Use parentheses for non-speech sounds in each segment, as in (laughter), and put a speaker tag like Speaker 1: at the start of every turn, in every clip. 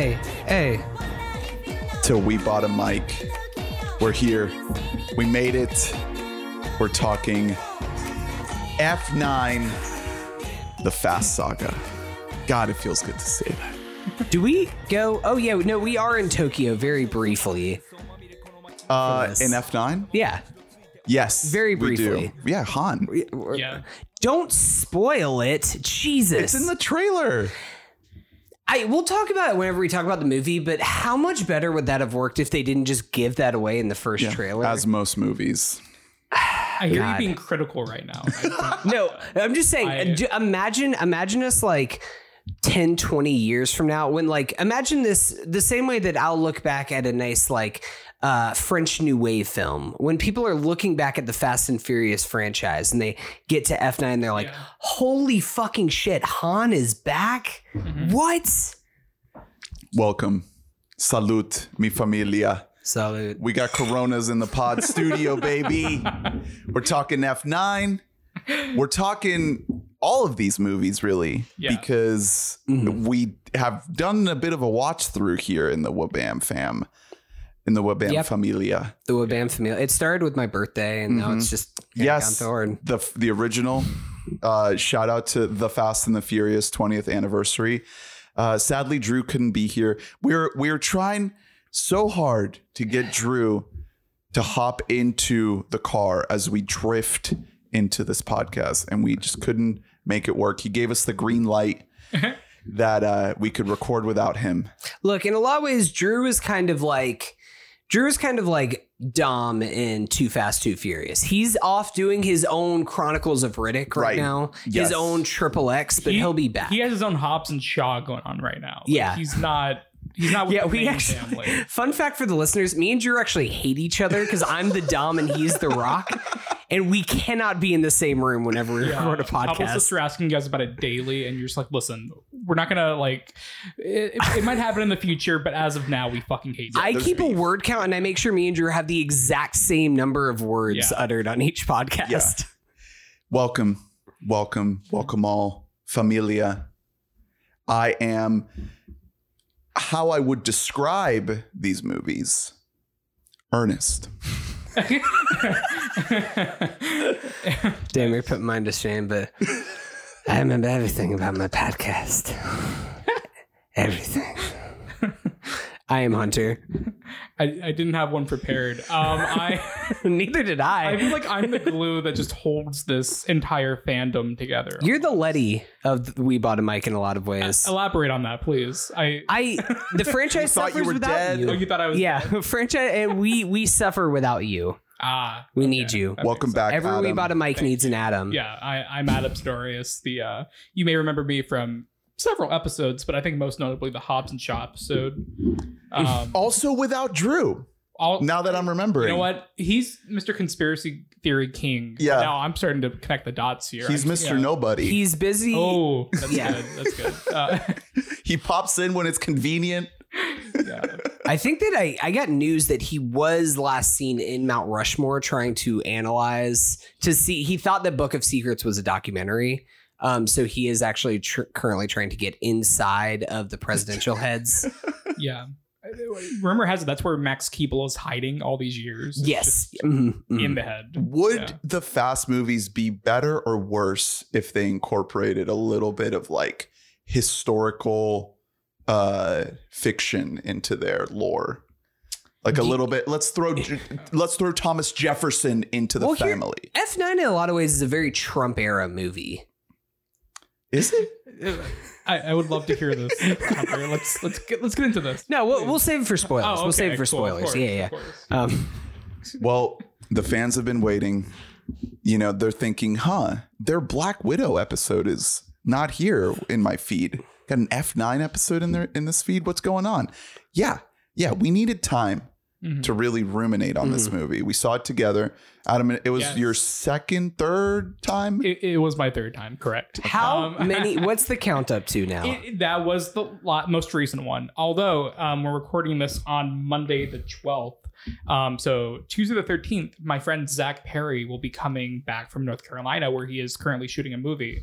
Speaker 1: Hey,
Speaker 2: till we bought a mic. We're here. We made it. We're talking F9, the Fast Saga. God, it feels good to say that.
Speaker 1: do we go? Oh yeah, no, we are in Tokyo very briefly.
Speaker 2: Uh,
Speaker 1: Yes.
Speaker 2: in F9?
Speaker 1: Yeah.
Speaker 2: Yes.
Speaker 1: Very
Speaker 2: we do.
Speaker 1: briefly.
Speaker 2: Yeah, Han.
Speaker 3: Yeah.
Speaker 1: Don't spoil it, Jesus.
Speaker 2: It's in the trailer.
Speaker 1: I we'll talk about it whenever we talk about the movie. But how much better would that have worked if they didn't just give that away in the first trailer?
Speaker 2: As most movies.
Speaker 3: I hear
Speaker 1: God.
Speaker 3: you being critical
Speaker 1: (laughs)
Speaker 3: right now.
Speaker 1: no, I'm just saying.
Speaker 3: I-
Speaker 1: d- imagine, imagine us like 10, 20 years from now when like imagine this the same way that I'll look back at a nice like uh, French New Wave film when people are looking back at the Fast and Furious franchise and they get to F9 and they're like,
Speaker 3: Yeah.
Speaker 1: holy fucking shit, Han is back.
Speaker 3: Mm-hmm.
Speaker 1: What?
Speaker 2: Welcome. Salute, mi familia.
Speaker 1: So
Speaker 2: We got Coronas in the pod studio, baby. We're talking F9. We're talking all of these movies, really,
Speaker 3: Yeah.
Speaker 2: because we have done a bit of a watch through here in the Wabam fam, in the Wabam
Speaker 1: Yep.
Speaker 2: familia.
Speaker 1: the Wabam Familia. It started with my birthday and now it's just kinda
Speaker 2: yes,
Speaker 1: gone forward.
Speaker 2: the the original. Uh, shout out to the Fast and the Furious 20th anniversary. Uh, sadly, Drew couldn't be here. We're we're trying so hard to get Drew to hop into the car as we drift into this podcast, and we just couldn't make it work. He gave us the green light that uh, we could record without him.
Speaker 1: Look, in a lot of ways, Drew is kind of like Drew is kind of like Dom in Too Fast, Too Furious. He's off doing his own Chronicles of Riddick right,
Speaker 2: Right.
Speaker 1: now,
Speaker 2: Yes.
Speaker 1: his own Triple X, but
Speaker 3: He-
Speaker 1: he, will be back.
Speaker 3: He has his own Hobbs and Shaw going on right now. Like,
Speaker 1: Yeah.
Speaker 3: he's not. He's not. With
Speaker 1: yeah,
Speaker 3: the
Speaker 1: we
Speaker 3: main
Speaker 1: actually. (laughs)
Speaker 3: Family.
Speaker 1: Fun fact for the listeners: me and Drew actually hate each other because I'm the Dom and he's the Rock, and we cannot be in the same room whenever we record a
Speaker 3: Couple
Speaker 1: podcast.
Speaker 3: sister asking you guys about it daily, and you're just like, "Listen, we're not gonna like. It, it- it might happen in the future, but as of now, we fucking hate you."
Speaker 1: I
Speaker 2: there's
Speaker 1: keep a
Speaker 2: beef.
Speaker 1: word count, and I make sure me and Drew have the exact same number of words
Speaker 3: Yeah.
Speaker 1: uttered on each podcast.
Speaker 2: Yeah. Welcome, welcome, welcome all, familia. I am how I would describe these movies earnest.
Speaker 1: Damn, you're putting mine to
Speaker 2: (laughs)
Speaker 1: shame, but I remember everything about my podcast. (laughs)
Speaker 2: (laughs)
Speaker 1: everything. I am Hunter.
Speaker 3: (laughs) I, I didn't have one prepared. Um,
Speaker 1: (laughs)
Speaker 3: I.
Speaker 1: Neither did
Speaker 3: I
Speaker 1: I.
Speaker 3: feel like I'm the glue that just holds this entire fandom together.
Speaker 1: You're the Letty of the We Bought a Mic in a lot of ways.
Speaker 3: Elaborate on that, please. I.
Speaker 1: I (laughs) the franchise
Speaker 2: thought you
Speaker 1: suffers
Speaker 2: were
Speaker 1: without
Speaker 2: dead.
Speaker 3: oh, you
Speaker 1: you.
Speaker 3: thought I was.
Speaker 1: Yeah, (laughs) franchise, and we we suffer without you.
Speaker 3: Ah.
Speaker 1: We need you.
Speaker 3: That
Speaker 2: welcome
Speaker 3: makes
Speaker 2: back,
Speaker 1: Every We
Speaker 2: Adam.
Speaker 1: Bought a Mic needs an Adam.
Speaker 3: Yeah, I, I'm Adam Storius. The uh, you may remember me from several episodes, but I think most notably the Hobbs and Shaw episode. Um,
Speaker 2: also without Drew.
Speaker 3: all,
Speaker 2: Now that I'm remembering,
Speaker 3: you know what? He's Mr. Conspiracy Theory King.
Speaker 2: Yeah.
Speaker 3: Now I'm starting to connect the dots here.
Speaker 2: he's
Speaker 3: I-
Speaker 2: Mr.
Speaker 3: yeah.
Speaker 2: Nobody. He,
Speaker 1: He's busy.
Speaker 3: Oh, that's
Speaker 1: Yeah.
Speaker 3: good. That's good. Uh,
Speaker 2: pops in when it's convenient.
Speaker 3: yeah.
Speaker 1: I think that I, I got news that he was last seen in Mount Rushmore trying to analyze to see. He thought that Book of Secrets was a documentary. Um, so he is actually tr- currently trying to get inside of the
Speaker 3: (laughs)
Speaker 1: presidential heads.
Speaker 3: (laughs) yeah. Rumor has it that's where Max Keeble is hiding all these years. It's
Speaker 1: yes.
Speaker 3: just
Speaker 1: Mhm, mhm.
Speaker 3: In the head.
Speaker 2: Would
Speaker 3: Yeah.
Speaker 2: the fast movies be better or worse if they incorporated a little bit of like historical uh fiction into their lore? Like a
Speaker 1: Do-
Speaker 2: little bit. Let's throw let's throw Thomas Jefferson into the
Speaker 1: Well, here-
Speaker 2: family.
Speaker 1: F9 in a lot of ways is a very Trump era movie.
Speaker 2: Is it?
Speaker 3: I, I would love to
Speaker 1: (laughs)
Speaker 3: hear this. let's let's get let's get into this.
Speaker 1: No, we'll, we'll save it for spoilers.
Speaker 3: Oh,
Speaker 1: We'll save
Speaker 3: okay,
Speaker 1: it for
Speaker 3: cool, of
Speaker 1: spoilers.
Speaker 3: course,
Speaker 1: yeah,
Speaker 3: of
Speaker 1: yeah.
Speaker 3: course.
Speaker 1: Um,
Speaker 2: Well, the fans have been waiting. You know, they're thinking, huh, their Black Widow episode is not here in my feed. Got an F9 episode in there in this feed. What's going on? Yeah. Yeah, we needed time
Speaker 3: Mhm.
Speaker 2: to really ruminate on this movie. We saw it together. Adam, it was
Speaker 3: Mm. Yes.
Speaker 2: your second, third time.
Speaker 3: It, it was my third time, correct? (laughs)
Speaker 1: how (laughs)
Speaker 3: Um,
Speaker 1: many? What's the count up to now?
Speaker 3: it- that was the lot, most recent one. Although um, we're recording this on Monday the twelfth, um, so Tuesday the thirteenth, my friend Zach Perry will be coming back from North Carolina, where he is currently shooting a movie.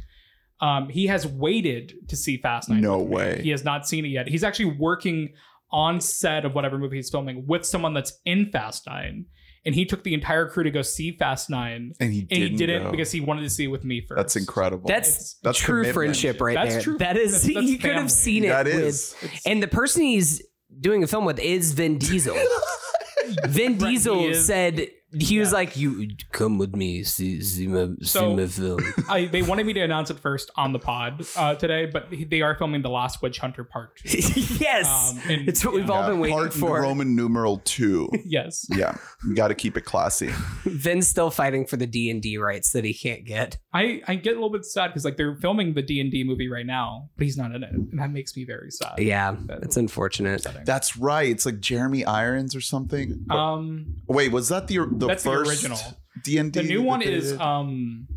Speaker 3: Um, he has waited to see Fast Nine.
Speaker 2: No
Speaker 3: with me.
Speaker 2: way.
Speaker 3: He has not seen it yet. He's actually working on set of whatever movie he's filming with someone that's in Fast Nine, and he took the entire crew to go see Fast Nine,
Speaker 2: and he
Speaker 3: and
Speaker 2: didn't,
Speaker 3: he didn't
Speaker 2: go.
Speaker 3: because he wanted to see it with me first.
Speaker 2: that's incredible.
Speaker 1: That's
Speaker 3: It's-
Speaker 2: That's
Speaker 1: true
Speaker 2: commitment.
Speaker 1: friendship right
Speaker 3: That's
Speaker 1: there.
Speaker 3: true.
Speaker 1: That is
Speaker 3: That's- that's
Speaker 1: (laughs) you could
Speaker 3: family.
Speaker 1: have seen it
Speaker 2: That
Speaker 1: with
Speaker 2: is.
Speaker 1: and the person he's doing a film with is Vin
Speaker 3: (laughs)
Speaker 1: Diesel. Vin
Speaker 3: Right, he
Speaker 1: Diesel
Speaker 3: is-
Speaker 1: said he was
Speaker 3: yeah.
Speaker 1: like, "You come with me, see, see my,
Speaker 3: So-
Speaker 1: see my film."
Speaker 3: I, they wanted me to announce it first on the pod uh, today, but they are filming the Last Witch Hunter Part
Speaker 1: (laughs)
Speaker 3: Two.
Speaker 1: yes,
Speaker 3: Um, and-
Speaker 1: it's what we've
Speaker 3: yeah.
Speaker 1: all been waiting
Speaker 2: Part
Speaker 1: for.
Speaker 2: Roman numeral two.
Speaker 3: (laughs) yes.
Speaker 2: yeah, you got to keep it classy.
Speaker 1: Vin's still fighting for the D and D rights that he can't get.
Speaker 3: I, I get a little bit sad because like they're filming the D and D movie right now, but he's not in it, and that makes me very sad.
Speaker 1: Yeah,
Speaker 3: That-
Speaker 1: it's unfortunate.
Speaker 3: upsetting.
Speaker 2: That's right. It's like Jeremy Irons or something.
Speaker 3: um,
Speaker 2: Wait, was that the the
Speaker 3: that's
Speaker 2: first
Speaker 3: the original.
Speaker 2: D and
Speaker 3: The new one is um,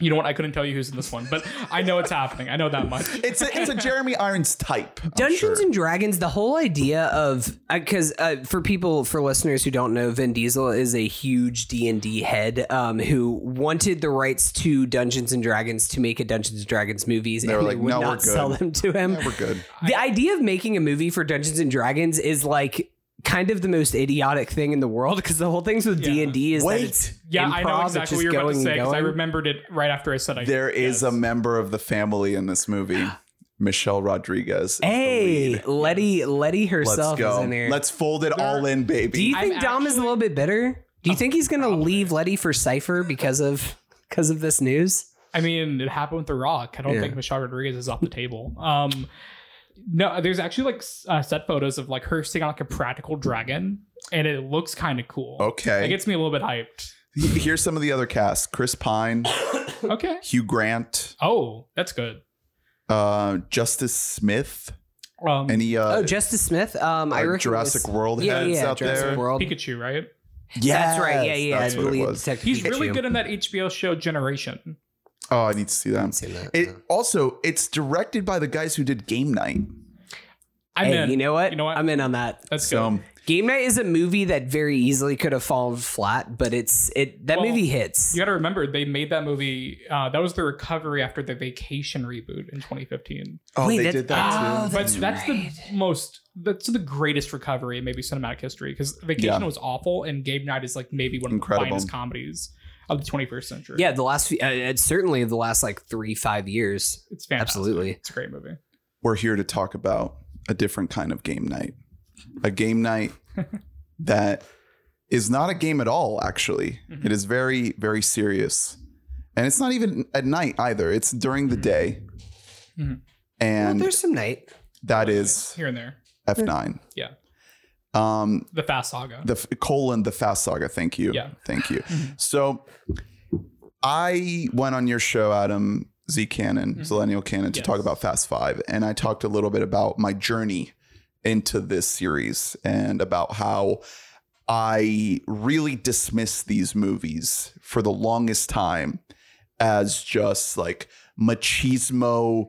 Speaker 3: you know what? I couldn't tell you who's in this one, but I know it's happening. I know that much.
Speaker 2: It's a, it's a Jeremy Irons type. I'm
Speaker 1: Dungeons
Speaker 2: sure.
Speaker 1: and Dragons, the whole idea of because uh, for people for listeners who don't know, Vin Diesel is a huge D and D head um, who wanted the rights to Dungeons and Dragons to make a Dungeons and Dragons movies,
Speaker 2: They were
Speaker 1: and they
Speaker 2: like,
Speaker 1: would
Speaker 2: "No, we're
Speaker 1: not
Speaker 2: good."
Speaker 1: sell them to him.
Speaker 2: Yeah, we're good.
Speaker 1: the idea of making a movie for Dungeons and Dragons is like kind of the most idiotic thing in the world because the whole thing's with
Speaker 3: Yeah.
Speaker 1: D and D is that
Speaker 2: Wait.
Speaker 1: it's
Speaker 3: yeah, I
Speaker 1: improv,
Speaker 3: know
Speaker 1: it's
Speaker 3: exactly
Speaker 1: just
Speaker 3: what you're about
Speaker 1: going
Speaker 3: to
Speaker 1: and
Speaker 3: say because I
Speaker 1: going.
Speaker 3: remembered it right after I said I.
Speaker 2: There is a
Speaker 3: yes.
Speaker 2: member of the family in this
Speaker 1: (gasps)
Speaker 2: movie, Michelle Rodriguez. is the
Speaker 1: Hey,
Speaker 2: lead.
Speaker 1: Letty, Letty
Speaker 2: let's
Speaker 1: herself is
Speaker 2: go.
Speaker 1: in here.
Speaker 2: Let's fold it all in, baby.
Speaker 1: Do you
Speaker 3: I'm
Speaker 1: think Dom is a
Speaker 3: actually-
Speaker 1: little bit better? Do you think he's gonna leave Letty for Cipher because of because of this news?
Speaker 3: I mean, it happened with The Rock. I don't
Speaker 1: Yeah.
Speaker 3: think Michelle Rodriguez is off the table. Um, no, there's actually like s- uh, set photos of like her sitting on like a practical dragon, and it looks kind of cool.
Speaker 2: okay.
Speaker 3: It gets me a little bit hyped.
Speaker 2: He- (laughs) Here's some of the other cast: Chris Pine,
Speaker 3: Okay.
Speaker 2: Hugh Grant,
Speaker 3: Oh, that's good.
Speaker 2: uh, Justice Smith.
Speaker 3: Um,
Speaker 2: Any uh,
Speaker 1: oh, Justice Smith. Um,
Speaker 2: uh,
Speaker 1: I recognize
Speaker 2: Jurassic World
Speaker 1: Yeah,
Speaker 2: heads
Speaker 1: yeah,
Speaker 2: out
Speaker 1: Jurassic
Speaker 2: there?
Speaker 1: World.
Speaker 3: Pikachu, right?
Speaker 1: That's right. Yeah,
Speaker 2: Yes,
Speaker 1: yeah.
Speaker 2: That's
Speaker 1: I
Speaker 2: what it
Speaker 1: believe
Speaker 2: was.
Speaker 1: Detective
Speaker 3: He's really
Speaker 1: Pikachu.
Speaker 3: good in that HBO show Generation.
Speaker 2: Oh, I need to see
Speaker 1: I
Speaker 2: them.
Speaker 1: haven't seen that.
Speaker 2: It also it's directed by the guys who did Game Night.
Speaker 3: I'm
Speaker 1: hey,
Speaker 3: in.
Speaker 1: you know what?
Speaker 3: You know what?
Speaker 1: I'm in on that.
Speaker 3: that's good.
Speaker 2: So
Speaker 1: Game Night is a movie that very easily could have fallen flat, but it's it that
Speaker 3: Well,
Speaker 1: movie hits.
Speaker 3: you got to remember, they made that movie. Uh, that was the recovery after the Vacation reboot in 2015.
Speaker 2: oh,
Speaker 1: Wait,
Speaker 2: they
Speaker 1: that's-
Speaker 2: did that
Speaker 1: oh,
Speaker 2: too.
Speaker 3: but
Speaker 1: That's
Speaker 3: that's
Speaker 1: right.
Speaker 3: the most that's the greatest recovery in maybe cinematic history because vacation was awful and game night is like maybe one of
Speaker 2: Incredible.
Speaker 3: the finest comedies of the 21st century
Speaker 1: Yeah, the last few, uh, it's certainly the last like three five years.
Speaker 3: it's fantastic
Speaker 1: Absolutely.
Speaker 3: it's a great movie
Speaker 2: We're here to talk about a different kind of game night, a game night that is not a game at all. Actually,
Speaker 3: Mhm.
Speaker 2: It is very very serious, and it's not even at night either. It's during the day,
Speaker 3: Mhm.
Speaker 1: Well,
Speaker 2: and
Speaker 1: there's some night.
Speaker 2: that is
Speaker 3: here and there
Speaker 2: F nine.
Speaker 3: Yeah.
Speaker 2: Um,
Speaker 3: the fast saga
Speaker 2: the f- colon the fast saga thank you
Speaker 3: Yeah.
Speaker 2: thank you
Speaker 3: Mhm.
Speaker 2: so i went on your show adam z cannon
Speaker 3: Mhm.
Speaker 2: Zillennial cannon to
Speaker 3: Yes.
Speaker 2: talk about fast five and i talked a little bit about my journey into this series and about how i really dismissed these movies for the longest time as just like machismo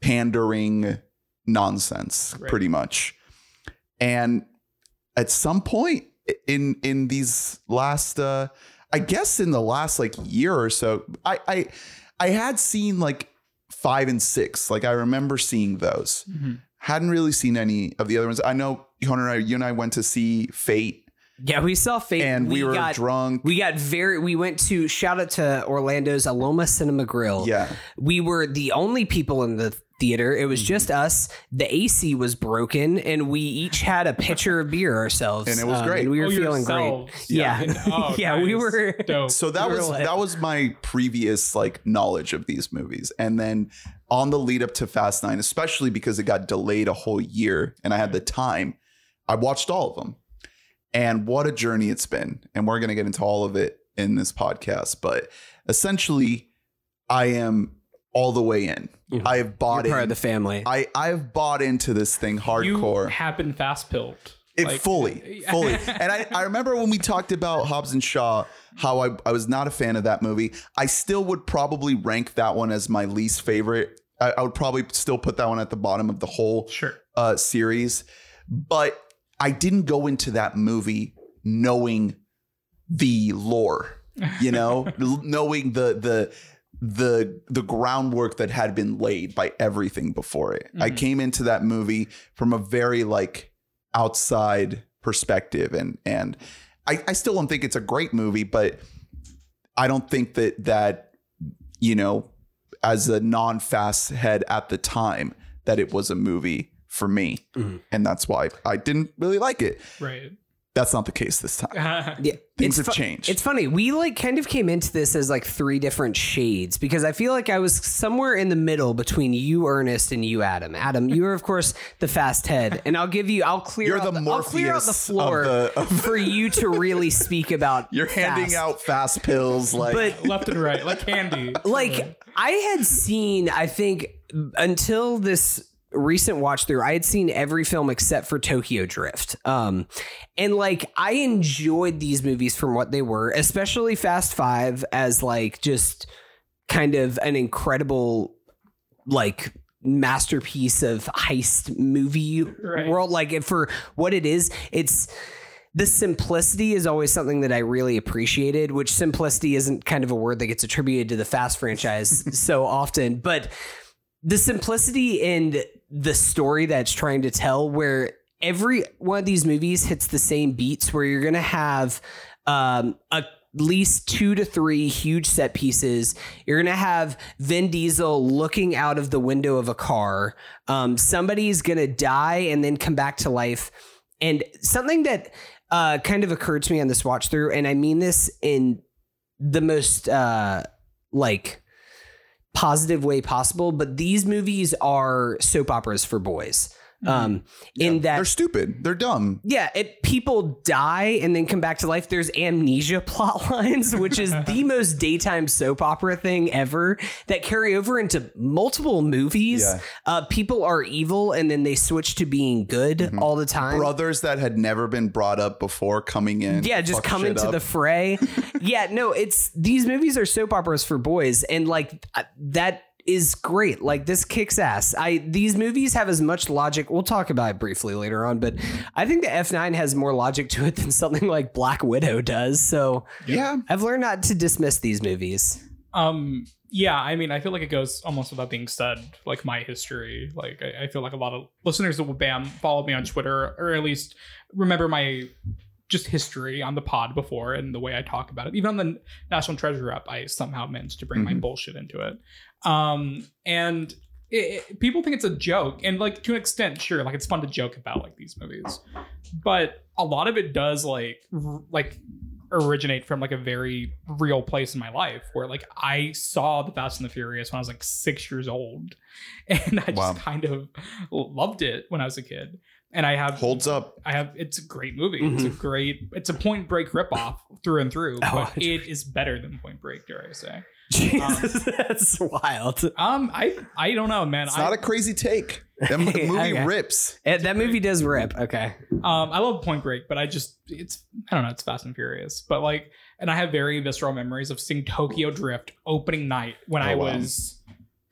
Speaker 2: pandering nonsense
Speaker 3: Right.
Speaker 2: pretty much and at some point in in these last uh i guess in the last like year or so i i i had seen like five and six like i remember seeing those
Speaker 1: Mm-hmm.
Speaker 3: Mhm.
Speaker 2: hadn't really seen any of the other ones i know Connor and I, you and i went to see fate
Speaker 1: Yeah, we saw Fate.
Speaker 2: and we, were
Speaker 1: got,
Speaker 2: drunk
Speaker 1: We got very. We went to shout out to Orlando's Aloma Cinema Grill.
Speaker 2: yeah
Speaker 1: we were the only people in the theater. It
Speaker 2: Mm-hmm.
Speaker 1: was just us. The AC was broken, and we each had a pitcher of beer ourselves, Um,
Speaker 2: And it was great.
Speaker 1: and we were
Speaker 3: Oh,
Speaker 1: feeling great.
Speaker 3: yourselves.
Speaker 1: Yeah, (laughs)
Speaker 3: And- oh,
Speaker 1: yeah, we
Speaker 3: nice.
Speaker 1: were.
Speaker 3: dope
Speaker 2: so that
Speaker 1: We were
Speaker 2: was
Speaker 1: like-
Speaker 2: that was my previous like knowledge of these movies and then on the lead up to fast nine especially because it got delayed a whole year and i had the time i watched all of them and what a journey it's been and we're going to get into all of it in this podcast but essentially i am all the way in
Speaker 1: Yeah.
Speaker 2: i have
Speaker 1: You're
Speaker 2: bought
Speaker 1: part of
Speaker 2: in
Speaker 1: the family.
Speaker 2: i i've bought into this thing
Speaker 3: you
Speaker 2: hardcore
Speaker 3: have been fast pilled
Speaker 2: it
Speaker 3: Like- (laughs)
Speaker 2: fully, fully. And I, I remember when we talked about Hobbs and Shaw, how I, I was not a fan of that movie. I still would probably rank that one as my least favorite. I, I would probably still put that one at the bottom of the whole
Speaker 3: sure
Speaker 2: uh, series. But I didn't go into that movie knowing the lore, you know, L- knowing the the the the groundwork that had been laid by everything before it. I
Speaker 3: Mhm.
Speaker 2: came into that movie from a very like outside perspective and and I, I still don't think it's a great movie, but I don't think that that you know as a non-fast head at the time that it was a movie for me.
Speaker 1: Mhm.
Speaker 2: And that's why I didn't really like it.
Speaker 3: right. (laughs)
Speaker 2: That's not the case this time.
Speaker 1: Yeah,
Speaker 2: Things
Speaker 1: it's
Speaker 2: have
Speaker 1: fu-
Speaker 2: changed.
Speaker 1: It's funny. We like kind of came into this as like three different shades because I feel like I was somewhere in the middle between you, Ernest, and you, Adam. Adam, you are of course the fast head, and I'll give you. I'll clear.
Speaker 2: You're
Speaker 1: out
Speaker 2: the
Speaker 1: I'll clear out
Speaker 2: Morpheus
Speaker 1: the
Speaker 2: of
Speaker 1: floor
Speaker 2: the- of-
Speaker 1: (laughs)
Speaker 2: (laughs)
Speaker 1: for you to really speak about.
Speaker 2: You're handing
Speaker 1: fast.
Speaker 2: out fast pills like
Speaker 1: but
Speaker 3: Left and right,
Speaker 2: (laughs)
Speaker 3: like candy.
Speaker 1: like I had seen, I think until this recent watch through, I had seen every film except for Tokyo Drift. Um, and like I enjoyed these movies from what they were, especially Fast Five as like just kind of an incredible like masterpiece of heist movie
Speaker 3: Right.
Speaker 1: world. Like if for what it is, it's the simplicity is always something that I really appreciated, which simplicity isn't kind of a word that gets attributed to the Fast franchise so often, but the simplicity in the story that's trying to tell where every one of these movies hits the same beats where you're going to have um, at least two to three huge set pieces you're going to have vin diesel looking out of the window of a car um, somebody's going to die and then come back to life and something that uh, kind of occurred to me on this watch through and i mean this in the most uh, like positive way possible but these movies are soap operas for boys um, in that
Speaker 2: they're stupid. They're dumb.
Speaker 1: yeah, it people die and then come back to life. There's amnesia (laughs) plot lines, which is the most daytime soap opera thing ever that carry over into multiple movies.
Speaker 2: Yeah.
Speaker 1: Uh, people are evil and then they switch to being good all the time.
Speaker 2: Brothers that had never been brought up before coming in.
Speaker 1: Yeah, just
Speaker 2: fuck
Speaker 1: come
Speaker 2: shit
Speaker 1: into
Speaker 2: up. (laughs)
Speaker 1: the fray. yeah, no, it's these movies are soap operas for boys, and like uh, that is great. Like this kicks ass. I these movies have as much logic. We'll talk about it briefly later on, but I think the F nine has more logic to it than something like Black Widow does. So
Speaker 2: Yeah.
Speaker 1: I've learned not to dismiss these movies.
Speaker 3: Um, yeah, I mean, I feel like it goes almost without being said, like my history. Like, I, I feel like a lot of listeners will bam follow me on Twitter, or at least remember my just history on the pod before and the way I talk about it. Even on the National Treasure app, I somehow managed to bring my
Speaker 2: Mhm.
Speaker 3: bullshit into it. Um, and it, it- people think it's a joke, and like to an extent, sure, like it's fun to joke about like these movies, but a lot of it does like r- like originate from like a very real place in my life where like I saw The Fast and the Furious when I was like six years old, (laughs) and I just
Speaker 2: Wow.
Speaker 3: kind of loved it when I was a kid. And I have
Speaker 2: Holds up.
Speaker 3: I have. It's a great movie. It's
Speaker 2: Mm-hmm.
Speaker 3: a great. It's a Point Break ripoff through
Speaker 2: (laughs)
Speaker 3: and through,
Speaker 1: Oh,
Speaker 3: but it is better than Point Break. Dare I say?
Speaker 2: Uh-huh.
Speaker 1: Jesus, (laughs) that's wild.
Speaker 3: Um, I I don't know, man.
Speaker 2: It's
Speaker 3: I
Speaker 2: not a crazy
Speaker 1: (laughs)
Speaker 2: take. That m-
Speaker 1: Hey,
Speaker 2: movie
Speaker 1: okay.
Speaker 2: rips.
Speaker 1: Eh, that movie does rip. Okay.
Speaker 3: um I love Point Break, but I just it's I don't know. It's Fast and Furious, but like, and I have very visceral memories of seeing Tokyo Drift opening night when
Speaker 2: Oh,
Speaker 3: I
Speaker 2: wow.
Speaker 3: was,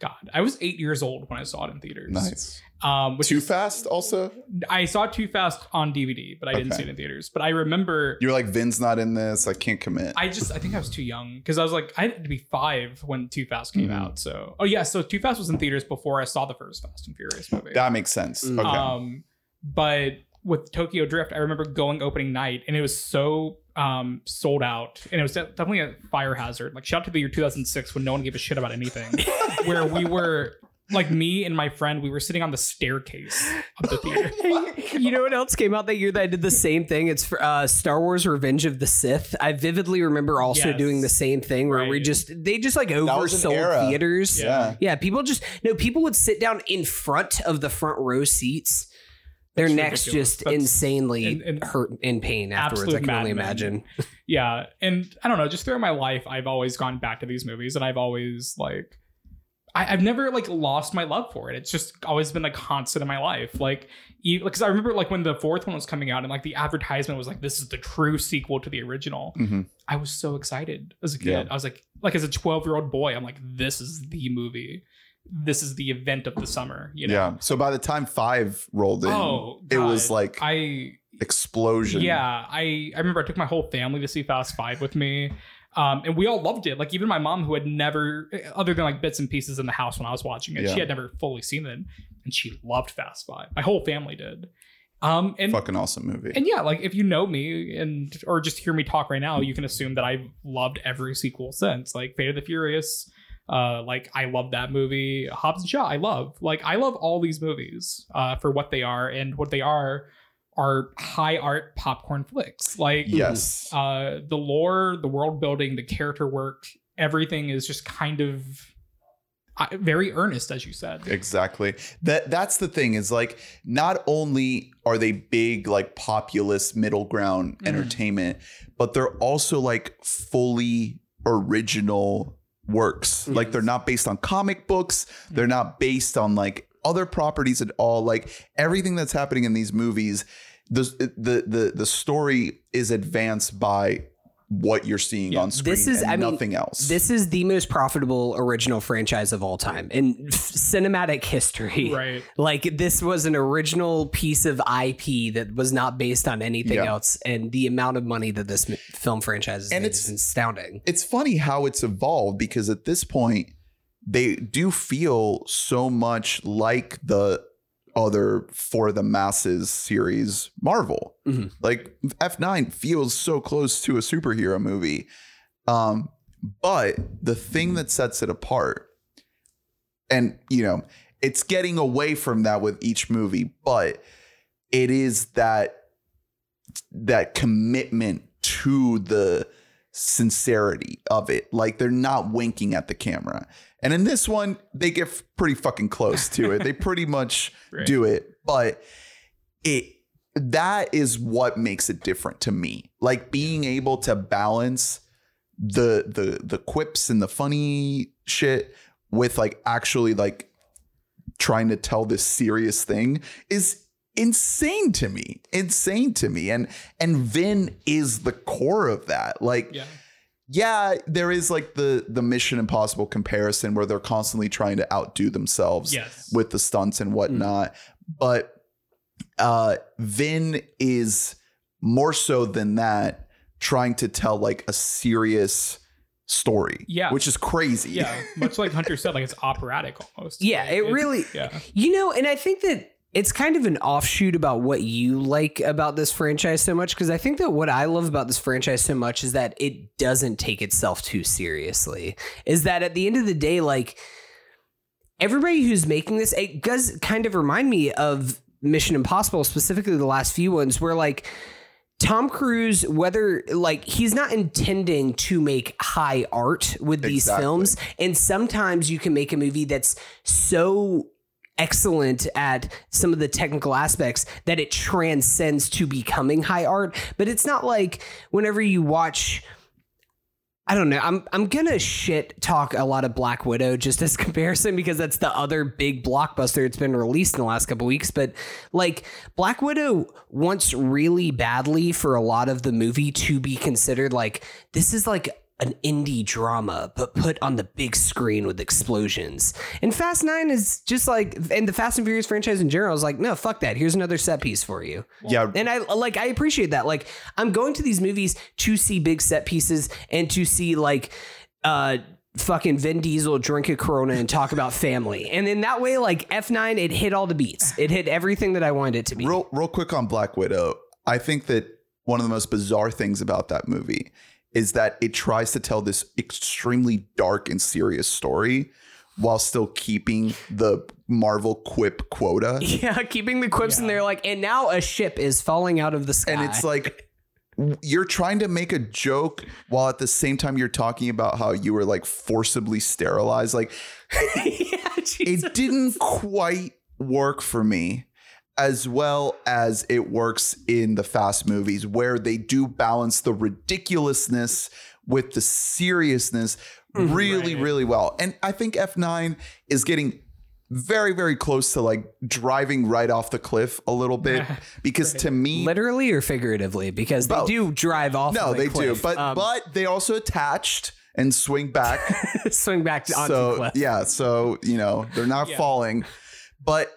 Speaker 3: God, I was eight years old when I saw it in theaters.
Speaker 2: Nice.
Speaker 3: Um, which
Speaker 2: Too fast. Also,
Speaker 3: I saw Too Fast on DVD, but I didn't
Speaker 2: Okay.
Speaker 3: see it in theaters. But I remember
Speaker 2: you're like Vin's not in this. I can't commit.
Speaker 3: I just I think I was too young because I was like I had to be five when Too Fast came
Speaker 2: Mhm.
Speaker 3: out. So oh yeah, so Too Fast was in theaters before I saw the first Fast and Furious movie.
Speaker 2: that makes sense.
Speaker 1: Mm.
Speaker 2: Okay.
Speaker 3: Um, but with Tokyo Drift, I remember going opening night and it was so um sold out, and it was de- definitely a fire hazard. Like shout out to the year 2006 when no one gave a shit
Speaker 2: (laughs)
Speaker 3: about anything, where we were like me and my friend, we were sitting on the staircase of the theater.
Speaker 1: you know what else came out that year that I did the same thing? It's for, uh, Star Wars: Revenge of the Sith. I vividly remember also
Speaker 3: Yes.
Speaker 1: doing the same thing where we
Speaker 3: Right.
Speaker 1: just they just like
Speaker 2: was an era.
Speaker 1: oversold theaters. Yeah.
Speaker 2: yeah.
Speaker 1: people just no people would sit down in front of the front row seats. Their
Speaker 3: That's
Speaker 1: necks
Speaker 3: ridiculous.
Speaker 1: just
Speaker 3: That's-
Speaker 1: insanely
Speaker 3: and- and-
Speaker 1: hurt in pain afterwards. I
Speaker 3: Absolute
Speaker 1: can only
Speaker 3: madmen.
Speaker 1: imagine.
Speaker 3: yeah and i don't know just throughout my life i've always gone back to these movies and i've always like I, i've never like lost my love for it it's just always been like constant in my life like because i remember like when the fourth one was coming out and like the advertisement was like this is the true sequel to the original
Speaker 2: hmm
Speaker 3: i was so excited as a kid
Speaker 2: Yeah.
Speaker 3: i was like like as a 12 year old boy i'm like this is the movie this is the event of the summer you know
Speaker 2: Yeah. So by the time five rolled in,
Speaker 3: oh
Speaker 2: it was
Speaker 3: God.
Speaker 2: like
Speaker 3: i
Speaker 2: explosion.
Speaker 3: yeah, I I remember I took my whole family to see Fast Five with me. Um, and we all loved it. Like even my mom, who had never, other than like bits and pieces in the house when I was watching it,
Speaker 2: Yeah.
Speaker 3: she had never fully seen it, and she loved Fast Five. My whole family did. Um, and
Speaker 2: Fucking awesome movie.
Speaker 3: and yeah, like if you know me and or just hear me talk right now, you can assume that I've loved every sequel since. Like Fate of the Furious, uh, like I love that movie. Hobbs and Shaw, I love. Like I love all these movies uh, for what they are and what they are are high art popcorn flicks. Like
Speaker 2: yes.
Speaker 3: uh, the lore, the world building, the character work, everything is just kind of uh, very earnest, as you said.
Speaker 2: Exactly. That that's the thing is like not only are they big like populist middle ground
Speaker 1: Mm.
Speaker 3: Mhm.
Speaker 2: entertainment, but they're also like fully original works. Like
Speaker 1: Mhm.
Speaker 2: they're not based on comic books,
Speaker 1: Mm.
Speaker 2: they're not based on like other properties at all. Like everything that's happening in these movies, the the the, the story is advanced by what you're seeing
Speaker 3: Yeah.
Speaker 2: on
Speaker 1: This
Speaker 2: screen
Speaker 1: is-
Speaker 2: and
Speaker 1: I mean,
Speaker 2: nothing else.
Speaker 1: This is the most profitable original franchise of all time in f- cinematic history.
Speaker 3: Right.
Speaker 1: Like this was an original piece of IP that was not based on anything
Speaker 2: Yeah.
Speaker 1: else, and the amount of money that this m- film franchise has
Speaker 2: And
Speaker 1: made
Speaker 2: it's-
Speaker 1: is astounding.
Speaker 2: it's funny how it's evolved because at this point they do feel so much like the other for the masses series Marvel.
Speaker 1: Mhm.
Speaker 2: Like F9 feels so close to a superhero movie. Um but the thing that sets it apart and you know, it's getting away from that with each movie, but it is that that commitment to the sincerity of it. Like they're not winking at the camera. And in this one, they get f- pretty fucking close to it. They pretty much
Speaker 3: Right.
Speaker 2: do it, but it that is what makes it different to me. Like being able to balance the the the quips and the funny shit with like actually like trying to tell this serious thing is insane to me. Insane to me. And and Vin is the core of that. Like
Speaker 3: Yeah.
Speaker 2: yeah, there is like the the Mission Impossible comparison where they're constantly trying to outdo themselves
Speaker 3: Yes.
Speaker 2: with the stunts and whatnot. But uh Vin is more so than that trying to tell like a serious story.
Speaker 3: Yeah.
Speaker 2: Which is crazy.
Speaker 1: (laughs)
Speaker 3: yeah, much like Hunter said, like it's operatic almost.
Speaker 1: Yeah,
Speaker 3: Like,
Speaker 1: it really-
Speaker 3: Yeah,
Speaker 1: You know, and I think that it's kind of an offshoot about what you like about this franchise so much because I think that what I love about this franchise so much is that it doesn't take itself too seriously. Is that at the end of the day, like everybody who's making this, it does kind of remind me of Mission Impossible, specifically the last few ones, where like Tom Cruise, whether like he's not intending to make high art with these
Speaker 2: Exactly.
Speaker 1: films, and sometimes you can make a movie that's so excellent at some of the technical aspects that it transcends to becoming high art. But it's not like whenever you watch. I don't know. I'm I'm gonna shit talk a lot of Black Widow just as (laughs) comparison because that's the other big blockbuster that's been released in the last couple weeks. But like Black Widow wants really badly for a lot of the movie to be considered like this is like an indie drama, but put on the big screen with explosions. And Fast Nine is just like and the Fast and Furious franchise in general is like, no, fuck that. Here's another set piece for you.
Speaker 2: Yeah.
Speaker 1: And I like I appreciate that. Like I'm going to these movies to see big set pieces and to see like uh fucking Vin Diesel drink a Corona and talk about family. And in that way like F9 it hit all the beats. It hit everything that I wanted it to be.
Speaker 2: Real real quick on Black Widow. I think that one of the most bizarre things about that movie is that it tries to tell this extremely dark and serious story while still keeping the Marvel quip quota.
Speaker 1: (laughs) yeah, keeping the quips in
Speaker 3: Yeah.
Speaker 1: there like and now a ship is falling out of the sky.
Speaker 2: And it's
Speaker 1: (laughs)
Speaker 2: like you're trying to make a joke while at the same time you're talking about how you were like forcibly sterilized. Like
Speaker 1: yeah, Jesus.
Speaker 2: it didn't quite work for me as well as it works in the fast movies where they do balance the ridiculousness with the seriousness
Speaker 1: Mm-hmm.
Speaker 2: really
Speaker 3: Right.
Speaker 2: really well and i think f9 is getting very very close to like driving right off the cliff a little bit
Speaker 1: (laughs)
Speaker 2: because to me
Speaker 1: (laughs) literally or figuratively because
Speaker 2: Both.
Speaker 1: they do drive off
Speaker 2: no
Speaker 1: of the
Speaker 2: they do
Speaker 1: cliff,
Speaker 2: but
Speaker 1: um,
Speaker 2: but they also attached and swing
Speaker 1: (laughs)
Speaker 2: back
Speaker 1: swing
Speaker 3: (laughs)
Speaker 1: back to onto
Speaker 2: so
Speaker 1: cliff.
Speaker 2: yeah so you know they're not
Speaker 3: Yeah.
Speaker 2: falling but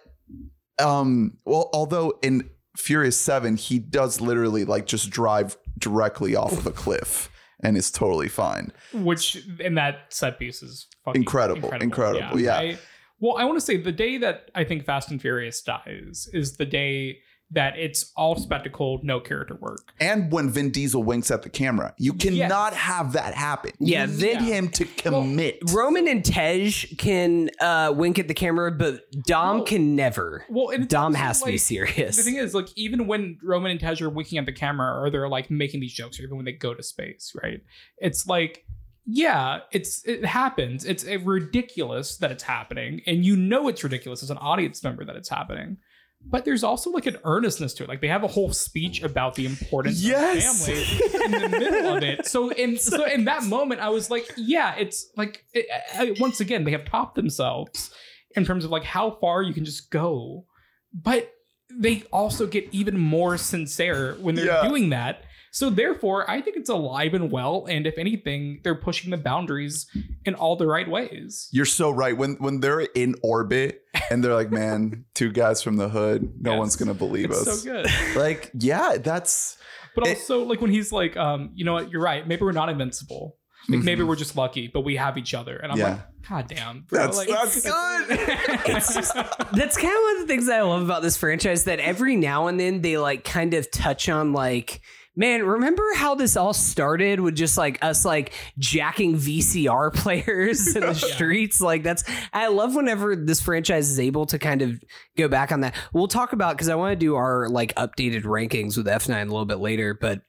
Speaker 2: um well although in furious 7 he does literally like just drive directly off of a cliff and is totally fine.
Speaker 3: which in that set piece is fucking
Speaker 2: Incredible, incredible, yeah.
Speaker 3: I- well, I want to say the day that I think Fast and Furious dies is the day that it's all spectacle, no character work.
Speaker 2: And when Vin Diesel winks at the camera, you
Speaker 3: Yes.
Speaker 2: cannot have that happen.
Speaker 1: Yeah,
Speaker 2: you need
Speaker 3: yeah.
Speaker 2: him to commit.
Speaker 1: Roman and Tej can uh, wink at the camera, but Dom
Speaker 3: Well-
Speaker 1: can never.
Speaker 3: Well, and it's
Speaker 1: Dom
Speaker 3: also,
Speaker 1: has to be
Speaker 3: like,
Speaker 1: serious.
Speaker 3: The thing is, like, even when Roman and Tej are winking at the camera or they're like making these jokes, or even when they go to space, right? It's like, yeah, it's it happens. It's uh, ridiculous that it's happening, and you know it's ridiculous as an audience member that it's happening. But there's also like an earnestness to it. Like they have a whole speech about the importance
Speaker 2: Yes.
Speaker 3: of family in the middle of it. So in so in that moment, I was like, yeah, it's like it, I, once again they have topped themselves in terms of like how far you can just go but they also get even more sincere when they're
Speaker 2: Yeah.
Speaker 3: doing that. So therefore, I think it's alive and well, and if anything, they're pushing the boundaries in all the right ways.
Speaker 2: You're so right. When when they're in orbit and they're like, man, two guys from the hood, no
Speaker 3: Yes.
Speaker 2: one's gonna believe
Speaker 3: It's
Speaker 2: us.
Speaker 3: so good.
Speaker 2: Like, yeah, that's (laughs)
Speaker 3: But
Speaker 2: It-
Speaker 3: also, like when he's like, um, you know what, you're right. Maybe we're not invincible. Like maybe we're just lucky, but we have each other. And I'm
Speaker 2: Mm-hmm. Yeah.
Speaker 3: like, God damn.
Speaker 2: That's- (laughs)
Speaker 3: like,
Speaker 2: that's
Speaker 1: (laughs)
Speaker 3: (laughs)
Speaker 1: good. It's just- That's kind of one of the things I love about this franchise that every now and then they like kind of touch on like man remember how this all started with just like us like jacking VCR (laughs) players
Speaker 3: (laughs)
Speaker 1: in the streets like that's I love whenever this franchise is able to kind of go back on that. We'll talk about cuz I want to do our like updated rankings with F9 a little bit later but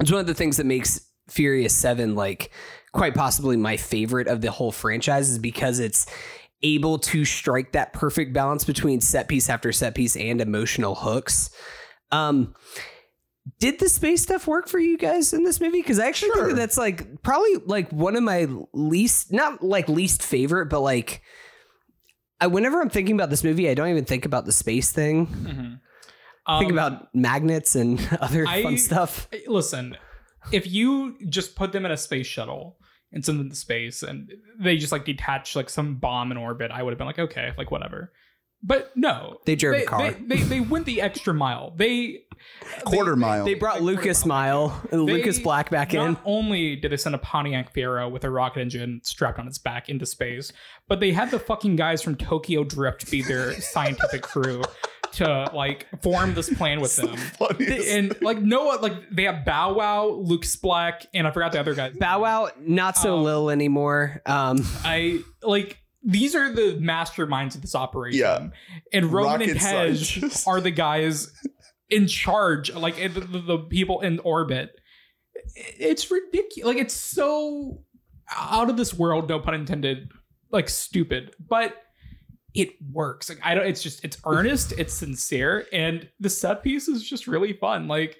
Speaker 1: it's one of the things that makes Furious 7 like quite possibly my favorite of the whole franchise is because it's able to strike that perfect balance between set piece after set piece and emotional hooks. Um, did the space stuff work for you guys in this movie? Because I actually
Speaker 2: Sure.
Speaker 1: think that that's like probably like one of my least, not like least favorite, but like I, whenever I'm thinking about this movie, I don't even think about the space thing.
Speaker 3: Mhm.
Speaker 1: I think
Speaker 3: Um,
Speaker 1: about magnets and (laughs) other
Speaker 3: I-
Speaker 1: fun stuff.
Speaker 3: listen, if you just put them in a space shuttle and send them to space and they just like detach like some bomb in orbit, I would have been like, okay, like whatever. But no.
Speaker 1: They drove a
Speaker 3: they,
Speaker 1: car.
Speaker 3: They, they, they went the extra mile. They
Speaker 2: quarter mile.
Speaker 1: They brought Lucas Mile and
Speaker 3: They-
Speaker 1: Lucas Black back
Speaker 3: not
Speaker 1: in.
Speaker 3: only did they send a Pontiac Fiero with a rocket engine strapped on its back into space, but they had the fucking guys from Tokyo Drift
Speaker 1: (laughs)
Speaker 3: be their scientific crew to like form this
Speaker 1: (laughs)
Speaker 3: plan with them.
Speaker 2: (laughs) funniest.
Speaker 3: And like Noah, like they have Bow Wow, Lucas Black, and I forgot the
Speaker 1: (laughs)
Speaker 3: other guy.
Speaker 1: Bow Wow, not so
Speaker 3: Um,
Speaker 1: little anymore. Um,
Speaker 3: I like these are the masterminds of this operation.
Speaker 2: Yeah.
Speaker 3: And Roman
Speaker 2: Rocket
Speaker 3: and Tej
Speaker 2: scientists.
Speaker 3: are the guys in charge, like the, the, the people in orbit. It's ridiculous. Like it's so out of this world, no pun intended, like stupid, but it works. Like I don't it's just it's earnest, it's sincere, and the set piece is just really fun. Like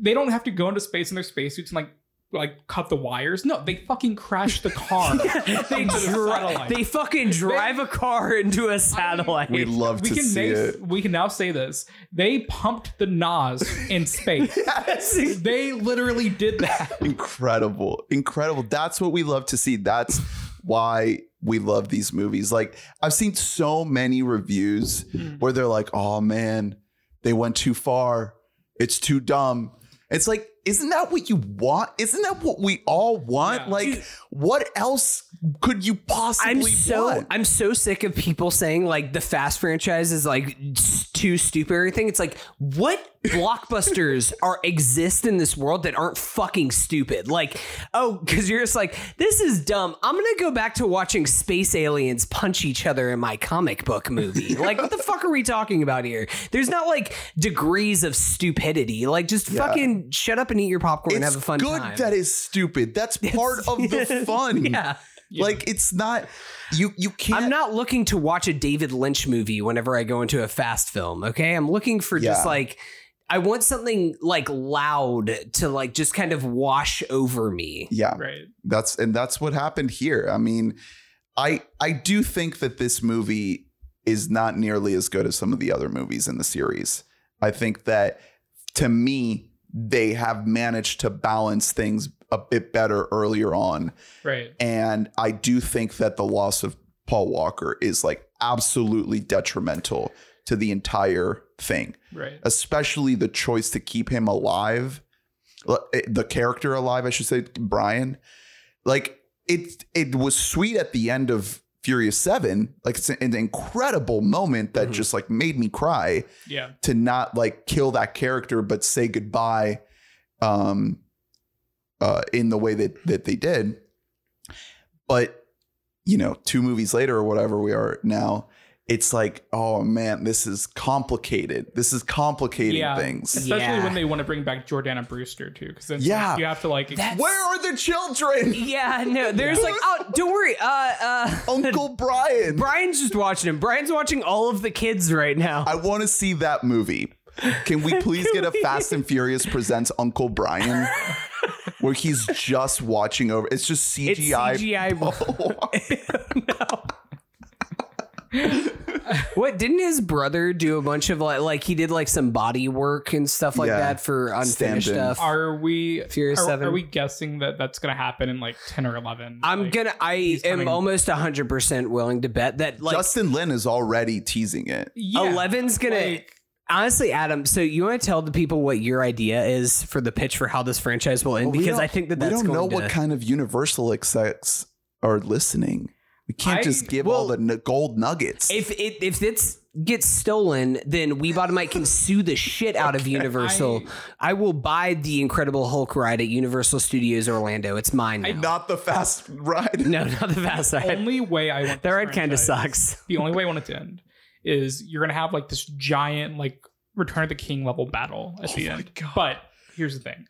Speaker 3: they don't have to go into space in their spacesuits and like like cut the wires. No, they fucking crash
Speaker 2: (laughs)
Speaker 3: the car.
Speaker 1: they,
Speaker 3: into the
Speaker 1: dri-
Speaker 3: satellite.
Speaker 1: they fucking drive a car into a satellite.
Speaker 2: we love
Speaker 3: we
Speaker 2: to
Speaker 3: can
Speaker 2: see
Speaker 3: na-
Speaker 2: it.
Speaker 3: we can now say this. They pumped the Nas
Speaker 2: (laughs)
Speaker 3: in space. (laughs) They literally did that.
Speaker 2: incredible incredible that's what we love to see that's why we love these movies like i've seen so many reviews
Speaker 3: Mm.
Speaker 2: where they're like oh man they went too far it's too dumb it's like isn't that what you want isn't that what we all want
Speaker 3: Yeah.
Speaker 2: like what else could you possibly
Speaker 1: I'm so
Speaker 2: want
Speaker 1: I'm so sick of people saying like the fast franchise is like s- too stupid or anything. It's like what blockbusters (laughs) are exist in this world that aren't fucking stupid. Like oh, because you're just like this is dumb. I'm gonna go back to watching space aliens punch each other in my comic book
Speaker 2: (laughs)
Speaker 1: movie. like what the fuck are we talking about here? There's not like degrees of stupidity. Like just
Speaker 2: Yeah.
Speaker 1: fucking shut up and eat your popcorn and
Speaker 2: it's
Speaker 1: have a fun
Speaker 2: good
Speaker 1: time.
Speaker 2: that is stupid that's
Speaker 1: (laughs)
Speaker 2: part of the fun
Speaker 1: yeah.
Speaker 2: like it's not you you can't
Speaker 1: I'm not looking to watch a David Lynch movie whenever I go into a fast film. Okay, I'm looking for just
Speaker 2: Yeah.
Speaker 1: like I want something like loud to like just kind of wash over me.
Speaker 2: yeah
Speaker 3: Right.
Speaker 2: that's and that's what happened here i mean i i do think that this movie is not nearly as good as some of the other movies in the series i think that to me they have managed to balance things a bit better earlier on
Speaker 3: Right.
Speaker 2: and i do think that the loss of paul walker is like absolutely detrimental to the entire thing
Speaker 3: Right.
Speaker 2: especially the choice to keep him alive l- the character alive, I should say, Brian. Like it, it was sweet at the end of Furious Seven. Like it's an incredible moment that
Speaker 1: Mhm.
Speaker 2: just like made me cry
Speaker 3: Yeah.
Speaker 2: to not like kill that character, but say goodbye, um, uh, in the way that that they did. But you know, two movies later or whatever we are now. It's like, oh man, this is complicated. This is complicating
Speaker 3: Yeah.
Speaker 2: things.
Speaker 3: Especially
Speaker 1: Yeah.
Speaker 3: when they want to bring back Jordana Brewster too, because then
Speaker 2: Yeah.
Speaker 3: you have to like
Speaker 1: That's-
Speaker 2: Where are the
Speaker 1: (laughs)
Speaker 2: children?
Speaker 1: Yeah,
Speaker 2: (laughs)
Speaker 1: no, there's like, oh, don't worry. Uh, uh,
Speaker 2: Uncle Brian.
Speaker 1: Brian's just watching him. Brian's watching all of the kids right now.
Speaker 2: I want to see that movie. Can we please get a Fast and Furious presents Uncle Brian? Where he's just watching over. It's just
Speaker 1: It's
Speaker 2: CGI. (laughs)
Speaker 1: CGI. What didn't his brother do a bunch of like, like he did like some body work and stuff like
Speaker 2: Yeah.
Speaker 1: that for unfinished
Speaker 2: Stand-in.
Speaker 1: stuff.
Speaker 3: are we
Speaker 1: Furious
Speaker 3: are,
Speaker 1: Seven.
Speaker 3: are we guessing that that's going to happen in like 10 or 11?
Speaker 1: I'm
Speaker 3: Like,
Speaker 1: gonna. I am
Speaker 3: coming.
Speaker 1: almost hundred percent willing to bet that like
Speaker 2: Justin Lin is already teasing it.
Speaker 3: yeah,
Speaker 1: 11's gonna.
Speaker 3: like,
Speaker 1: honestly, Adam. So you want to tell the people what your idea is for the pitch for how this franchise will end?
Speaker 2: But we
Speaker 1: because
Speaker 2: don't-
Speaker 1: I think that
Speaker 2: we
Speaker 1: that's
Speaker 2: don't
Speaker 1: going
Speaker 2: know
Speaker 1: to,
Speaker 2: what kind of Universal execs are listening. We can't
Speaker 3: I-
Speaker 2: just give all
Speaker 1: well-
Speaker 2: the n- gold nuggets.
Speaker 1: If it if this gets stolen, then We Bottomite can sue the shit out of Universal. I, will buy the Incredible Hulk ride at Universal Studios Orlando. It's mine now.
Speaker 2: Not the fast (laughs) ride.
Speaker 1: no, not the fast ride.
Speaker 3: only way I
Speaker 1: (laughs)
Speaker 3: want
Speaker 1: That
Speaker 3: this
Speaker 1: ride kind of
Speaker 3: franchise-
Speaker 1: sucks. (laughs)
Speaker 3: The only way I want it to end is you're gonna have like this giant like Return of the King level battle
Speaker 1: Oh
Speaker 3: at the
Speaker 2: my
Speaker 3: end.
Speaker 2: God.
Speaker 3: But here's the thing.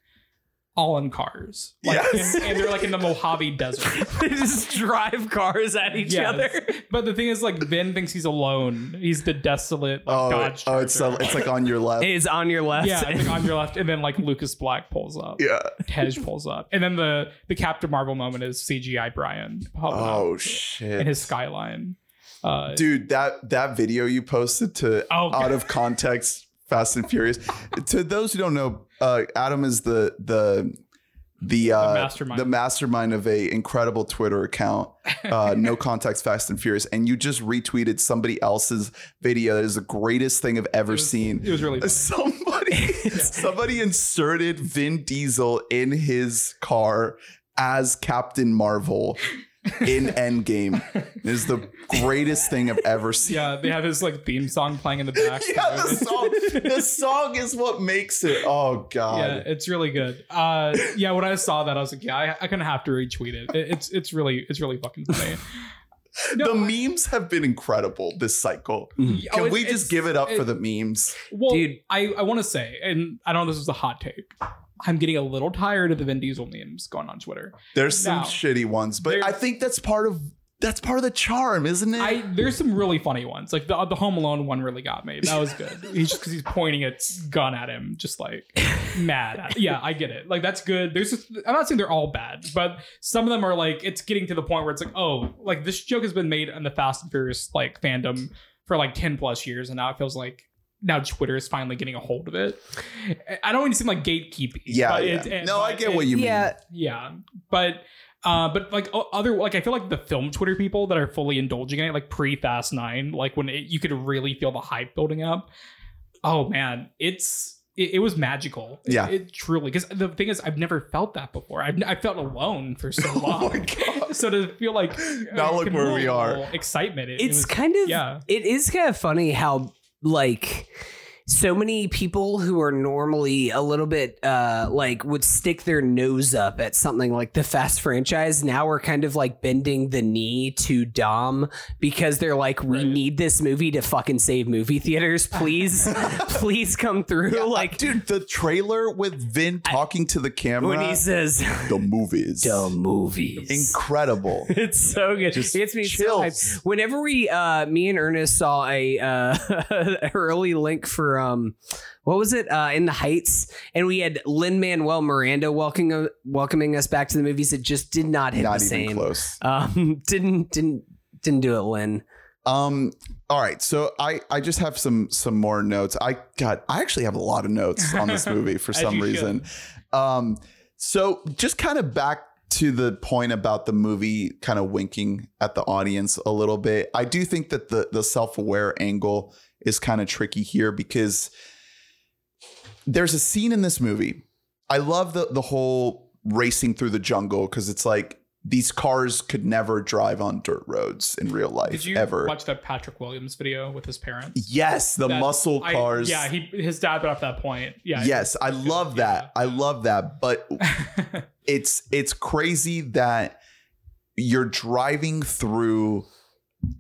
Speaker 3: All in cars. Like,
Speaker 2: Yes.
Speaker 3: and, and they're like in the
Speaker 1: (laughs)
Speaker 3: Mojave Desert.
Speaker 1: they just drive cars at each
Speaker 3: Yes.
Speaker 1: other.
Speaker 3: But the thing is, like, Vin thinks he's alone. He's the desolate like,
Speaker 2: Oh,
Speaker 3: Dodge.
Speaker 2: oh it's,
Speaker 3: Charger.
Speaker 2: it's like on your left.
Speaker 1: It's on your left.
Speaker 3: yeah,
Speaker 1: (laughs)
Speaker 3: it's like
Speaker 2: (laughs)
Speaker 3: on your left, and then like Lucas Black pulls up,
Speaker 2: Yeah.
Speaker 3: Tej pulls up, and then the the Captain Marvel moment is CGI Brian popping
Speaker 2: Oh
Speaker 3: up
Speaker 2: shit.
Speaker 3: in his skyline. Uh,
Speaker 2: dude that that video you posted to
Speaker 3: Oh, God.
Speaker 2: out of context fast and furious to those who don't know uh adam is the the the uh
Speaker 3: mastermind.
Speaker 2: the mastermind of a incredible twitter account
Speaker 3: (laughs)
Speaker 2: uh no context fast and furious and you just retweeted somebody else's video that is the greatest thing i've ever
Speaker 3: it was-
Speaker 2: seen
Speaker 3: It was
Speaker 2: (laughs)
Speaker 3: really. funny.
Speaker 2: somebody somebody inserted vin diesel in his car as captain marvel
Speaker 3: (laughs)
Speaker 2: in endgame It is the greatest thing i've ever seen
Speaker 3: Yeah, they have his like theme song playing in the back.
Speaker 2: (laughs) yeah the
Speaker 3: too.
Speaker 2: song
Speaker 3: (laughs)
Speaker 2: the song is what makes it oh
Speaker 3: Yeah,
Speaker 2: god
Speaker 3: it's really good. Uh, yeah, when I saw that, I was like, yeah, I, I gonna have to retweet it. it. It's it's really it's really fucking
Speaker 2: (laughs)
Speaker 3: funny.
Speaker 2: the
Speaker 3: No,
Speaker 2: memes have been incredible this cycle
Speaker 3: Oh,
Speaker 2: can
Speaker 3: it's-
Speaker 2: we just
Speaker 3: it's-
Speaker 2: give it up for
Speaker 3: it-
Speaker 2: the memes
Speaker 3: Well,
Speaker 1: Dude.
Speaker 3: I, I want to say, and I don't know if this is a hot take. I'm getting a little tired of the Vin Diesel memes going on Twitter.
Speaker 2: there's some
Speaker 3: no.
Speaker 2: shitty ones but
Speaker 3: There-
Speaker 2: i think that's part of that's part of the charm isn't it
Speaker 3: I there's some really funny ones. Like the the Home Alone one really got me. That was (laughs) good. He's just because he's pointing a gun at him, just (laughs) like mad. At Yeah, I get it. Like that's good. There's just, I'm not saying they're all bad, but some of them are like it's getting to the point where it's like oh, like this joke has been made in the Fast and Furious like fandom for like ten plus years, and now it feels like. Now Twitter is finally getting a hold of it. I don't want to seem like gatekeeping.
Speaker 2: yeah,
Speaker 3: but
Speaker 2: yeah.
Speaker 3: it- it-
Speaker 2: no i
Speaker 3: but
Speaker 2: get
Speaker 3: it-
Speaker 2: what you mean
Speaker 1: yeah.
Speaker 3: yeah, but uh, but like o- other like I feel like the film Twitter people that are fully indulging in it, like pre Fast Nine, like when it, you could really feel the hype building up. Oh man, it's it, it was magical. It-
Speaker 2: Yeah.
Speaker 3: it, truly because the thing is, I've never felt that before. I've I felt alone
Speaker 2: (laughs)
Speaker 3: for so long.
Speaker 2: oh my god
Speaker 3: So to feel like
Speaker 2: Now
Speaker 3: uh,
Speaker 2: look where we
Speaker 3: communal excitement. It, it
Speaker 1: it's
Speaker 3: was-
Speaker 1: kind of
Speaker 3: yeah.
Speaker 1: it is kind of funny how like so many people who are normally a little bit uh like would stick their nose up at something like the fast franchise now are kind of like bending the knee to dom because they're like we
Speaker 3: Right.
Speaker 1: need this movie to fucking save movie theaters
Speaker 3: (laughs)
Speaker 1: please please come through
Speaker 2: Yeah,
Speaker 1: like
Speaker 2: dude, the trailer with Vin talking to the
Speaker 1: when
Speaker 2: camera,
Speaker 1: he says
Speaker 2: the movies,
Speaker 1: the movies
Speaker 2: incredible.
Speaker 1: (laughs) It's so good.
Speaker 2: Just
Speaker 1: it gets me so
Speaker 2: chills.
Speaker 1: hyped. Whenever we, uh, me and Ernest saw a uh, (laughs) early link for um, what was it uh, in the Heights, and we had Lin Manuel Miranda welcoming welcoming us back to the movies. It just did not hit
Speaker 2: Not even
Speaker 1: the same.
Speaker 2: close.
Speaker 1: Um, (laughs) didn't didn't didn't do it, Lin.
Speaker 2: Um. All right. So I I just have some some more notes. I got I actually have a lot of notes on
Speaker 3: (laughs)
Speaker 2: this movie for
Speaker 3: As
Speaker 2: some
Speaker 3: you
Speaker 2: reason. Um. So just kind of back to the point about the movie kind of winking at the audience a little bit. I do think that the the self aware angle is kind of tricky here because there's a scene in this movie. I love the the whole racing through the jungle because it's like these cars could never drive on dirt roads in real life
Speaker 3: Did you
Speaker 2: ever.
Speaker 3: watch that Patrick Williams video with his parents?
Speaker 2: yes, the
Speaker 3: That-
Speaker 2: muscle
Speaker 3: I-
Speaker 2: cars.
Speaker 3: yeah, he his dad brought up that point. Yeah.
Speaker 2: yes, I love that. I love that. But
Speaker 3: (laughs)
Speaker 2: it's it's crazy that you're driving through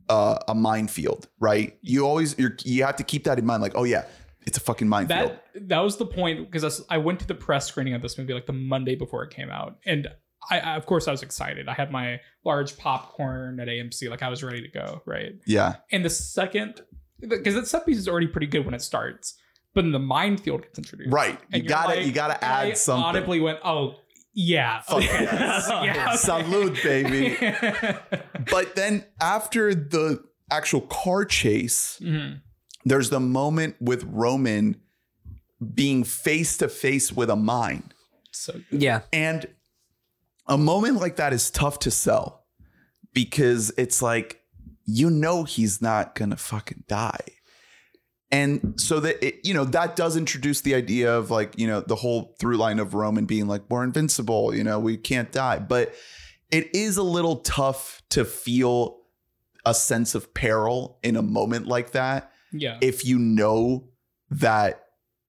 Speaker 2: uh, a minefield, right? You always you're, you have to keep that in mind. Like, oh yeah, it's a fucking minefield.
Speaker 3: that that was the point because I went to the press screening of this movie like the Monday before it came out, and I, I of course I was excited. I had my large popcorn at AMC, like I was ready to go, right?
Speaker 2: yeah,
Speaker 3: And the second, because that set piece is already pretty good when it starts, but then the minefield gets introduced.
Speaker 2: right. You
Speaker 3: And you're
Speaker 2: gotta
Speaker 3: like-
Speaker 2: you gotta add
Speaker 3: I
Speaker 2: something.
Speaker 3: audibly went, oh
Speaker 2: (laughs)
Speaker 3: yeah,
Speaker 2: Fuck
Speaker 3: okay.
Speaker 2: yes.
Speaker 3: (laughs) yeah, (laughs)
Speaker 2: Salute, baby.
Speaker 3: baby.
Speaker 2: but then after the actual car chase,
Speaker 3: Mm-hmm.
Speaker 2: there's the moment with Roman being face to face with a mine.
Speaker 3: So good.
Speaker 1: Yeah.
Speaker 2: And a moment like that is tough to sell because it's like, you know, he's not going to fucking die. And so that, it, you know, that does introduce the idea of like, you know, the whole through line of Roman being like, we're invincible, you know, we can't die. But it is a little tough to feel a sense of peril in a moment like that
Speaker 3: yeah.
Speaker 2: if you know that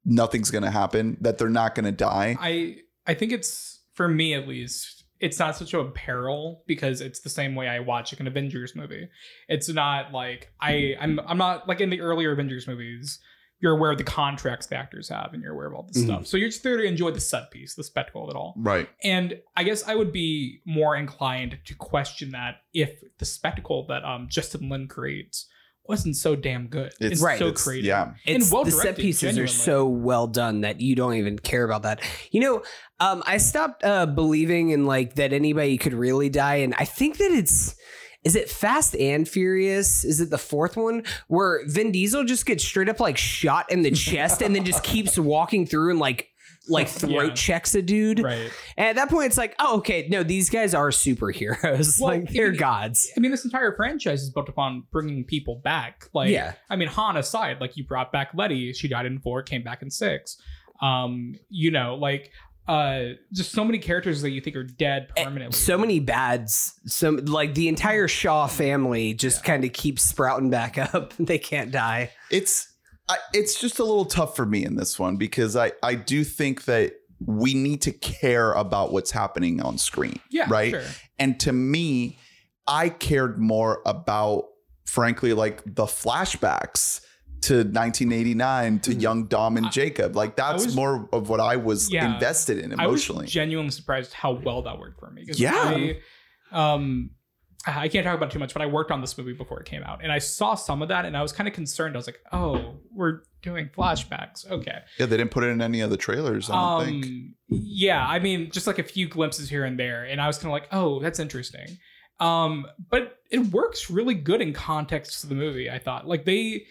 Speaker 2: nothing's going to happen, that they're not going to die.
Speaker 3: I I think it's for me at least. It's not such a peril because it's the same way I watch like an Avengers movie. It's not like I I'm I'm not like in the earlier Avengers movies. You're aware of the contracts the actors have, and you're aware of all this
Speaker 1: Mhm.
Speaker 3: stuff. So you're just there to enjoy the set piece, the spectacle of it all.
Speaker 2: Right.
Speaker 3: And I guess I would be more inclined to question that if the spectacle that um Justin Lin creates wasn't so damn good.
Speaker 2: It's-
Speaker 3: It's,
Speaker 1: Right.
Speaker 3: so
Speaker 2: it's-
Speaker 3: creative.
Speaker 2: yeah.
Speaker 1: It's,
Speaker 3: well
Speaker 1: the set
Speaker 3: directed,
Speaker 1: pieces are
Speaker 3: genuinely.
Speaker 1: so well done that you don't even care about that. You know, um, I stopped uh, believing in like that anybody could really die, and I think that it's is it Fast and Furious? Is it the fourth one where Vin Diesel just gets straight up like shot in the chest and then
Speaker 3: (laughs)
Speaker 1: just keeps walking through and like like throat
Speaker 3: Yeah.
Speaker 1: checks a dude?
Speaker 3: Right.
Speaker 1: And at that point, it's like, oh, okay, no, these guys are superheroes. (laughs)
Speaker 3: Well,
Speaker 1: like they're
Speaker 3: it-
Speaker 1: gods.
Speaker 3: I mean, this entire franchise is built upon bringing people back. Like,
Speaker 1: Yeah.
Speaker 3: I mean, Han aside, like you brought back Letty. She died in four, came back in six. Um, you know, like uh, just so many characters that you think are dead permanently.
Speaker 1: so many bads so like the entire shaw family just kind of keeps sprouting back (laughs) up they can't die
Speaker 2: it's I, it's just a little tough for me in this one because I I do think that we need to care about what's happening on screen.
Speaker 3: yeah,
Speaker 2: right?
Speaker 3: Sure.
Speaker 2: And to me, I cared more about frankly like the flashbacks to 1989 to
Speaker 1: Mhm.
Speaker 2: young Dom and
Speaker 3: Mm-hmm. I-
Speaker 2: Jacob. Like that's
Speaker 3: was-
Speaker 2: more of what I was
Speaker 3: Yeah.
Speaker 2: invested in
Speaker 3: I
Speaker 2: emotionally.
Speaker 3: was genuinely surprised how well that worked for me. 'Cause
Speaker 2: Yeah.
Speaker 3: I, um, I can't talk about it too much, but I worked on this movie before it came out, and I saw some of that, and I was kind of concerned. I was like, "Oh, we're doing flashbacks. Okay,
Speaker 2: yeah, they didn't put it in any of the trailers, I don't
Speaker 3: Um,
Speaker 2: think.
Speaker 3: yeah i mean just like a few glimpses here and there and i was kind of like oh that's interesting um but it works really good in context to the movie i thought like they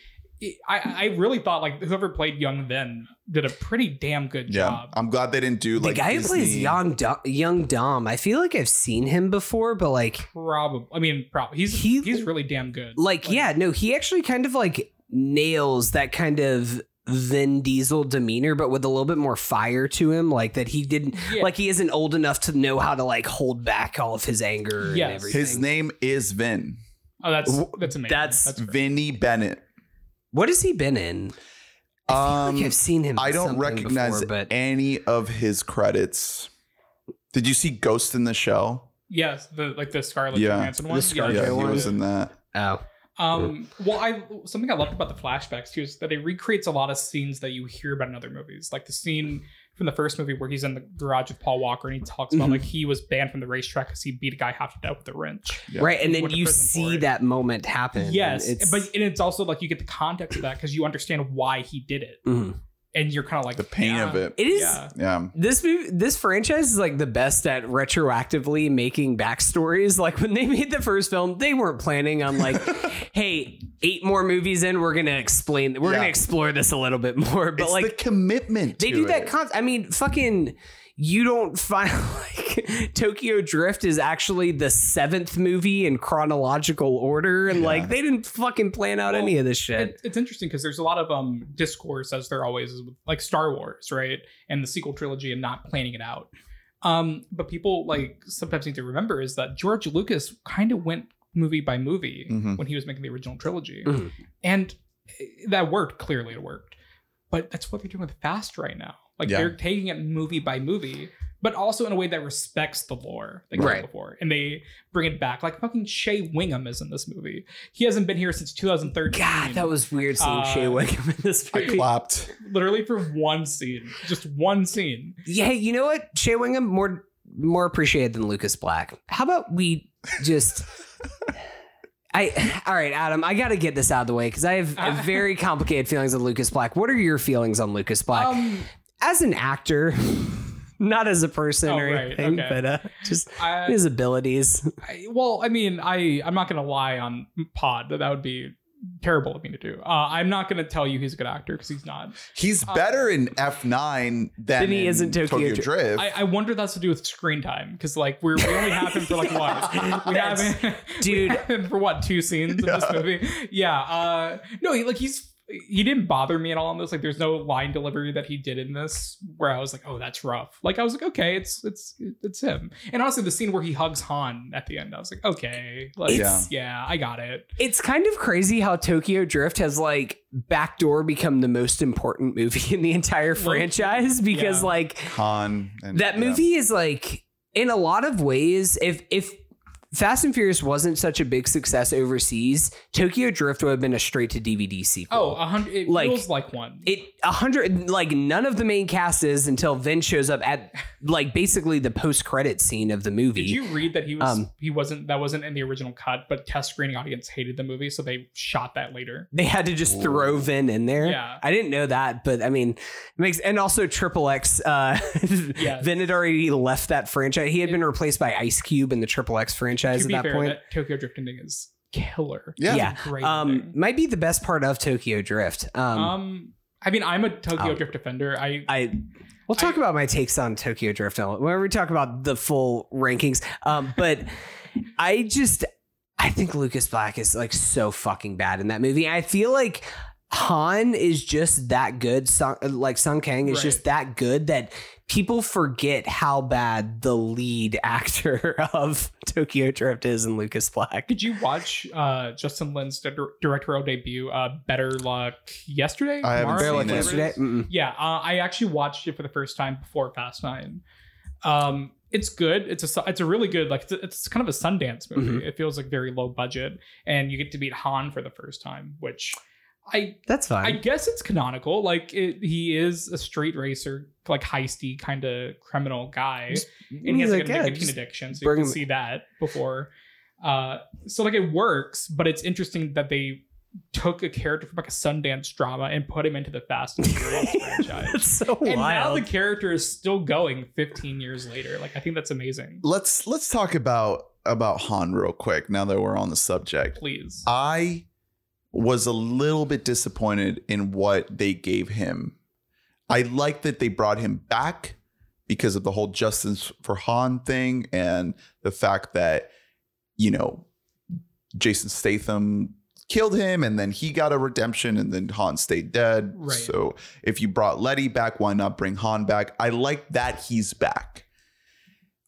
Speaker 3: i i really thought like whoever played young then did a pretty damn good
Speaker 2: Yeah.
Speaker 3: job
Speaker 2: I'm glad they didn't do like
Speaker 1: the guy who plays
Speaker 2: Disney-
Speaker 1: young dom, young dom i feel like i've seen him before but like
Speaker 3: probably i mean probably he's
Speaker 1: He-
Speaker 3: he's really damn good
Speaker 1: like yeah no he actually kind of like nails that kind of Vin Diesel demeanor, but with a little bit more fire to him, like that he didn't,
Speaker 3: yeah,
Speaker 1: like he isn't old enough to know how to like hold back all of his anger
Speaker 3: Yes.
Speaker 1: and everything.
Speaker 2: His name is Vin.
Speaker 3: oh that's
Speaker 2: w-
Speaker 3: that's amazing
Speaker 1: that's
Speaker 3: that's great.
Speaker 2: Vinny Bennett.
Speaker 1: what has he been in? I feel like I've seen him. in
Speaker 2: Um, I don't
Speaker 1: something
Speaker 2: recognize
Speaker 1: before, but
Speaker 2: any of his credits. Did you see Ghost in the Shell?
Speaker 3: yes the like the scarlet
Speaker 2: Yeah.
Speaker 3: johansson one
Speaker 1: The Scarlett
Speaker 2: yeah,
Speaker 1: Okay,
Speaker 2: he
Speaker 1: one.
Speaker 2: was in that.
Speaker 1: oh,
Speaker 3: Um,
Speaker 2: Mm.
Speaker 3: well, I something I loved about the flashbacks too is that it recreates a lot of scenes that you hear about in other movies, like the scene from the first movie where he's in the garage with Paul Walker and he talks about
Speaker 2: Mm-hmm.
Speaker 1: Mhm.
Speaker 3: like he was banned from the racetrack because he beat a guy half to death with a wrench.
Speaker 2: Yeah.
Speaker 1: Right, and
Speaker 3: He
Speaker 1: then
Speaker 3: went to
Speaker 1: you
Speaker 3: prison for
Speaker 1: see
Speaker 3: it.
Speaker 1: that moment happen. and
Speaker 3: Yes,
Speaker 1: it's-
Speaker 3: but and it's also like you get the context of that because you understand why he did it,
Speaker 1: Mhm.
Speaker 3: and you're kind of like
Speaker 2: The pain
Speaker 3: yeah,
Speaker 2: of it.
Speaker 1: It is
Speaker 3: Yeah.
Speaker 2: Yeah.
Speaker 1: this movie, this franchise is like the best at retroactively making backstories. Like when they made the first film, they weren't planning on
Speaker 3: (laughs)
Speaker 1: like, hey, eight more movies in, we're gonna explain, we're
Speaker 2: Yeah.
Speaker 1: gonna explore this a little bit more. But
Speaker 2: it's
Speaker 1: like
Speaker 2: the commitment.
Speaker 1: they
Speaker 2: to
Speaker 1: do that.
Speaker 2: it.
Speaker 1: Con- I mean, fucking you don't find (laughs) like Tokyo Drift is actually the seventh movie in chronological order, and
Speaker 2: Yeah.
Speaker 1: like they didn't fucking plan out
Speaker 3: Well,
Speaker 1: any of this shit.
Speaker 3: It, it's interesting because there's a lot of um discourse as there always is with like Star Wars, right? And the sequel trilogy and not planning it out. Um, but people like sometimes need to remember is that George Lucas kind of went movie by movie
Speaker 2: Mhm.
Speaker 3: when he was making the original trilogy,
Speaker 1: Mhm.
Speaker 3: and eh, that worked. Clearly, it worked. But that's what they're doing with Fast right now. Like
Speaker 2: Yeah.
Speaker 3: they're taking it movie by movie, but also in a way that respects the lore that came
Speaker 1: Right.
Speaker 3: before, and they bring it back. Like fucking Shea Wingham is in this movie. He hasn't been here since 2013
Speaker 1: God, that was weird seeing
Speaker 3: Uh,
Speaker 1: Shay Wiggum in this
Speaker 2: I
Speaker 1: movie.
Speaker 2: clapped.
Speaker 3: literally for one scene, just one scene.
Speaker 1: Yeah, hey, you know what? Shea Wingham more more appreciated than Lucas Black. How about we
Speaker 3: (laughs)
Speaker 1: just I all right, Adam, I gotta get this out of the way because I have
Speaker 3: Uh, (laughs)
Speaker 1: very complicated feelings on Lucas Black. What are your feelings on Lucas Black?
Speaker 3: Um,
Speaker 1: as an actor, (laughs) not as a person
Speaker 3: Oh,
Speaker 1: or
Speaker 3: right,
Speaker 1: anything,
Speaker 3: okay.
Speaker 1: but uh, just
Speaker 3: I,
Speaker 1: his abilities.
Speaker 3: I- well, I mean, I I'm not gonna lie on pod. That would be terrible of me to do. Uh, I'm not gonna tell you he's a good actor because he's not.
Speaker 2: He's
Speaker 3: Uh,
Speaker 2: better in F9 than
Speaker 1: Than he
Speaker 2: in
Speaker 1: is in Tokyo Dr-
Speaker 2: Drift.
Speaker 3: I, I wonder if that's to do with screen time because like we're, we only have him for like
Speaker 1: (laughs)
Speaker 3: what we have
Speaker 1: That's-
Speaker 3: him, (laughs)
Speaker 1: dude.
Speaker 3: we have him for what two scenes in this
Speaker 2: Yeah.
Speaker 3: movie? Yeah. Uh, no, he, like he's he didn't bother me at all in this. Like there's no line delivery that he did in this where I was like, oh, that's rough. Like I was like, okay, it's it's it's him. And honestly, the scene where he hugs Han at the end, I was like, okay, like yeah,
Speaker 1: It's-
Speaker 3: I got it.
Speaker 1: It's kind of crazy how Tokyo Drift has like backdoor become the most important movie (laughs) in the entire franchise because
Speaker 3: Yeah.
Speaker 1: like
Speaker 2: Han and
Speaker 1: that
Speaker 2: yeah.
Speaker 1: movie is like in a lot of ways if if Fast and Furious wasn't such a big success overseas, Tokyo Drift would have been a straight to DVD sequel.
Speaker 3: Oh, a hundred. It
Speaker 1: Like-
Speaker 3: feels like one.
Speaker 1: it a hundred like none of the main cast is until Vin shows up at like basically the post credit scene of the movie.
Speaker 3: Did you read that he was
Speaker 1: Um,
Speaker 3: he wasn't that wasn't in the original cut, but test screening audience hated the movie, so they shot that later.
Speaker 1: they had to just throw Vin in there.
Speaker 3: Yeah.
Speaker 1: I didn't know that, but I mean, it makes and also Triple X. Uh, Vin had already left that franchise. He had been replaced by Ice Cube in the Triple X franchise
Speaker 3: to
Speaker 1: at
Speaker 3: be
Speaker 1: that
Speaker 3: fair,
Speaker 1: point.
Speaker 3: that Tokyo Drift ending is killer.
Speaker 2: Yeah.
Speaker 1: Yeah.
Speaker 3: Great
Speaker 1: um,
Speaker 3: ending.
Speaker 1: might be the best part of Tokyo Drift. Um,
Speaker 3: um, I mean, I'm a Tokyo
Speaker 1: um,
Speaker 3: Drift defender. I
Speaker 1: I we'll talk
Speaker 3: I-
Speaker 1: about my takes on Tokyo Drift whenever we talk about the full rankings. Um, but (laughs) I just I think Lucas Black is like so fucking bad in that movie. I feel like Han is just that good. Sung, like Sung Kang is
Speaker 3: Right.
Speaker 1: just that good that people forget how bad the lead actor (laughs) of Tokyo Drift is in Lucas Black.
Speaker 3: did you watch uh, Justin Lin's di- directorial debut, uh, Better Luck Yesterday?
Speaker 2: I haven't
Speaker 3: Tomorrow?
Speaker 2: seen
Speaker 1: Barely like
Speaker 2: it.
Speaker 3: Whatever is?
Speaker 1: yesterday. Mm-mm.
Speaker 3: Yeah, uh, I actually watched it for the first time before Fast Nine. Um, it's good. It's a su- it's a really good like it's, a- it's kind of a Sundance movie.
Speaker 1: Mm-hmm.
Speaker 3: It feels like very low budget, and you get to meet Han for the first time, which I
Speaker 1: That's fine.
Speaker 3: I guess it's canonical. Like it, he is a street racer, like heisty kind of criminal guy, and he has like, a
Speaker 1: yeah,
Speaker 3: nicotine
Speaker 1: just-
Speaker 3: addiction, so you
Speaker 1: bring
Speaker 3: can
Speaker 1: him-
Speaker 3: see that before. Uh, so like it works, but it's interesting that they took a character from like a Sundance drama and put him into the Fast and
Speaker 1: (laughs)
Speaker 3: Furious (laughs) franchise.
Speaker 1: That's so
Speaker 3: And now
Speaker 1: wild.
Speaker 3: the character is still going 15 years later. Like I think that's amazing.
Speaker 2: Let's let's talk about about Han real quick now that we're on the subject.
Speaker 3: Please.
Speaker 2: I was a little bit disappointed in what they gave him. I like that they brought him back because of the whole Justice for Han thing and the fact that, you know, Jason Statham killed him and then he got a redemption and then Han stayed dead.
Speaker 3: Right.
Speaker 2: So if you brought Letty back, why not bring Han back? I like that he's back.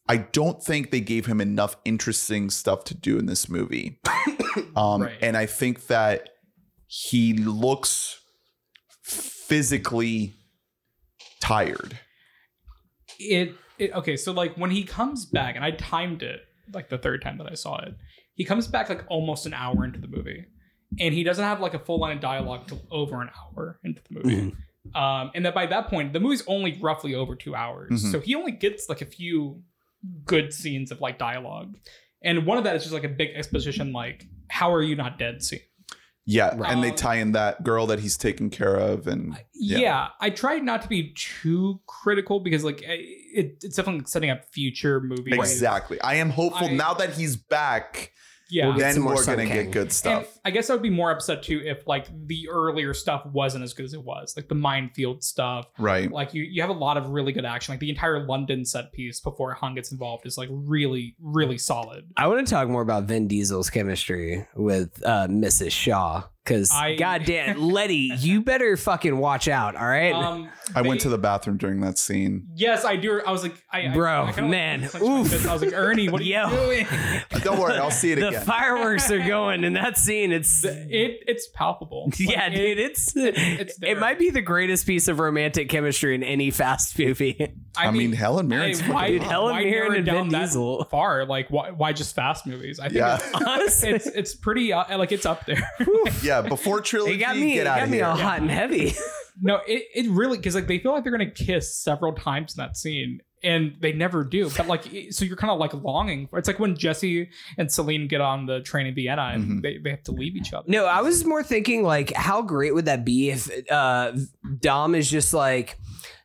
Speaker 2: I don't think they gave him enough interesting stuff to do in this movie. um,
Speaker 3: Right.
Speaker 2: And I think that he looks physically tired.
Speaker 3: it, it okay so like when he comes back and i timed it like the third time that i saw it he comes back like almost an hour into the movie and he doesn't have like a full line of dialogue till over an hour into the movie um and that by that point the movie's only roughly over two hours
Speaker 2: Mhm.
Speaker 3: so he only gets like a few good scenes of like dialogue and one of that is just like a big exposition like how are you not dead scene
Speaker 2: Yeah.
Speaker 1: Right.
Speaker 2: And they
Speaker 3: Um,
Speaker 2: tie in that girl that he's taking care of. And
Speaker 3: yeah. I tried not to be too critical because like I- it, it's definitely setting up future movies
Speaker 2: exactly. I am hopeful
Speaker 3: I-
Speaker 2: now that he's back
Speaker 3: yeah.
Speaker 1: We'll get
Speaker 2: then
Speaker 1: some more
Speaker 2: we're
Speaker 1: Sun
Speaker 2: gonna
Speaker 1: Kang.
Speaker 2: get good
Speaker 3: And
Speaker 2: stuff.
Speaker 3: I guess I would be more upset too if like the earlier stuff wasn't as good as it was, like the minefield stuff.
Speaker 2: right.
Speaker 3: Like you, you have a lot of really good action. Like the entire London set piece before Han gets involved is like really, really solid.
Speaker 1: I want to talk more about Vin Diesel's chemistry with uh, Mrs. Shaw because
Speaker 3: I- (laughs)
Speaker 1: goddamn Letty, you better fucking watch out, all right,
Speaker 3: Um,
Speaker 2: I went
Speaker 3: they-
Speaker 2: to the bathroom during that scene.
Speaker 3: Yes, I do. I was like, I, I-
Speaker 1: Bro,
Speaker 3: I, kinda,
Speaker 1: man,
Speaker 3: like, clenched my
Speaker 1: oof.
Speaker 3: fist. I was like, Ernie, what
Speaker 1: (laughs)
Speaker 3: are
Speaker 1: Yo.
Speaker 3: you doing?
Speaker 2: Don't worry, I'll see it
Speaker 1: (laughs) The
Speaker 2: again.
Speaker 1: fireworks are going in that scene. It's
Speaker 3: It, it's palpable.
Speaker 1: (laughs)
Speaker 3: Like,
Speaker 1: yeah,
Speaker 3: it-
Speaker 1: dude. It's,
Speaker 3: (laughs) it's there.
Speaker 1: it might be the greatest piece of romantic chemistry in any fast movie. (laughs)
Speaker 2: I, mean, Helen Mirren's
Speaker 3: Hey, why,
Speaker 2: fucking-
Speaker 1: Dude, Helen
Speaker 3: why
Speaker 1: Mirren
Speaker 3: narrow it
Speaker 1: and
Speaker 3: down
Speaker 1: Vin
Speaker 3: that
Speaker 1: Diesel.
Speaker 3: far? Like, why, why just fast movies? I think
Speaker 2: Yeah.
Speaker 3: it's,
Speaker 1: Honestly,
Speaker 3: it's (laughs) it's pretty uh, like it's up there.
Speaker 2: (laughs) yeah, before trilogy,
Speaker 1: it got me. It
Speaker 2: get out
Speaker 1: got
Speaker 2: of
Speaker 1: me
Speaker 2: here.
Speaker 1: all hot and heavy.
Speaker 3: no, it, it really because like they feel like they're gonna kiss several times in that scene. And they never do, but like, it- so you're kind of like longing. For, it's like when Jesse and Celine get on the train in Vienna and
Speaker 2: Mhm.
Speaker 3: they, they have to leave each other.
Speaker 1: No, I was more thinking like, how great would that be if uh, Dom is just like,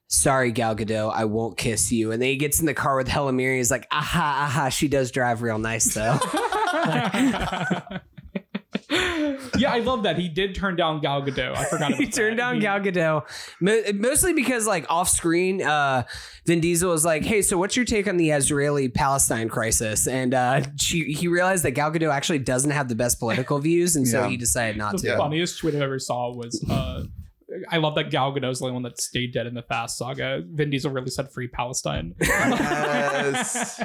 Speaker 1: "Sorry, Gal Gadot, I won't kiss you," and then he gets in the car with Helen Mirren. He's like, "Aha, aha, she does drive real nice though." (laughs)
Speaker 3: (laughs) yeah, I love that he did turn down Gal Gadot. I forgot.
Speaker 1: (laughs)
Speaker 3: About
Speaker 1: he turned
Speaker 3: that.
Speaker 1: down
Speaker 3: He-
Speaker 1: Gal Gadot Mo- mostly because, like, off screen, uh, Vin Diesel was like, "Hey, so what's your take on the Israeli-Palestine crisis?" And uh, she, he realized that Gal Gadot actually doesn't have the best political views, and so
Speaker 2: Yeah.
Speaker 1: he decided not
Speaker 3: The
Speaker 1: to.
Speaker 3: funniest tweet I ever saw was, uh, "I love that Gal Gadot's the only one that stayed dead in the Fast Saga." Vin Diesel really said,
Speaker 1: (laughs)
Speaker 3: "Free Palestine."
Speaker 2: Yes.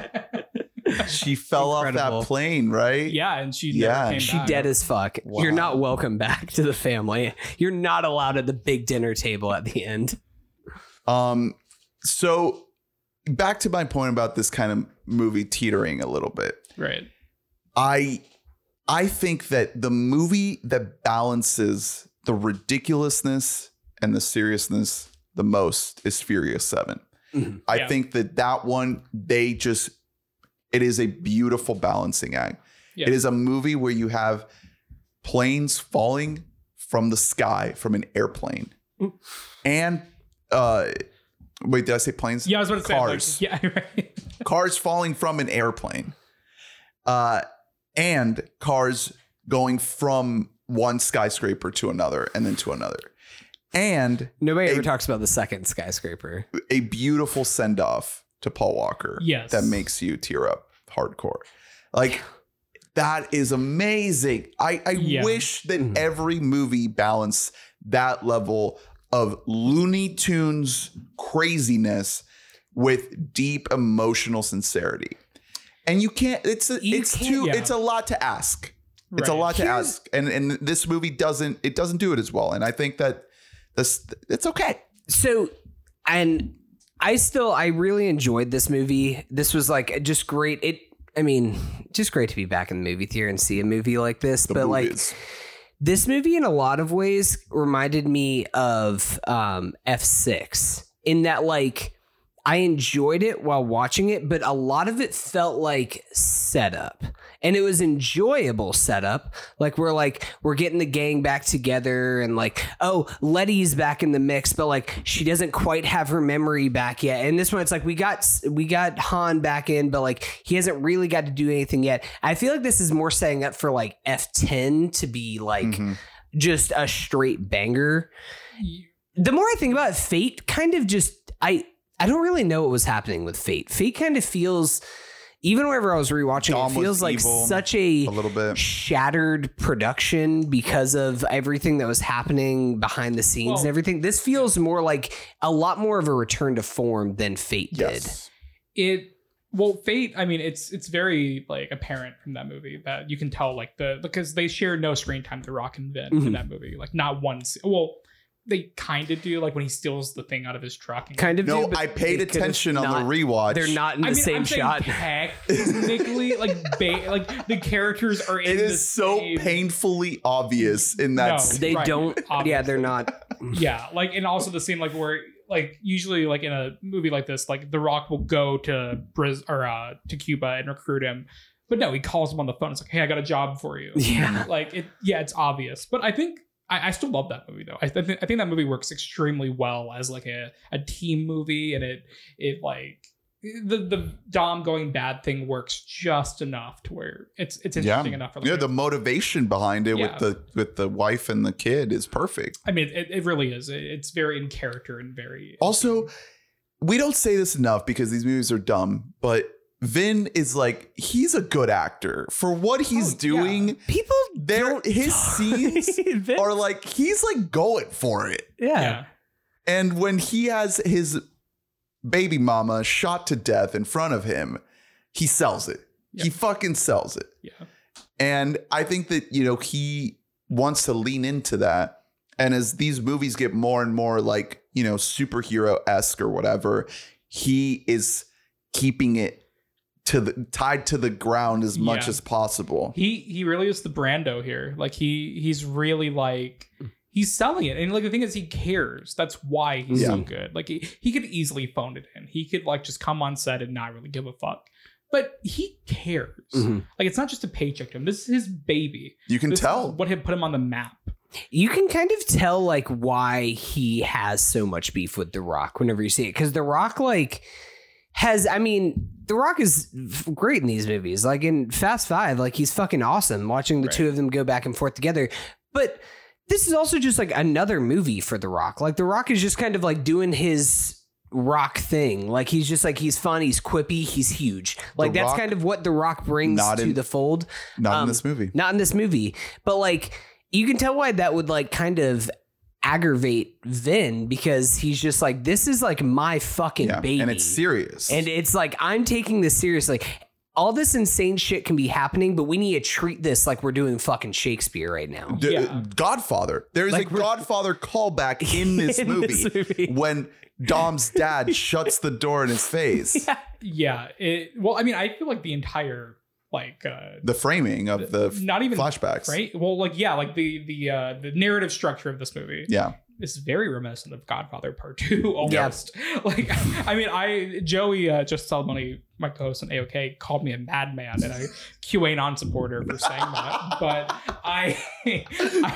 Speaker 2: She fell off
Speaker 1: Incredible.
Speaker 2: that plane, right?
Speaker 3: yeah, and she
Speaker 2: Yeah,
Speaker 3: never came
Speaker 1: She
Speaker 3: back.
Speaker 1: dead as fuck.
Speaker 2: Wow.
Speaker 1: You're not welcome back to the family. You're not allowed at the big dinner table at the end.
Speaker 2: Um, so back to my point about this kind of movie teetering a little bit.
Speaker 3: right.
Speaker 2: I I think that the movie that balances the ridiculousness and the seriousness the most is Furious 7.
Speaker 1: Mhm.
Speaker 2: I
Speaker 3: Mm-hmm. Yeah.
Speaker 2: think that that one they just it is a beautiful balancing act.
Speaker 3: Yeah.
Speaker 2: It is a movie where you have planes falling from the sky from an airplane.
Speaker 3: Mm.
Speaker 2: And uh wait, did I say planes?
Speaker 3: Yeah, I was about to say like,
Speaker 2: Cars.
Speaker 3: yeah, (laughs) right.
Speaker 2: cars falling from an airplane uh, and cars going from one skyscraper to another and then to another and
Speaker 1: Nobody ever
Speaker 2: Hey.
Speaker 1: talks about the second skyscraper.
Speaker 2: a beautiful send-off to paul walker
Speaker 3: Yes.
Speaker 2: that makes you tear up hardcore like that is amazing i, I
Speaker 3: Yeah.
Speaker 2: wish that
Speaker 1: Mhm.
Speaker 2: every movie balanced that level of looney tunes craziness with deep emotional sincerity and you can't it's a,
Speaker 1: You
Speaker 2: it's
Speaker 1: can't-
Speaker 2: too
Speaker 3: yeah.
Speaker 2: it's a lot to ask it's a
Speaker 3: Right.
Speaker 2: lot to
Speaker 1: Here's-
Speaker 2: ask and and this movie doesn't it doesn't do it as well and i think that this it's okay
Speaker 1: So, and I still, I really enjoyed this movie. This was like just great. It, I mean, just great to be back in the movie theater and see a movie like this.
Speaker 2: The
Speaker 1: but
Speaker 2: movie
Speaker 1: like,
Speaker 2: is-
Speaker 1: this movie in a lot of ways reminded me of um, F6 in that like I enjoyed it while watching it, but a lot of it felt like setup. And it was enjoyable setup. Like we're like we're getting the gang back together and like, oh, Letty's back in the mix, but like she doesn't quite have her memory back yet. And this one it's like we got we got Han back in, but like he hasn't really got to do anything yet. I feel like this is more setting up for like F10 to be like
Speaker 2: Mhm.
Speaker 1: just a straight banger. The more I think about it, Fate kind of just I I don't really know what was happening with Fate. Fate kind of feels even whenever I was rewatching
Speaker 2: Dom
Speaker 1: it
Speaker 2: was
Speaker 1: feels like
Speaker 2: evil
Speaker 1: such
Speaker 2: a little bit
Speaker 1: shattered production because of everything that was happening behind the scenes
Speaker 3: Well-
Speaker 1: and everything. This feels more like a lot more of a return to form than Fate did.
Speaker 2: yes
Speaker 3: it well fate i mean it's it's very like apparent from that movie that you can tell like the because they share no screen time to rock and vin in
Speaker 1: Mhm.
Speaker 3: that movie like not once well they kind of do like when he steals the thing out of his truck and
Speaker 1: Kind of
Speaker 2: no
Speaker 1: did, but
Speaker 2: i paid
Speaker 1: they could've
Speaker 2: attention on
Speaker 1: not-
Speaker 2: the rewatch
Speaker 1: They're not in the
Speaker 3: I mean,
Speaker 1: same
Speaker 3: I'm saying
Speaker 1: shot. (laughs)
Speaker 3: (laughs) technically, like, ba- like the characters are. In
Speaker 2: it
Speaker 3: the
Speaker 2: is so
Speaker 3: same-
Speaker 2: painfully obvious in that
Speaker 3: No.
Speaker 2: scene.
Speaker 1: They
Speaker 3: Right,
Speaker 1: don't. Yeah, they're not.
Speaker 3: Yeah, like and also the scene like where like usually like in a movie like this, like The Rock will go to Briz or uh, to Cuba and recruit him, but no, he calls him on the phone. It's like, hey, I got a job for you.
Speaker 1: Yeah.
Speaker 3: like it yeah it's obvious but i think i, I still love that movie though I, th- I think that movie works extremely well as like a, a team movie and it it like the the Dom going bad thing works just enough to where it's it's interesting enough for the
Speaker 2: yeah, the motivation behind it
Speaker 3: Yeah.
Speaker 2: with the with the wife and the kid is perfect.
Speaker 3: I mean, it, it really is. It- it's very in character and very
Speaker 2: Also, we don't say this enough because these movies are dumb, but Vin is like he's a good actor for what he's
Speaker 3: Oh, yeah.
Speaker 2: doing.
Speaker 1: People
Speaker 2: There,
Speaker 1: don't (laughs)
Speaker 2: his scenes
Speaker 1: This-
Speaker 2: are like he's like going for it.
Speaker 1: yeah.
Speaker 3: yeah.
Speaker 2: And when he has his baby mama shot to death in front of him, he sells it. He
Speaker 3: Yeah.
Speaker 2: fucking sells it.
Speaker 3: Yeah.
Speaker 2: And I think that, you know, he wants to lean into that. And as these movies get more and more like, you know, superhero esque or whatever, he is keeping it to the tied to the ground as much
Speaker 3: Yeah.
Speaker 2: as possible.
Speaker 3: He he really is the Brando here. Like he he's really like he's selling it, and like the thing is he cares. That's why he's so good. Like he, he could easily phone it in. He could like just come on set and not really give a fuck. But he cares.
Speaker 1: Mhm.
Speaker 3: Like it's not just a paycheck to him. This is his baby.
Speaker 2: Mm-hmm. you can
Speaker 3: This is
Speaker 2: tell.
Speaker 3: what had put him on the map.
Speaker 1: You can kind of tell like why he has so much beef with The Rock whenever you see it cuz The Rock like has I mean The Rock is f- great in these movies. Like in Fast 5, like he's fucking awesome watching the
Speaker 3: Right.
Speaker 1: two of them go back and forth together. But this is also just like another movie for The Rock. Like The Rock is just kind of like doing his rock thing. Like he's just like he's fun, he's quippy, he's huge. Like that's
Speaker 2: Rock-
Speaker 1: kind of what The Rock brings
Speaker 2: Not
Speaker 1: to
Speaker 2: in-
Speaker 1: the fold
Speaker 2: Not in
Speaker 1: um,
Speaker 2: this movie.
Speaker 1: not in this movie but like you can tell why that would like kind of aggravate vin because he's just like this is like my fucking
Speaker 2: Yeah.
Speaker 1: baby
Speaker 2: And it's serious.
Speaker 1: and it's like i'm taking this seriously all this insane shit can be happening but we need to treat this like we're doing fucking shakespeare right now
Speaker 2: D-
Speaker 3: Yeah.
Speaker 2: Godfather. There is a
Speaker 1: Like, we're-
Speaker 2: Godfather callback
Speaker 3: (laughs)
Speaker 2: in this
Speaker 1: In
Speaker 2: movie
Speaker 1: this movie.
Speaker 2: (laughs) when Dom's dad shuts the door in his face.
Speaker 3: (laughs) Yeah. It, well, I mean, I feel like the entire like uh
Speaker 2: The framing of the f-
Speaker 3: not even
Speaker 2: flashbacks.
Speaker 3: right. Well, like yeah, like the the uh the narrative structure of this movie.
Speaker 2: Yeah.
Speaker 3: It's very reminiscent of Godfather Part Two (laughs) almost. Like, I mean, I Joey uh, just saw money. My co-host on AOK called me a madman and a QAnon supporter for saying that, but I, (laughs) I,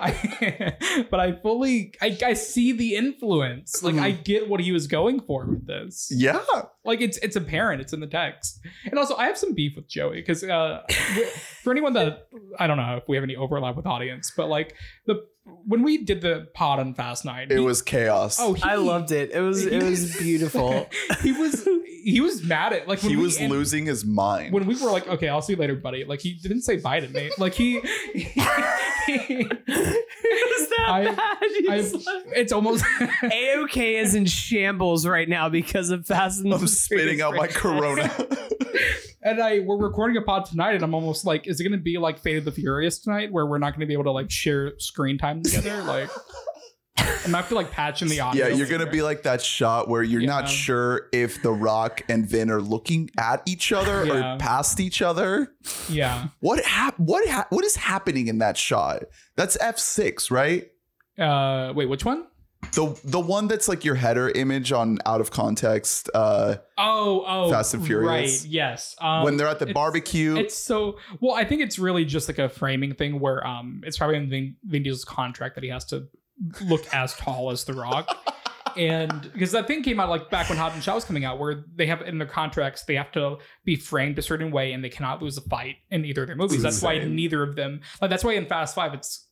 Speaker 3: I- but I fully, I, I see the influence. Like, I get what he was going for with this.
Speaker 2: Yeah.
Speaker 3: Like, it's it's apparent. It's in the text. And also, I have some beef with Joey because uh, for anyone that I don't know if we have any overlap with audience, but like the when we did the pod on Fast Nine,
Speaker 2: It
Speaker 3: he-
Speaker 2: was chaos.
Speaker 3: Oh, he,
Speaker 1: it it was (laughs)
Speaker 3: (laughs) he was he was mad at like when
Speaker 2: he
Speaker 3: we
Speaker 2: was
Speaker 3: end-
Speaker 2: losing his mind.
Speaker 3: When we were like, okay, I'll see you later, buddy. Like he didn't say bye to me. Like he,
Speaker 1: (laughs) was that
Speaker 3: I- I-
Speaker 1: bad?
Speaker 3: it's almost (laughs)
Speaker 1: AOK is in shambles right now because of Fast and
Speaker 2: (laughs) I'm spitting out my corona.
Speaker 3: (laughs)
Speaker 2: (laughs)
Speaker 3: and I we're recording a pod tonight, and I'm almost like, is it gonna be like Fate of the Furious tonight, where we're not gonna be able to like share screen time together? Like, I'm not to like patch in the audio.
Speaker 2: yeah, you're going to be like that shot where you're
Speaker 3: Yeah.
Speaker 2: not sure if The Rock and Vin are looking at each other
Speaker 3: Yeah.
Speaker 2: or past each other.
Speaker 3: yeah,
Speaker 2: What hap- what ha- what is happening in that shot? That's F6, right?
Speaker 3: uh, wait, which one?
Speaker 2: The the one that's like your header image on out of context, uh,
Speaker 3: Oh, oh,
Speaker 2: Fast and Furious.
Speaker 3: Right, yes. Um,
Speaker 2: when they're at the
Speaker 3: it's-
Speaker 2: barbecue.
Speaker 3: It's so well. I think it's really just like a framing thing where um, it's probably in Vin, Vin Diesel's contract that he has to look as tall as The Rock, and because that thing came out like back when Hobbs and Shaw was coming out, where they have in their contracts they have to be framed a certain way and they cannot lose a fight in either of their movies. That's why
Speaker 2: Insane.
Speaker 3: neither of them. Like that's why in Fast Five it's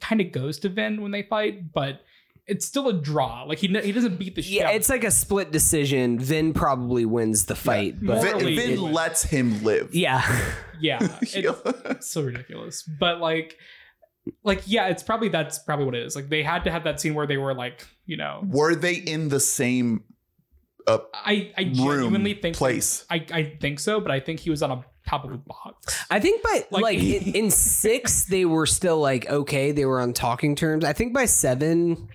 Speaker 3: kind of goes to Vin when they fight, but it's still a draw. Like he he doesn't beat the shit.
Speaker 1: Yeah,
Speaker 3: out of
Speaker 1: it's like a split decision. Vin probably wins the fight,
Speaker 3: Yeah.
Speaker 1: but
Speaker 2: Vin,
Speaker 3: morally
Speaker 2: Vin
Speaker 3: it-
Speaker 2: lets him live. (laughs)
Speaker 1: yeah, (laughs)
Speaker 3: yeah it's, it's (laughs) so ridiculous but like like yeah it's probably that's probably what it is like they had to have that scene where they were like you know
Speaker 2: Were they in the same
Speaker 3: i i
Speaker 2: Room,
Speaker 3: genuinely think
Speaker 2: place.
Speaker 3: i i think so but i think he was on a top of a box
Speaker 1: I think by like,
Speaker 3: Like-
Speaker 1: in, in six they were still like okay, they were on talking terms. I think by seven.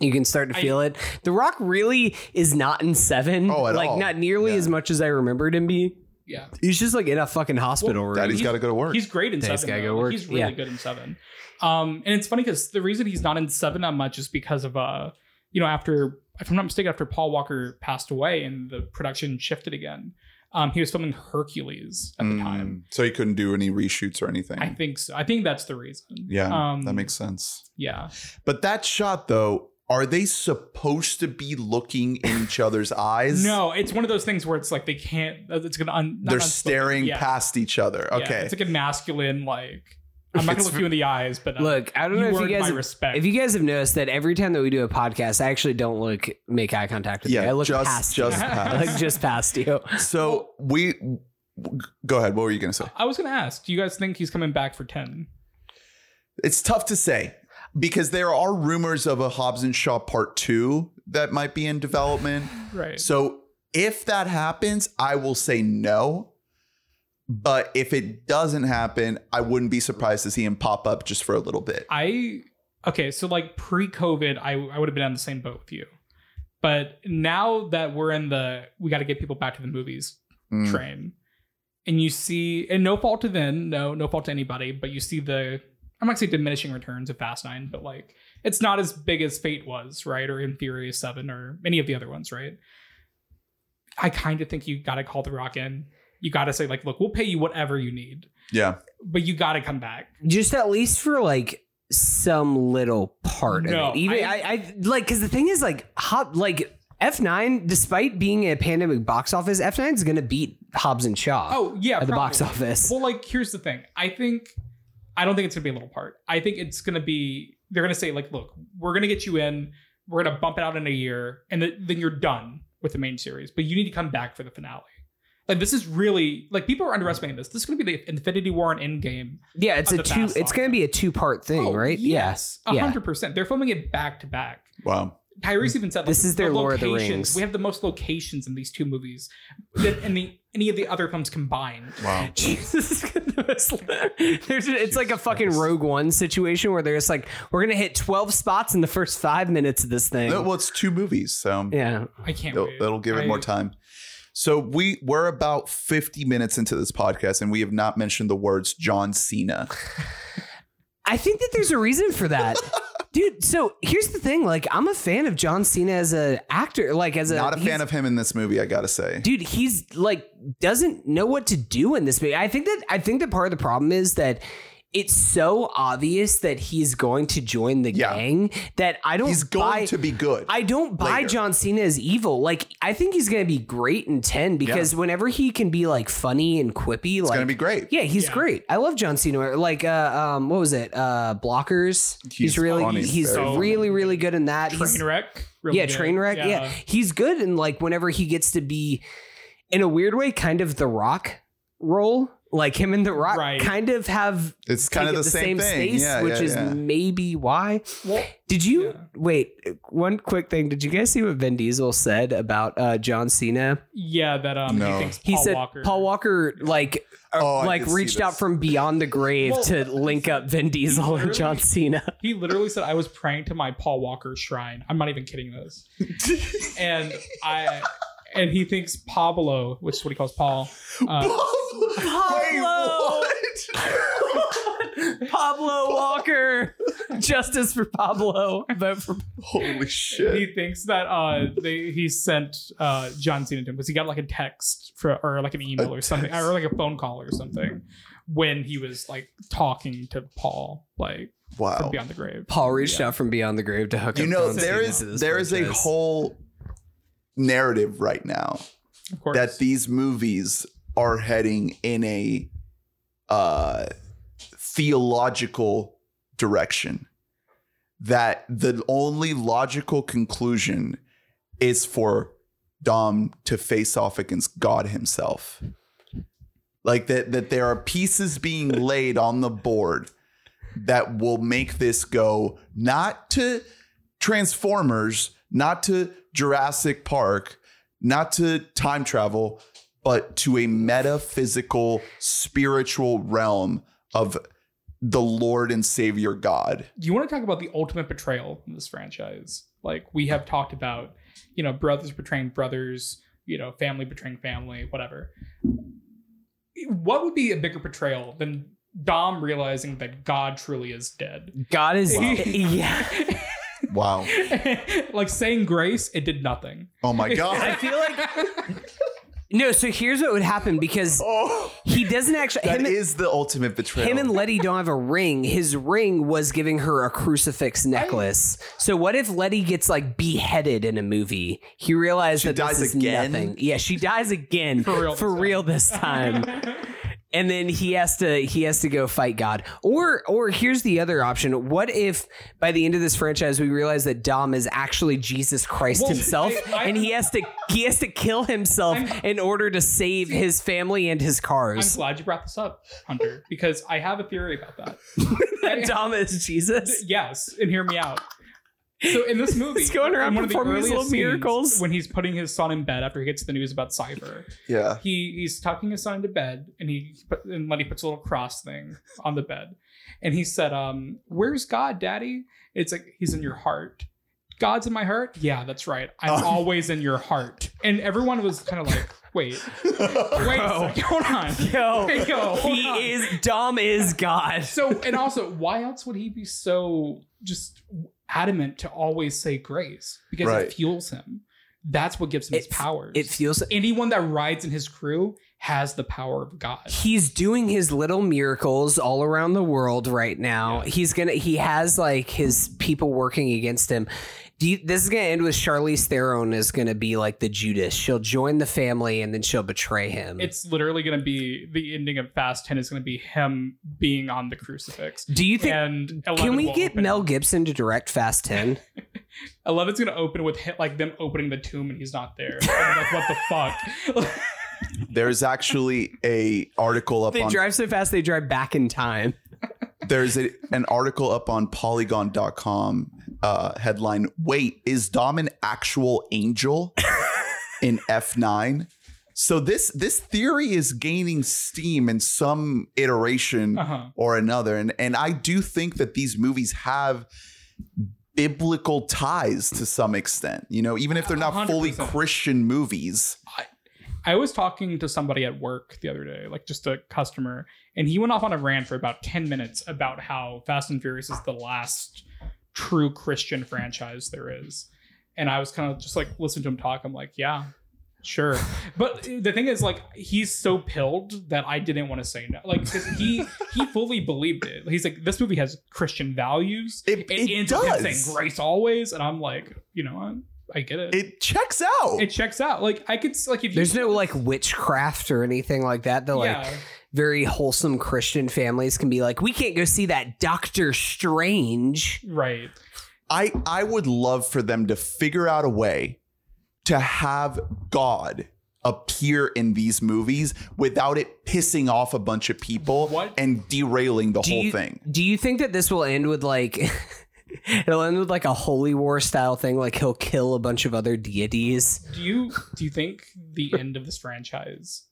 Speaker 1: You can start to
Speaker 3: I-
Speaker 1: feel it. The Rock really is not in seven.
Speaker 2: Oh, at
Speaker 1: like
Speaker 2: all.
Speaker 1: not nearly
Speaker 2: Yeah.
Speaker 1: as much as I remembered him be.
Speaker 3: yeah
Speaker 1: He's just like in a fucking hospital room.
Speaker 2: daddy's
Speaker 3: He's-
Speaker 2: got to go to work?
Speaker 3: he's great in
Speaker 1: Thanks,
Speaker 3: seven
Speaker 1: gotta
Speaker 3: though.
Speaker 1: go
Speaker 3: Like,
Speaker 1: work.
Speaker 3: he's really
Speaker 1: Yeah.
Speaker 3: good in seven um and it's funny because the reason he's not in seven that much is because of uh you know after if i'm not mistaken after paul walker passed away and the production shifted again um he was filming hercules at the
Speaker 2: Mm,
Speaker 3: time
Speaker 2: so he couldn't do any reshoots or anything.
Speaker 3: I think so. I think that's the reason.
Speaker 2: yeah,
Speaker 3: Um,
Speaker 2: that makes sense.
Speaker 3: Yeah.
Speaker 2: But that shot though, Are they supposed to be looking in each other's eyes?
Speaker 3: No, it's one of those things where it's like they can't. It's gonna. Un, not
Speaker 2: They're
Speaker 3: unspoken,
Speaker 2: staring
Speaker 3: yeah,
Speaker 2: past each other.
Speaker 3: yeah.
Speaker 2: Okay.
Speaker 3: it's like a masculine like. I'm not
Speaker 2: It's
Speaker 3: gonna look you in the eyes, but uh,
Speaker 1: Look, I don't
Speaker 3: you
Speaker 1: know if you
Speaker 3: earned
Speaker 1: guys
Speaker 3: my
Speaker 1: have,
Speaker 3: respect.
Speaker 1: if you guys have noticed that every time that we do a podcast, I actually don't look make eye contact with you.
Speaker 2: yeah,
Speaker 1: I look
Speaker 2: just
Speaker 1: past
Speaker 2: just
Speaker 1: you. (laughs)
Speaker 2: past.
Speaker 1: I look just past you.
Speaker 2: So we w- go ahead. What were you going to say?
Speaker 3: I was gonna ask, do you guys think he's coming back for ten?
Speaker 2: It's tough to say because there are rumors of a Hobbs and Shaw part two that might be in development.
Speaker 3: Right.
Speaker 2: So if that happens, I will say no. But if it doesn't happen, I wouldn't be surprised to see him pop up just for a little bit.
Speaker 3: I okay, so like pre-COVID, I I would have been on the same boat with you, but now that we're in the we got to get people back to the movies
Speaker 2: Mm.
Speaker 3: train, and you see, and no fault to them, no no fault to anybody, but you see the I'm not gonna say diminishing returns of Fast Nine, but like it's not as big as Fate was, right, or Infurious Seven, or any of the other ones, right? I kind of think you got to call The Rock in. You got to say like, look, we'll pay you whatever you need,
Speaker 2: Yeah.
Speaker 3: but you got to come back.
Speaker 1: just at least for like some little part
Speaker 3: No,
Speaker 1: of it. Even
Speaker 3: I-
Speaker 1: I, I, like because the thing is like Hob like F nine, despite being a pandemic box office, F nine is gonna beat Hobbs and Shaw
Speaker 3: Oh yeah,
Speaker 1: at the box
Speaker 3: probably.
Speaker 1: office.
Speaker 3: Well, like here's the thing. I think I don't think it's gonna be a little part. I think it's gonna be they're gonna say like, look, we're gonna get you in, we're gonna bump it out in a year, and th- then you're done with the main series. But you need to come back for the finale. Like this is really like people are underestimating this. This is gonna be the Infinity War and Endgame.
Speaker 1: yeah, it's
Speaker 3: on
Speaker 1: a
Speaker 3: the
Speaker 1: two.
Speaker 3: fast
Speaker 1: It's
Speaker 3: side.
Speaker 1: gonna be a two part thing,
Speaker 3: Oh,
Speaker 1: right?
Speaker 3: Yes,
Speaker 1: Yeah.
Speaker 3: hundred percent. They're filming it back to back.
Speaker 2: Wow.
Speaker 3: Tyrese even said like,
Speaker 1: This is their
Speaker 3: the
Speaker 1: Lord of the
Speaker 3: locations-
Speaker 1: Rings.
Speaker 3: We have the most locations in these two movies than any any of the other films combined.
Speaker 2: Wow.
Speaker 1: (laughs) Jesus goodness. There's, it's like a fucking Rogue One situation where they're just like, we're gonna hit twelve spots in the first five minutes of this thing.
Speaker 2: No, Well, it's two movies, so
Speaker 1: yeah,
Speaker 3: I can't.
Speaker 2: it'll,
Speaker 3: wait.
Speaker 2: it'll give it more
Speaker 3: I-
Speaker 2: time. So we we're about 50 minutes into this podcast and we have not mentioned the words John Cena.
Speaker 1: I think that there's a reason for that. Dude, so here's the thing. Like, I'm a fan of John Cena as an actor. Like, as a
Speaker 2: Not a
Speaker 1: he's-
Speaker 2: fan of him in this movie, I gotta say.
Speaker 1: dude he's like doesn't know what to do in this movie i think that i think that part of the problem is that it's so obvious that he's going to join the
Speaker 2: Yeah.
Speaker 1: gang that i don't
Speaker 2: He's going
Speaker 1: buy,
Speaker 2: to be good.
Speaker 1: I don't buy
Speaker 2: later.
Speaker 1: John Cena as evil. Like I think he's gonna be great in ten because whenever he can be like funny and quippy,
Speaker 2: it's
Speaker 1: like
Speaker 2: gonna be great.
Speaker 1: yeah, he's
Speaker 3: Yeah.
Speaker 1: great. I love John Cena. Like, uh, um, what was it? Uh, blockers. He's,
Speaker 2: He's
Speaker 1: really,
Speaker 2: funny.
Speaker 1: he's
Speaker 3: So-
Speaker 1: really, really good in that. He's-
Speaker 3: Train wreck. really
Speaker 1: yeah,
Speaker 3: good.
Speaker 1: train wreck. Yeah. he's good in like whenever he gets to be, in a weird way, kind of the Rock role. Like him and the Rock
Speaker 3: Right.
Speaker 1: kind of have
Speaker 2: It's kind of
Speaker 1: take
Speaker 2: the,
Speaker 1: up
Speaker 2: same, thing.
Speaker 1: space,
Speaker 2: yeah,
Speaker 1: which
Speaker 2: yeah,
Speaker 1: is uh,
Speaker 2: yeah.
Speaker 1: maybe why.
Speaker 3: Well,
Speaker 1: Did you
Speaker 3: Yeah.
Speaker 1: wait? One quick thing. Did you guys see what Vin Diesel said about uh, John Cena?
Speaker 3: yeah, that um,
Speaker 2: No.
Speaker 3: he thinks
Speaker 1: He
Speaker 3: Paul
Speaker 1: said
Speaker 3: Walker.
Speaker 1: Paul Walker like
Speaker 2: Oh, I
Speaker 1: like
Speaker 2: did see
Speaker 1: reached out
Speaker 2: this.
Speaker 1: from beyond the grave
Speaker 3: Well,
Speaker 1: to link up Vin Diesel and (laughs)
Speaker 3: literally-
Speaker 1: John Cena.
Speaker 3: He literally said, "I was praying to my Paul Walker shrine." I'm not even
Speaker 2: (laughs)
Speaker 3: kidding this. and I, and he thinks Pablo, which is what he calls Paul. Uh,
Speaker 2: (laughs) Wait, what?
Speaker 1: Pablo Walker, justice for Pablo. Vote for
Speaker 2: Holy
Speaker 3: he
Speaker 2: shit.
Speaker 3: thinks that uh, they, he sent uh, John Cena to him because he got like a text for, or like an email or something, or like a phone call or something, when he was like talking to Paul, like from
Speaker 2: Wow.
Speaker 3: beyond the grave.
Speaker 1: Paul reached out from beyond the grave to hook
Speaker 2: You
Speaker 1: up.
Speaker 2: know,
Speaker 1: John
Speaker 2: there
Speaker 1: Cena
Speaker 2: is
Speaker 1: to this
Speaker 2: there is a
Speaker 1: franchise.
Speaker 2: whole narrative right now
Speaker 3: Of course,
Speaker 2: that these movies are heading in a uh, theological direction. That the only logical conclusion is for Dom to face off against God Himself. Like that, that there are pieces being laid on the board that will make this go not to Transformers, not to Jurassic Park, not to time travel, but to a metaphysical, spiritual realm of the Lord and Savior God.
Speaker 3: you want to talk about the ultimate betrayal in this franchise? Like we have talked about, you know, brothers betraying brothers, you know, family betraying family, whatever. What would be a bigger betrayal than Dom realizing that God truly is dead? (laughs)
Speaker 1: God is
Speaker 3: Wow.
Speaker 1: (laughs) yeah.
Speaker 2: Wow.
Speaker 1: (laughs)
Speaker 3: like saying grace, it did nothing.
Speaker 2: Oh my God.
Speaker 1: I feel like No, so here's what would happen because
Speaker 2: Oh,
Speaker 1: he doesn't actually.
Speaker 2: that
Speaker 1: Him,
Speaker 2: is the ultimate betrayal.
Speaker 1: him and Letty don't have a ring. His ring was giving her a crucifix necklace. So what if Letty gets like beheaded in a movie? He realized
Speaker 2: She
Speaker 1: that this
Speaker 2: dies
Speaker 1: is
Speaker 2: again?
Speaker 1: nothing. Yeah, she dies again
Speaker 3: For real
Speaker 1: for
Speaker 3: this time.
Speaker 1: real this
Speaker 3: (laughs)
Speaker 1: time. and then he has to he has to go fight God. Or or here's the other option. What if by the end of this franchise we realize that Dom is actually Jesus Christ
Speaker 3: Well,
Speaker 1: himself
Speaker 3: (laughs) I- I-
Speaker 1: and he has to he has to kill himself
Speaker 3: I'm-
Speaker 1: in order to save his family and his
Speaker 3: I'm
Speaker 1: cars.
Speaker 3: glad you brought this up, Hunter, because I have a theory about that.
Speaker 1: that (laughs) Dom is Jesus.
Speaker 3: Yes, and hear me out. So
Speaker 1: (laughs)
Speaker 3: in this movie,
Speaker 1: He's going around
Speaker 3: in one of the
Speaker 1: performing these little
Speaker 3: earliest scenes,
Speaker 1: miracles.
Speaker 3: when he's putting his son in bed after he gets the news about Cyber.
Speaker 2: yeah. (laughs)
Speaker 3: He he's tucking his son into bed, and he put, and Letty puts a little cross thing on the bed, and he said, "Um, where's God, Daddy?" It's like he's in your heart. God's in my heart. Yeah, that's right. I'm
Speaker 2: Oh.
Speaker 3: always in your heart. And everyone was kind of like, "Wait,
Speaker 1: (laughs)
Speaker 3: wait, a
Speaker 1: Bro.
Speaker 3: second, hold
Speaker 1: Yo,
Speaker 3: on, yo, hold
Speaker 1: he
Speaker 3: on.
Speaker 1: is Dom is God.
Speaker 3: So, and also, why else would he be so just adamant to always say grace? Because
Speaker 2: Right.
Speaker 3: it fuels him. That's what gives him his
Speaker 1: It f-
Speaker 3: powers.
Speaker 1: It feels
Speaker 3: Anyone that rides in his crew has the power of God.
Speaker 1: he's doing his little miracles all around the world right now.
Speaker 3: Yeah.
Speaker 1: He's gonna he has like his people working against him. Do you, this is gonna end with Charlize Theron is gonna be like the Judas. She'll join the family and then she'll betray him.
Speaker 3: It's literally going to be the ending of Fast 10 is going to be him being on the crucifix.
Speaker 1: Do you think?
Speaker 3: And 11
Speaker 1: Can we
Speaker 3: will
Speaker 1: get
Speaker 3: open.
Speaker 1: Mel Gibson to direct Fast Ten?
Speaker 3: 11's going to open with hit, like them opening the tomb and he's not there. And like, what the fuck?
Speaker 1: (laughs)
Speaker 2: There's actually a article up
Speaker 1: (laughs) They
Speaker 2: on
Speaker 1: drive so fast they drive back in time.
Speaker 2: there's a, an article up on polygon.com uh, headline wait is dom an actual angel in f9 so this this theory is gaining steam in some iteration
Speaker 3: uh-huh.
Speaker 2: or another and and i do think that these movies have biblical ties to some extent you know even if they're not fully
Speaker 3: 100%.
Speaker 2: christian movies
Speaker 3: I was talking to somebody at work the other day, like just a customer, and he went off on a rant for about 10 minutes about how Fast and Furious is the last true Christian franchise there is. And I was kind of just like listening to him talk. I'm like, yeah, sure. But the thing is, like, he's so pilled that I didn't want to say no. Like, 'cause he he fully believed it. He's like, this movie has Christian values.
Speaker 2: it, it,
Speaker 3: ends with him
Speaker 2: does
Speaker 3: saying grace always, and I'm like, you know, what? I get it. it.
Speaker 2: it checks out
Speaker 3: checks out. Like I could s- like if you-
Speaker 1: There's no like witchcraft or anything like that. They're like
Speaker 3: Yeah.
Speaker 1: very wholesome Christian families can be like, we can't go see that Doctor Strange.
Speaker 3: Right.
Speaker 2: I I would love for them to figure out a way to have God appear in these movies without it pissing off a bunch of people
Speaker 3: What?
Speaker 2: and derailing the
Speaker 1: Do
Speaker 2: whole
Speaker 1: you-
Speaker 2: thing.
Speaker 1: Do you think that this will end with like (laughs) it'll end with like a holy war style thing, like he'll kill a bunch of other deities?
Speaker 3: Do you do you think the end of this franchise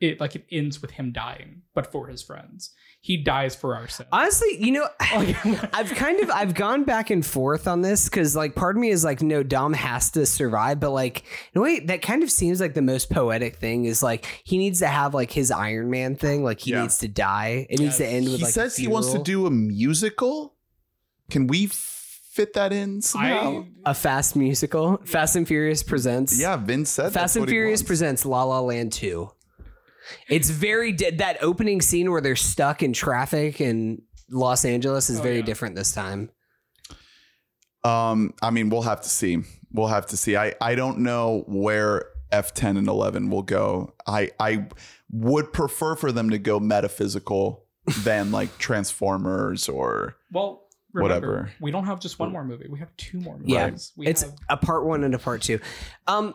Speaker 3: it like it ends with him dying, but for his friends? He dies for our sins.
Speaker 1: Honestly, you know,
Speaker 3: (laughs) Like,
Speaker 1: I've kind of I've gone back and forth on this because like part of me is like, no, Dom has to survive, but like in a way, that kind of seems like the most poetic thing is like he needs to have like his Iron Man thing, like he
Speaker 2: Yeah.
Speaker 1: needs to die. It needs to
Speaker 3: Yes.
Speaker 1: end with
Speaker 2: He
Speaker 1: like a
Speaker 2: says he wants to
Speaker 1: funeral.
Speaker 2: do a musical. Can we f- fit that in somehow?
Speaker 3: I
Speaker 1: a fast musical. Fast and Furious presents.
Speaker 2: yeah, Vin said that's
Speaker 1: Fast and
Speaker 2: what he
Speaker 1: Furious
Speaker 2: wants.
Speaker 1: presents La La Land 2. It's very di- that opening scene where they're stuck in traffic in Los Angeles is
Speaker 3: Oh,
Speaker 1: very
Speaker 3: yeah.
Speaker 1: different this time.
Speaker 2: Um, I mean, we'll have to see. We'll have to see. I I don't know where F10 and 11 will go. I I would prefer for them to go
Speaker 1: (laughs)
Speaker 2: metaphysical than like Transformers or
Speaker 3: well, remember,
Speaker 2: Whatever.
Speaker 3: We don't have just one more movie. We have two more movies.
Speaker 1: Yeah.
Speaker 3: We
Speaker 1: it's
Speaker 3: have
Speaker 1: a part one and a part two. Um,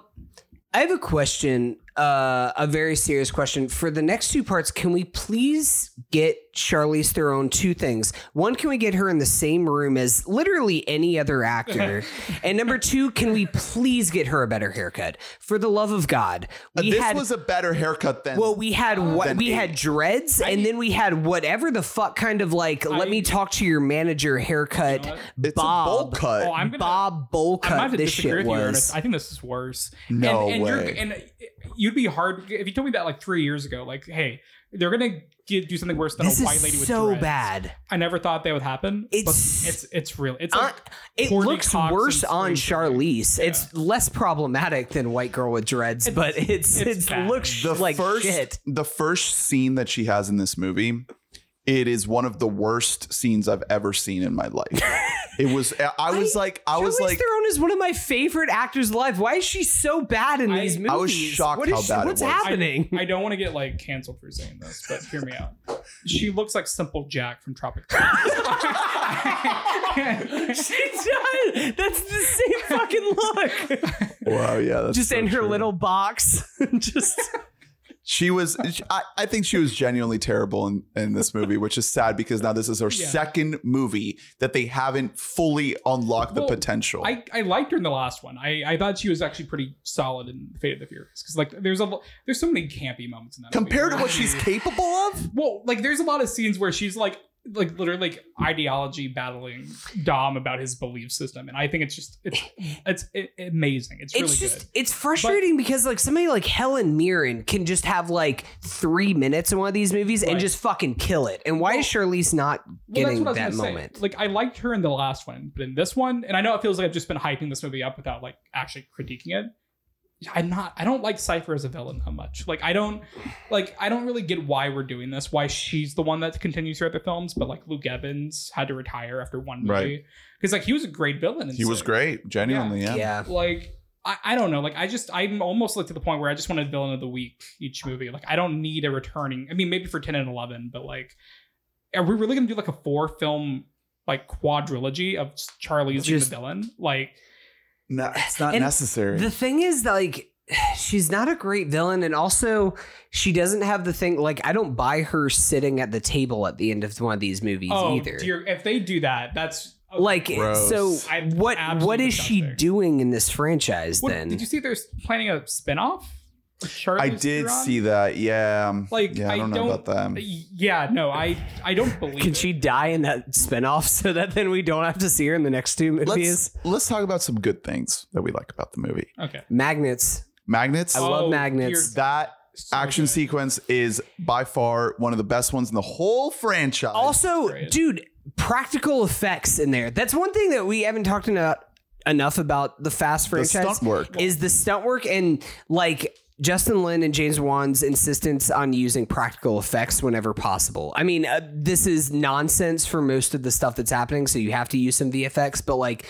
Speaker 1: I have a question, uh, a very serious question. For the next two parts, can we please get Charlize Theron two things? One, can we get her in the same room as literally any other
Speaker 3: (laughs)
Speaker 1: actor? and number two, can we please get her a better haircut? For the love of God,
Speaker 2: Uh,
Speaker 1: we
Speaker 2: this
Speaker 1: had
Speaker 2: was a better haircut than
Speaker 1: Well, we had what
Speaker 2: Then
Speaker 1: we
Speaker 2: eight.
Speaker 1: had dreads,
Speaker 3: I-
Speaker 1: and then we had whatever the fuck kind of like. let
Speaker 3: I-
Speaker 1: me talk to your manager haircut,
Speaker 3: You know
Speaker 2: it's a bowl
Speaker 1: Bob.
Speaker 2: cut.
Speaker 3: Oh, I'm gonna
Speaker 1: Bob bowl
Speaker 3: I might have
Speaker 1: cut.
Speaker 3: to
Speaker 1: This
Speaker 3: disagree
Speaker 1: shit
Speaker 3: with you, Ernest.
Speaker 1: was.
Speaker 3: I think this is worse.
Speaker 2: no
Speaker 3: and,
Speaker 2: way.
Speaker 3: and You're, and you'd be hard if you told me that like three years ago. Like, hey, they're gonna get, do something worse than
Speaker 1: This
Speaker 3: a white lady
Speaker 1: is
Speaker 3: with
Speaker 1: so
Speaker 3: dreads.
Speaker 1: bad.
Speaker 3: I never thought that would happen. but
Speaker 1: It's-
Speaker 3: it's it's real. It's
Speaker 1: Uh,
Speaker 3: like,
Speaker 1: it
Speaker 3: Courtney
Speaker 1: looks
Speaker 3: Cox
Speaker 1: worse
Speaker 3: and
Speaker 1: on
Speaker 3: Scream Queen.
Speaker 1: Charlize. It's less problematic than White Girl with Dreads,
Speaker 3: It's-
Speaker 1: but it's
Speaker 3: it's
Speaker 1: it's,
Speaker 3: bad.
Speaker 1: looks
Speaker 2: the
Speaker 1: like
Speaker 2: first
Speaker 1: shit.
Speaker 2: the first scene that she has in this movie it is one of the worst scenes i've ever seen in my
Speaker 1: (laughs)
Speaker 2: life it was i, I was
Speaker 1: I-
Speaker 2: like i was
Speaker 1: Charlize
Speaker 2: like
Speaker 1: Theron is one of my favorite actors alive. Why is she so bad in
Speaker 3: I-
Speaker 1: these movies?
Speaker 2: I was shocked
Speaker 1: What is
Speaker 2: how
Speaker 1: she-
Speaker 2: bad it
Speaker 1: What's
Speaker 2: was.
Speaker 1: happening?
Speaker 3: I don't want to get like canceled for saying this, but hear me out. She looks like Simple Jack from Tropic.
Speaker 1: (laughs)
Speaker 3: Thunder.
Speaker 1: she does. That's the same
Speaker 3: (laughs)
Speaker 1: fucking look.
Speaker 2: wow yeah that's
Speaker 1: Just
Speaker 2: so
Speaker 1: in her
Speaker 2: true.
Speaker 1: little box. (laughs) Just
Speaker 2: she was I, I think she was genuinely terrible in, in this movie which is sad because now this is her
Speaker 3: Yeah.
Speaker 2: second movie that they haven't fully unlocked
Speaker 3: Well,
Speaker 2: the potential
Speaker 3: (laughs) I, I liked her in the last one. I, I thought she was actually pretty solid in Fate of the Furious because like there's a lo- there's so many campy moments in that. movie
Speaker 2: compared to
Speaker 3: where-
Speaker 2: what she's capable of
Speaker 3: well, like there's a lot of scenes where she's like like literally like ideology battling Dom about his belief system, and I think it's just it's it's a- amazing. It's really
Speaker 1: it's just
Speaker 3: good.
Speaker 1: it's frustrating because like somebody like Helen Mirren can just have like three minutes in one of these movies
Speaker 3: Right.
Speaker 1: and just fucking kill it. And why is Charlize not getting that
Speaker 3: gonna say.
Speaker 1: moment.
Speaker 3: Like I liked her in the last one, but in this one, and I know it feels like I've just been hyping this movie up without like actually critiquing it. I'm not. I don't like Cipher as a villain that much. Like I don't, like I don't really get why we're doing this. Why she's the one that continues throughout the films, but like Luke Evans had to retire after one movie
Speaker 2: Right.
Speaker 3: because like he was a great villain. in
Speaker 2: he was
Speaker 3: Six.
Speaker 2: great genuinely yeah,
Speaker 1: yeah.
Speaker 3: Like I, I don't know. Like I just I'm almost like to the point where I just wanted villain of the week each movie. Like I don't need a returning. I mean maybe for ten and eleven, but like are we really gonna do like a four film like quadrilogy of Charlie's being the
Speaker 1: Just-
Speaker 3: villain? Like
Speaker 2: No, it's not
Speaker 1: And
Speaker 2: necessary
Speaker 1: The thing is like (sighs) she's not a great villain and also she doesn't have the thing like I don't buy her sitting at the table at the end of one of these movies
Speaker 3: oh
Speaker 1: either.
Speaker 3: dear, if they do that, that's uh,
Speaker 1: Like
Speaker 2: Gross.
Speaker 1: so
Speaker 3: I'm
Speaker 1: what what
Speaker 3: absolutely
Speaker 1: is she
Speaker 3: disgusting.
Speaker 1: doing in this franchise
Speaker 3: What-
Speaker 1: then?
Speaker 3: did you see they're planning a spinoff? of
Speaker 2: i
Speaker 3: Charlies
Speaker 2: did
Speaker 3: Theron?
Speaker 2: see that yeah
Speaker 3: Like,
Speaker 2: yeah i
Speaker 3: I
Speaker 2: don't know
Speaker 3: don't-
Speaker 2: about that
Speaker 3: Yeah, no, I I don't believe
Speaker 1: Can
Speaker 3: it.
Speaker 1: she die in that spinoff so that then we don't have to see her in the next two movies?
Speaker 2: let's let's talk about some good things that we like about the movie.
Speaker 3: Okay.
Speaker 1: Magnets.
Speaker 2: Magnets.
Speaker 1: I love
Speaker 3: Oh,
Speaker 1: magnets.
Speaker 3: dear
Speaker 2: that
Speaker 3: So
Speaker 2: action
Speaker 3: good.
Speaker 2: sequence is by far one of the best ones in the whole franchise.
Speaker 1: Also,
Speaker 3: great.
Speaker 1: dude, practical effects in there. That's one thing that we haven't talked enough enough about the Fast
Speaker 2: the
Speaker 1: franchise
Speaker 2: stunt work.
Speaker 1: is the stunt work and like Justin Lin and James Wan's insistence on using practical effects whenever possible. I mean, uh, this is nonsense for most of the stuff that's happening, so you have to use some VFX, but like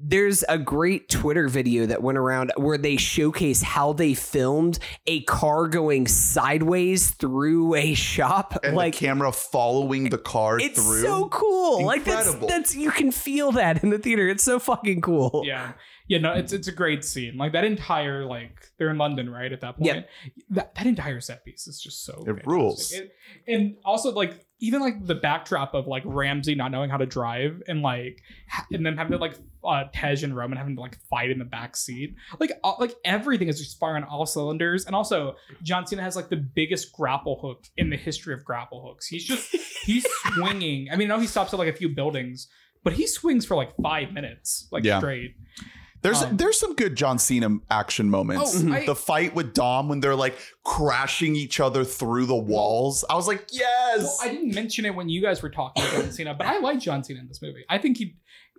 Speaker 1: there's a great Twitter video that went around where they showcase how they filmed a car going sideways through a shop.
Speaker 2: And
Speaker 1: like
Speaker 2: the camera following the car
Speaker 1: it's
Speaker 2: through.
Speaker 1: so cool. Like that's
Speaker 2: Incredible.
Speaker 1: that's you can feel that in the theater. It's so fucking cool.
Speaker 3: yeah yeah no it's it's a great scene like that entire like they're in london right at that point
Speaker 1: Yep.
Speaker 3: that, that entire set piece is just so fantastic.
Speaker 2: rules.
Speaker 3: It- and also like even like the backdrop of like ramsey not knowing how to drive and like ha- and then having to like uh tej and roman having to like fight in the back seat like all, like everything is just firing on all cylinders and also john cena has like the biggest grapple hook in the history of grapple hooks he's just he's swinging i mean i know he stops at like a few buildings but he swings for like five minutes like
Speaker 2: Yeah.
Speaker 3: straight
Speaker 2: There's
Speaker 3: Um,
Speaker 2: there's some good John Cena action moments. (laughs)
Speaker 3: Oh, I-
Speaker 2: the fight with Dom when they're like crashing each other through the walls. I was like, yes.
Speaker 3: Well, I didn't mention it when you guys were talking about John Cena, but I like John Cena in this movie. I think he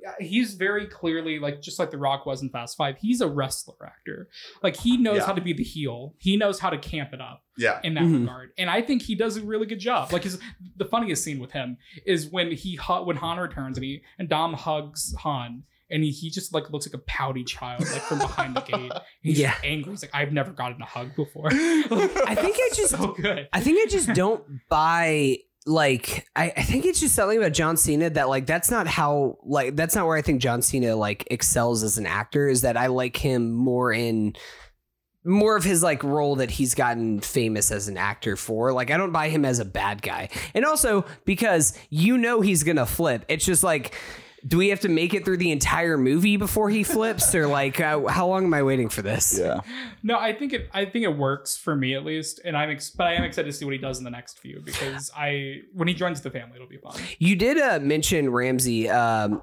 Speaker 3: uh, he's very clearly like just like The Rock was in Fast Five. He's a wrestler actor. Like he knows
Speaker 2: Yeah.
Speaker 3: how to be the heel. He knows how to camp it up (laughs)
Speaker 2: yeah. (laughs)
Speaker 3: in that
Speaker 1: Mhm.
Speaker 3: regard, and I think he does a really good job. Like his the funniest scene with him is when he hu- when Han returns and he and Dom hugs Han. And he, he just like looks like a pouty child, like from behind the
Speaker 1: (laughs)
Speaker 3: gate. He's
Speaker 1: Yeah.
Speaker 3: just angry. He's like, I've never gotten a hug before.
Speaker 1: I think I just
Speaker 3: (laughs) so good.
Speaker 1: I think I just don't buy like I, I think it's just something about John Cena that like that's not how like that's not where I think John Cena like excels as an actor is that I like him more in more of his like role that he's gotten famous as an actor for. Like I don't buy him as a bad guy. And also because you know he's gonna flip. It's just like do we have to make it through the entire movie before he flips or like uh, how long am I waiting for this?
Speaker 2: Yeah.
Speaker 3: No, I think it. I think it works for me at least, and I'm. Ex- but I am excited to see what he does in the next few because I, when he joins the family, it'll be fun.
Speaker 1: You did uh, mention Ramsey. Um,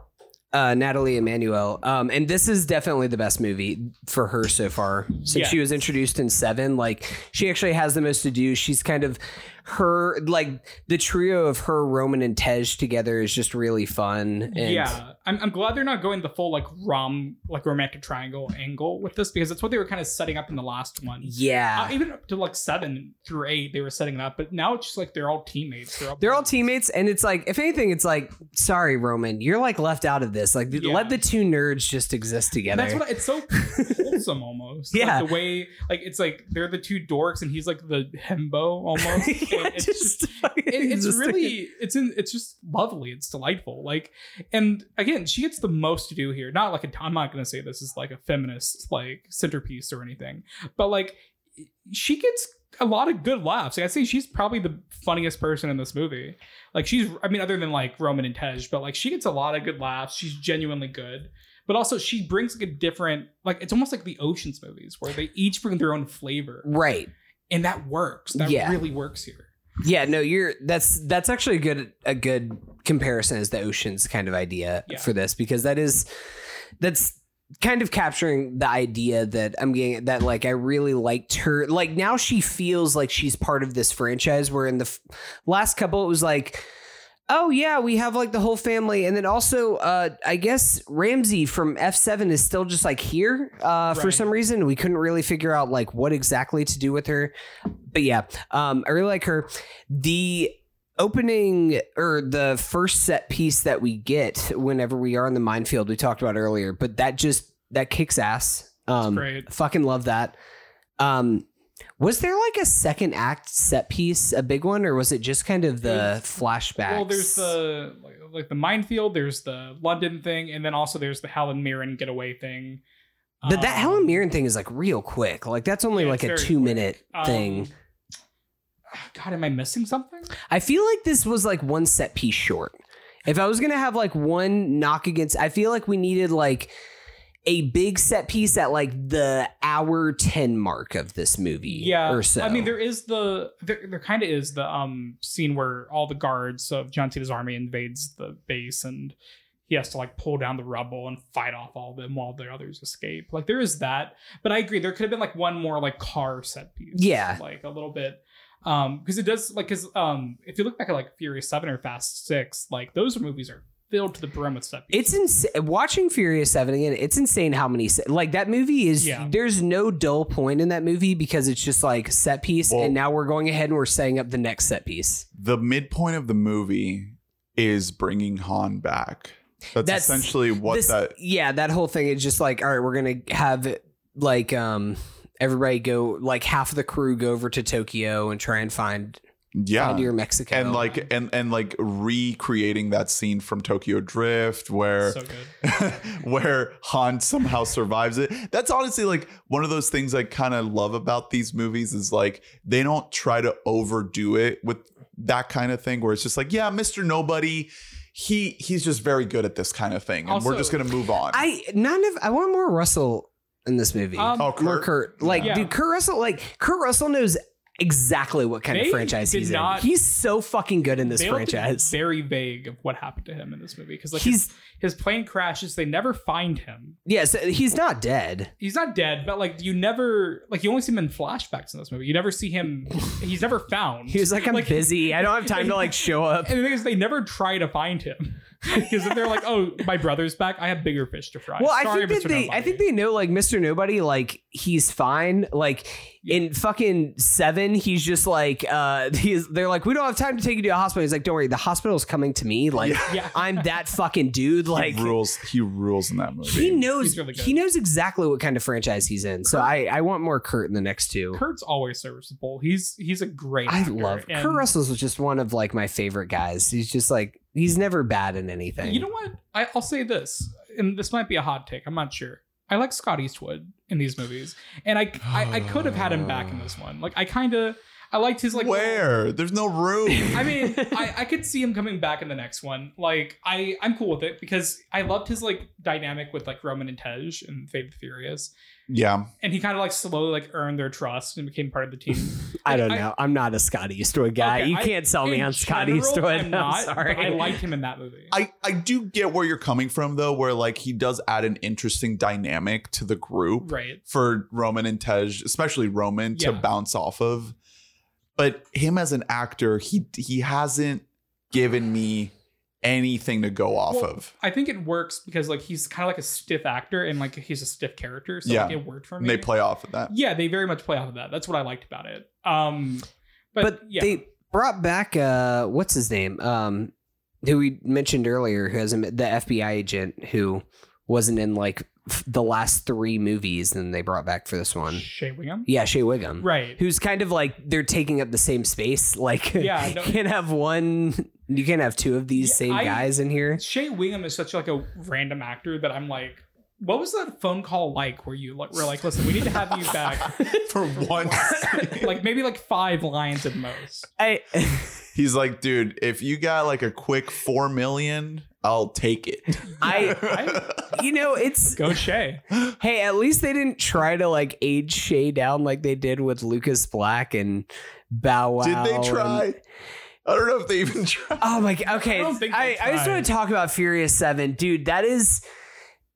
Speaker 1: uh, uh, Natalie Emanuel. Um, and this is definitely the best movie for her so far. Since
Speaker 3: Yeah.
Speaker 1: she was introduced in seven, like she actually has the most to do. She's kind of her, like the trio of her, Roman, and Tej together is just really fun. And
Speaker 3: yeah, I'm, I'm glad they're not going the full like rom like romantic triangle angle with this because that's what they were kind of setting up in the last one.
Speaker 1: Yeah.
Speaker 3: Uh, even up to like seven through eight, they were setting it up, but now it's just like they're all teammates. They're all,
Speaker 1: They're all teammates, and it's like, if anything, it's like, sorry, Roman, you're like left out of this. Like,
Speaker 3: Yeah.
Speaker 1: let the two nerds just exist
Speaker 3: And
Speaker 1: together.
Speaker 3: that's
Speaker 1: (laughs)
Speaker 3: what I- it's so wholesome almost.
Speaker 1: Yeah.
Speaker 3: like, the way like it's like they're the two dorks and he's like the hembo almost.
Speaker 1: (laughs) Yeah,
Speaker 3: And it's just
Speaker 1: just, like, (laughs)
Speaker 3: it, it's
Speaker 1: existing.
Speaker 3: really it's in it's just lovely it's delightful like and again she gets the most to do here not like a, i'm not gonna say this is like a feminist like centerpiece or anything but like she gets a lot of good laughs like i'd say she's probably the funniest person in this movie like she's i mean other than like roman and tej but like she gets a lot of good laughs she's genuinely good but also she brings like a different like it's almost like the oceans movies where they each bring their own flavor
Speaker 1: right.
Speaker 3: and that works that
Speaker 1: Yeah.
Speaker 3: really works here
Speaker 1: Yeah, no, you're that's that's actually a good a good comparison is the oceans kind of idea
Speaker 3: Yeah.
Speaker 1: for this because that is that's kind of capturing the idea that I'm getting that like I really liked her like now she feels like she's part of this franchise where in the f- last couple it was like oh yeah we have like the whole family and then also uh I guess Ramsey from F7 is still just like here uh for
Speaker 3: Right.
Speaker 1: some reason we couldn't really figure out like what exactly to do with her but yeah, um, I really like her. The opening or the first set piece that we get whenever we are in the minefield, we talked about earlier, but that just that kicks ass. Um,
Speaker 3: great.
Speaker 1: fucking love that. Um, was there like a second act set piece, a big one, or was it just kind of the flashbacks?
Speaker 3: Well, there's the like, like the minefield. There's the London thing, and then also there's the Helen Mirren getaway thing.
Speaker 1: but that
Speaker 3: Um,
Speaker 1: Helen Mirren thing is like real quick. Like that's only
Speaker 3: yeah,
Speaker 1: like
Speaker 3: it's
Speaker 1: a
Speaker 3: very
Speaker 1: two minute
Speaker 3: um,
Speaker 1: thing.
Speaker 3: God, am I missing something?
Speaker 1: I feel like this was like one set piece short. If I was gonna have like one knock against, I feel like we needed like a big set piece at like the hour ten mark of this movie.
Speaker 3: Yeah,
Speaker 1: or so.
Speaker 3: I mean, there is the there, there kind of is the um scene where all the guards of John Cena's army invades the base, and he has to like pull down the rubble and fight off all of them while the others escape. Like there is that, but I agree there could have been like one more like car set piece.
Speaker 1: Yeah.
Speaker 3: like a little bit. Um, because it does like because um if you look back at like Fury Seven or Fast Six, like those movies are filled to the brim with set pieces.
Speaker 1: it's insane. Watching Furious Seven again, it's insane how many se- like that movie is.
Speaker 3: Yeah.
Speaker 1: There's no dull point in that movie because it's just like set piece,
Speaker 2: Well-
Speaker 1: and now we're going ahead and we're setting up the next set piece.
Speaker 2: The midpoint of the movie is bringing Han back. That's,
Speaker 1: That's-
Speaker 2: essentially what
Speaker 1: This-
Speaker 2: that.
Speaker 1: yeah that whole thing is just like all right we're gonna have like um everybody go like half of the crew go over to tokyo and try and find
Speaker 2: Yeah.
Speaker 1: find your mexico
Speaker 2: and like and and like recreating that scene from Tokyo Drift where
Speaker 3: so good.
Speaker 2: (laughs) where Han somehow survives it. That's honestly like one of those things I kind of love about these movies is like they don't try to overdo it with that kind of thing where it's just like, yeah, Mr. Nobody, he he's just very good at this kind of thing. And
Speaker 3: Also-
Speaker 2: we're just gonna move on.
Speaker 1: i none of i want more russell in this movie
Speaker 3: Um,
Speaker 2: oh,
Speaker 1: more
Speaker 2: Kurt.
Speaker 1: kurt like
Speaker 3: Yeah.
Speaker 1: dude kurt russell like kurt russell knows exactly what kind of
Speaker 3: They
Speaker 1: franchise
Speaker 3: did
Speaker 1: he's
Speaker 3: not-
Speaker 1: in he's so fucking good in this
Speaker 3: They left it
Speaker 1: franchise
Speaker 3: very vague of what happened to him in this movie because like his,
Speaker 1: he's
Speaker 3: his plane crashes. They never find him.
Speaker 1: yes he's not dead
Speaker 3: He's not dead, but like you never like you only see him in flashbacks in this movie. You never
Speaker 1: (laughs)
Speaker 3: see him. He's never found.
Speaker 1: he was like i'm busy i don't have time to like show up
Speaker 3: And the thing is, they never try to find him (laughs) because they're like, "Oh, my brother's back. I have bigger fish to fry."
Speaker 1: Well,
Speaker 3: Sorry,
Speaker 1: I think that
Speaker 3: Mr.
Speaker 1: they, I
Speaker 3: Nobody."
Speaker 1: think they know like Mr. Nobody, like he's fine. Like in fucking seven, he's just like, uh, (laughs) he's, they're like, we don't have time to take you to a hospital. He's like, don't worry, the hospital's coming to me. Like
Speaker 3: Yeah.
Speaker 1: (laughs) I'm that fucking dude. Like
Speaker 2: he rules he rules in that movie.
Speaker 1: he knows,
Speaker 3: He's really good.
Speaker 1: he knows exactly what kind of franchise he's in. So I, I want more Kurt in the next two.
Speaker 3: Kurt's always serviceable. He's he's a great.
Speaker 1: I
Speaker 3: actor,
Speaker 1: love
Speaker 3: and
Speaker 1: Kurt Russell's just one of like my favorite guys. He's just like, he's never bad in anything.
Speaker 3: You know what? I, I'll say this, and this might be a hot take. I'm not sure. I like Scott Eastwood in these movies, and I I, I could have had him back in this one. Like I kind of I liked his like
Speaker 2: where? There's no room.
Speaker 3: I mean, I, I could see him coming back in the next one. Like, I, I'm cool with it because I loved his like dynamic with like Roman and Tej and Fate of the Furious.
Speaker 2: Yeah.
Speaker 3: and he kind of like slowly like earned their trust and became part of the team.
Speaker 1: I don't
Speaker 3: I-
Speaker 1: know. I'm not a Scott Eastwood guy.
Speaker 3: Okay,
Speaker 1: you
Speaker 3: I-
Speaker 1: can't sell me
Speaker 3: In
Speaker 1: on Oh, Scott
Speaker 3: general,
Speaker 1: Eastwood.
Speaker 3: I'm
Speaker 1: (laughs) I'm,
Speaker 3: not,
Speaker 1: sorry.
Speaker 3: but I liked him in that movie.
Speaker 2: I, I do get where you're coming from though, where like he does add an interesting dynamic to the group
Speaker 3: right.
Speaker 2: for Roman and Tej, especially Roman, to
Speaker 3: Yeah.
Speaker 2: bounce off of. But him as an actor, he he hasn't given me anything to go off
Speaker 3: Well,
Speaker 2: of.
Speaker 3: I think it works because like he's kind of like a stiff actor and like he's a stiff character, so
Speaker 2: Yeah.
Speaker 3: like, it worked for
Speaker 2: And
Speaker 3: me.
Speaker 2: they play off of
Speaker 3: (laughs)
Speaker 2: that.
Speaker 3: yeah, they very much play off of that. That's what I liked about it. Um, but,
Speaker 1: but
Speaker 3: yeah,
Speaker 1: they brought back uh what's his name um who we mentioned earlier who has a, the fbi agent who wasn't in like f- the last three movies and they brought back for this one
Speaker 3: Shea Wingham,
Speaker 1: yeah shay wiggum
Speaker 3: right?
Speaker 1: who's kind of like they're taking up the same space (laughs) like
Speaker 3: Yeah,
Speaker 1: you
Speaker 3: no-
Speaker 1: can't have one you can't have two of these
Speaker 3: Yeah,
Speaker 1: same
Speaker 3: I-
Speaker 1: guys in
Speaker 3: (laughs)
Speaker 1: here
Speaker 3: Shea Wingham is such like a random actor that I'm like, what was that phone call like where you like, were like, listen, we need to have you
Speaker 2: (laughs)
Speaker 1: (laughs)
Speaker 3: back,
Speaker 2: For once.
Speaker 3: like maybe like five lines at most.
Speaker 1: I,
Speaker 2: He's like, dude, if you got like a quick four million, I'll take it.
Speaker 1: I you know it's
Speaker 3: Go Shea.
Speaker 1: hey at least they didn't try to like age shay down like they did with lucas black and bow wow
Speaker 2: (laughs) Did
Speaker 1: and-
Speaker 2: they try? I don't know if they even (laughs) tried.
Speaker 1: Oh my god. Okay.
Speaker 3: I
Speaker 1: I,
Speaker 3: don't think
Speaker 1: I,
Speaker 3: they
Speaker 1: just
Speaker 3: tried.
Speaker 1: want to talk about Furious 7. Dude, that is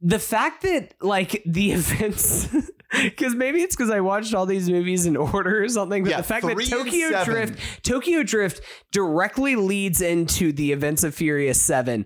Speaker 1: the fact that like the (laughs) events because maybe it's because I watched all these movies in order or something, but
Speaker 2: Yeah,
Speaker 1: the fact that
Speaker 2: three and
Speaker 1: Tokyo
Speaker 2: seven.
Speaker 1: Drift Tokyo Drift directly leads into the events of Furious 7.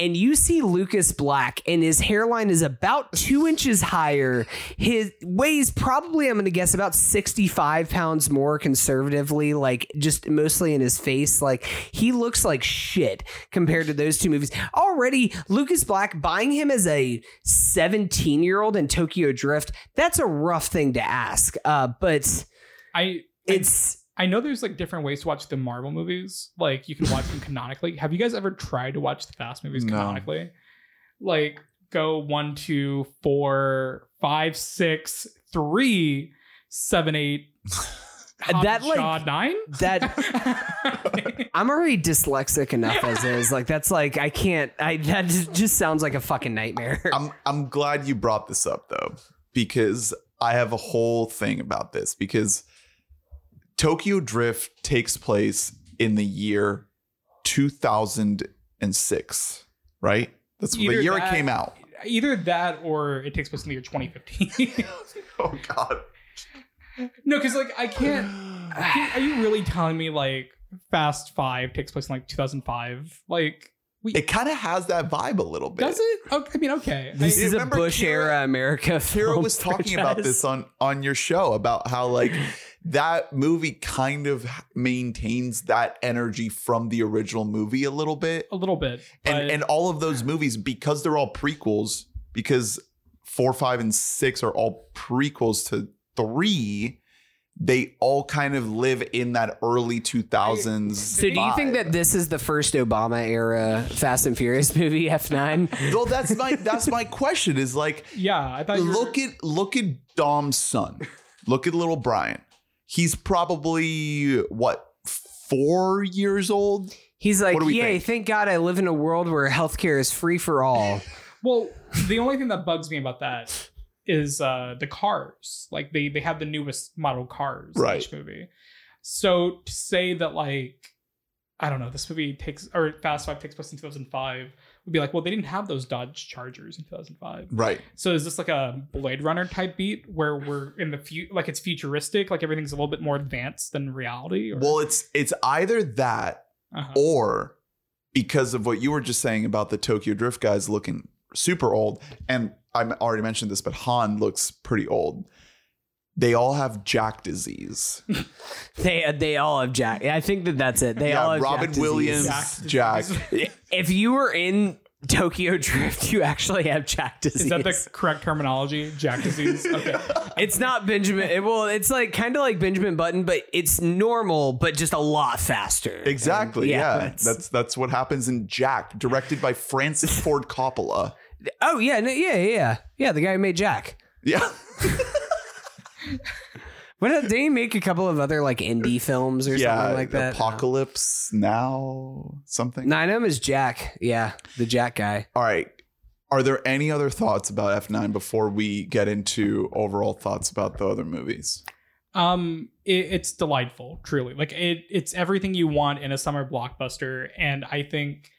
Speaker 1: And you see Lucas Black and his hairline is about two inches higher. His weighs probably, I'm gonna guess, about 65 pounds more conservatively, like just mostly in his face. Like he looks like shit compared to those two movies. Already, Lucas Black buying him as a 17 year old in Tokyo Drift, that's a rough thing to ask. Uh, but
Speaker 3: I
Speaker 1: it's
Speaker 3: I know there's like different ways to watch the Marvel movies. Like you can watch
Speaker 1: (laughs)
Speaker 3: them canonically. Have you guys ever tried to watch the Fast movies
Speaker 2: No.
Speaker 3: canonically? Like go one, two, four, five, six, three, seven, eight.
Speaker 1: (laughs) That, like-
Speaker 3: Hobbit, Shaw,
Speaker 1: (laughs)
Speaker 3: nine. (laughs)
Speaker 1: that I'm already dyslexic enough as is. Like that's like I can't. I that just, just sounds like a fucking
Speaker 2: (laughs)
Speaker 1: nightmare.
Speaker 2: I'm I'm glad you brought this up though, because I have a whole thing about this because Tokyo Drift takes place in the year 2006, right? That's
Speaker 3: Either
Speaker 2: the year
Speaker 3: that-
Speaker 2: it came out.
Speaker 3: Either that or it takes place in the year 2015.
Speaker 2: Oh God.
Speaker 3: (laughs) no, because like I can't.
Speaker 2: Um,
Speaker 3: Are you really telling me like Fast Five takes place in like 2005? Like we
Speaker 2: It kind of has that vibe a little bit.
Speaker 3: does it? Okay, I mean, okay.
Speaker 1: (sighs)
Speaker 3: I-
Speaker 1: This is a
Speaker 2: remember
Speaker 1: Bush
Speaker 2: Kira-
Speaker 1: era America.
Speaker 2: Kira
Speaker 1: film
Speaker 2: was talking about
Speaker 1: franchise.
Speaker 2: this on on your show about how like that movie kind of maintains that energy from the original movie a little bit.
Speaker 3: a little bit.
Speaker 2: and
Speaker 3: but-
Speaker 2: and all of those movies because they're all prequels because four five and six are all prequels to three they all kind of live in that early 2000s
Speaker 1: So do you think that this is the first Obama era Fast and Furious (laughs) movie F9?
Speaker 2: well that's my that's my question is like
Speaker 3: yeah, I thought you were-
Speaker 2: look at look at dom's son look at little brian he's probably what four years old
Speaker 1: He's like,
Speaker 2: What do we
Speaker 1: "Yay,
Speaker 2: think?
Speaker 1: thank God I live in a world where healthcare is free
Speaker 2: (laughs)
Speaker 1: for all."
Speaker 3: Well, the only thing that bugs me about that is uh the cars. Like they they have the newest model cars in
Speaker 2: Right.
Speaker 3: each movie. So to say that like I don't know, this movie takes or Fast Five takes place in 2005 would be like, well, they didn't have those Dodge Chargers in 2005.
Speaker 2: right
Speaker 3: So is this like a Blade Runner type beat where we're in the few like it's futuristic, like everything's a little bit more advanced than reality? Or,
Speaker 2: well it's it's either that
Speaker 3: uh-huh.
Speaker 2: or because of what you were just saying about the Tokyo Drift guys looking super old, and I already mentioned this, but Han looks pretty old. They all have Jack disease.
Speaker 1: They they all have Jack. I think that that's it. They all have
Speaker 2: Robin
Speaker 1: Jack disease.
Speaker 2: Williams,
Speaker 3: Jack
Speaker 2: Jack.
Speaker 3: disease.
Speaker 1: If you were in Tokyo (laughs) Drift, you actually have Jack disease.
Speaker 3: is that the correct terminology?
Speaker 2: (laughs)
Speaker 3: Jack disease. Okay.
Speaker 1: It's not Benjamin. It, well, it's like kind of like Benjamin Button, but it's normal, but just a lot faster.
Speaker 2: Exactly.
Speaker 1: And,
Speaker 2: yeah,
Speaker 1: it's-
Speaker 2: that's that's what happens in Jack, directed by Francis Ford Coppola. (laughs)
Speaker 1: oh yeah, no, yeah, yeah, yeah, yeah. The guy who made Jack.
Speaker 2: Yeah,
Speaker 1: What did he make a couple of other like indie films or
Speaker 2: yeah.
Speaker 1: something like that?
Speaker 2: Apocalypse Now, something.
Speaker 1: No, I know him as Jack. Yeah, the Jack guy.
Speaker 2: all right. Are there any other thoughts about F9 before we get into overall thoughts about the other movies?
Speaker 3: Um, it, it's delightful, truly. Like it, it's everything you want in a summer blockbuster, and I think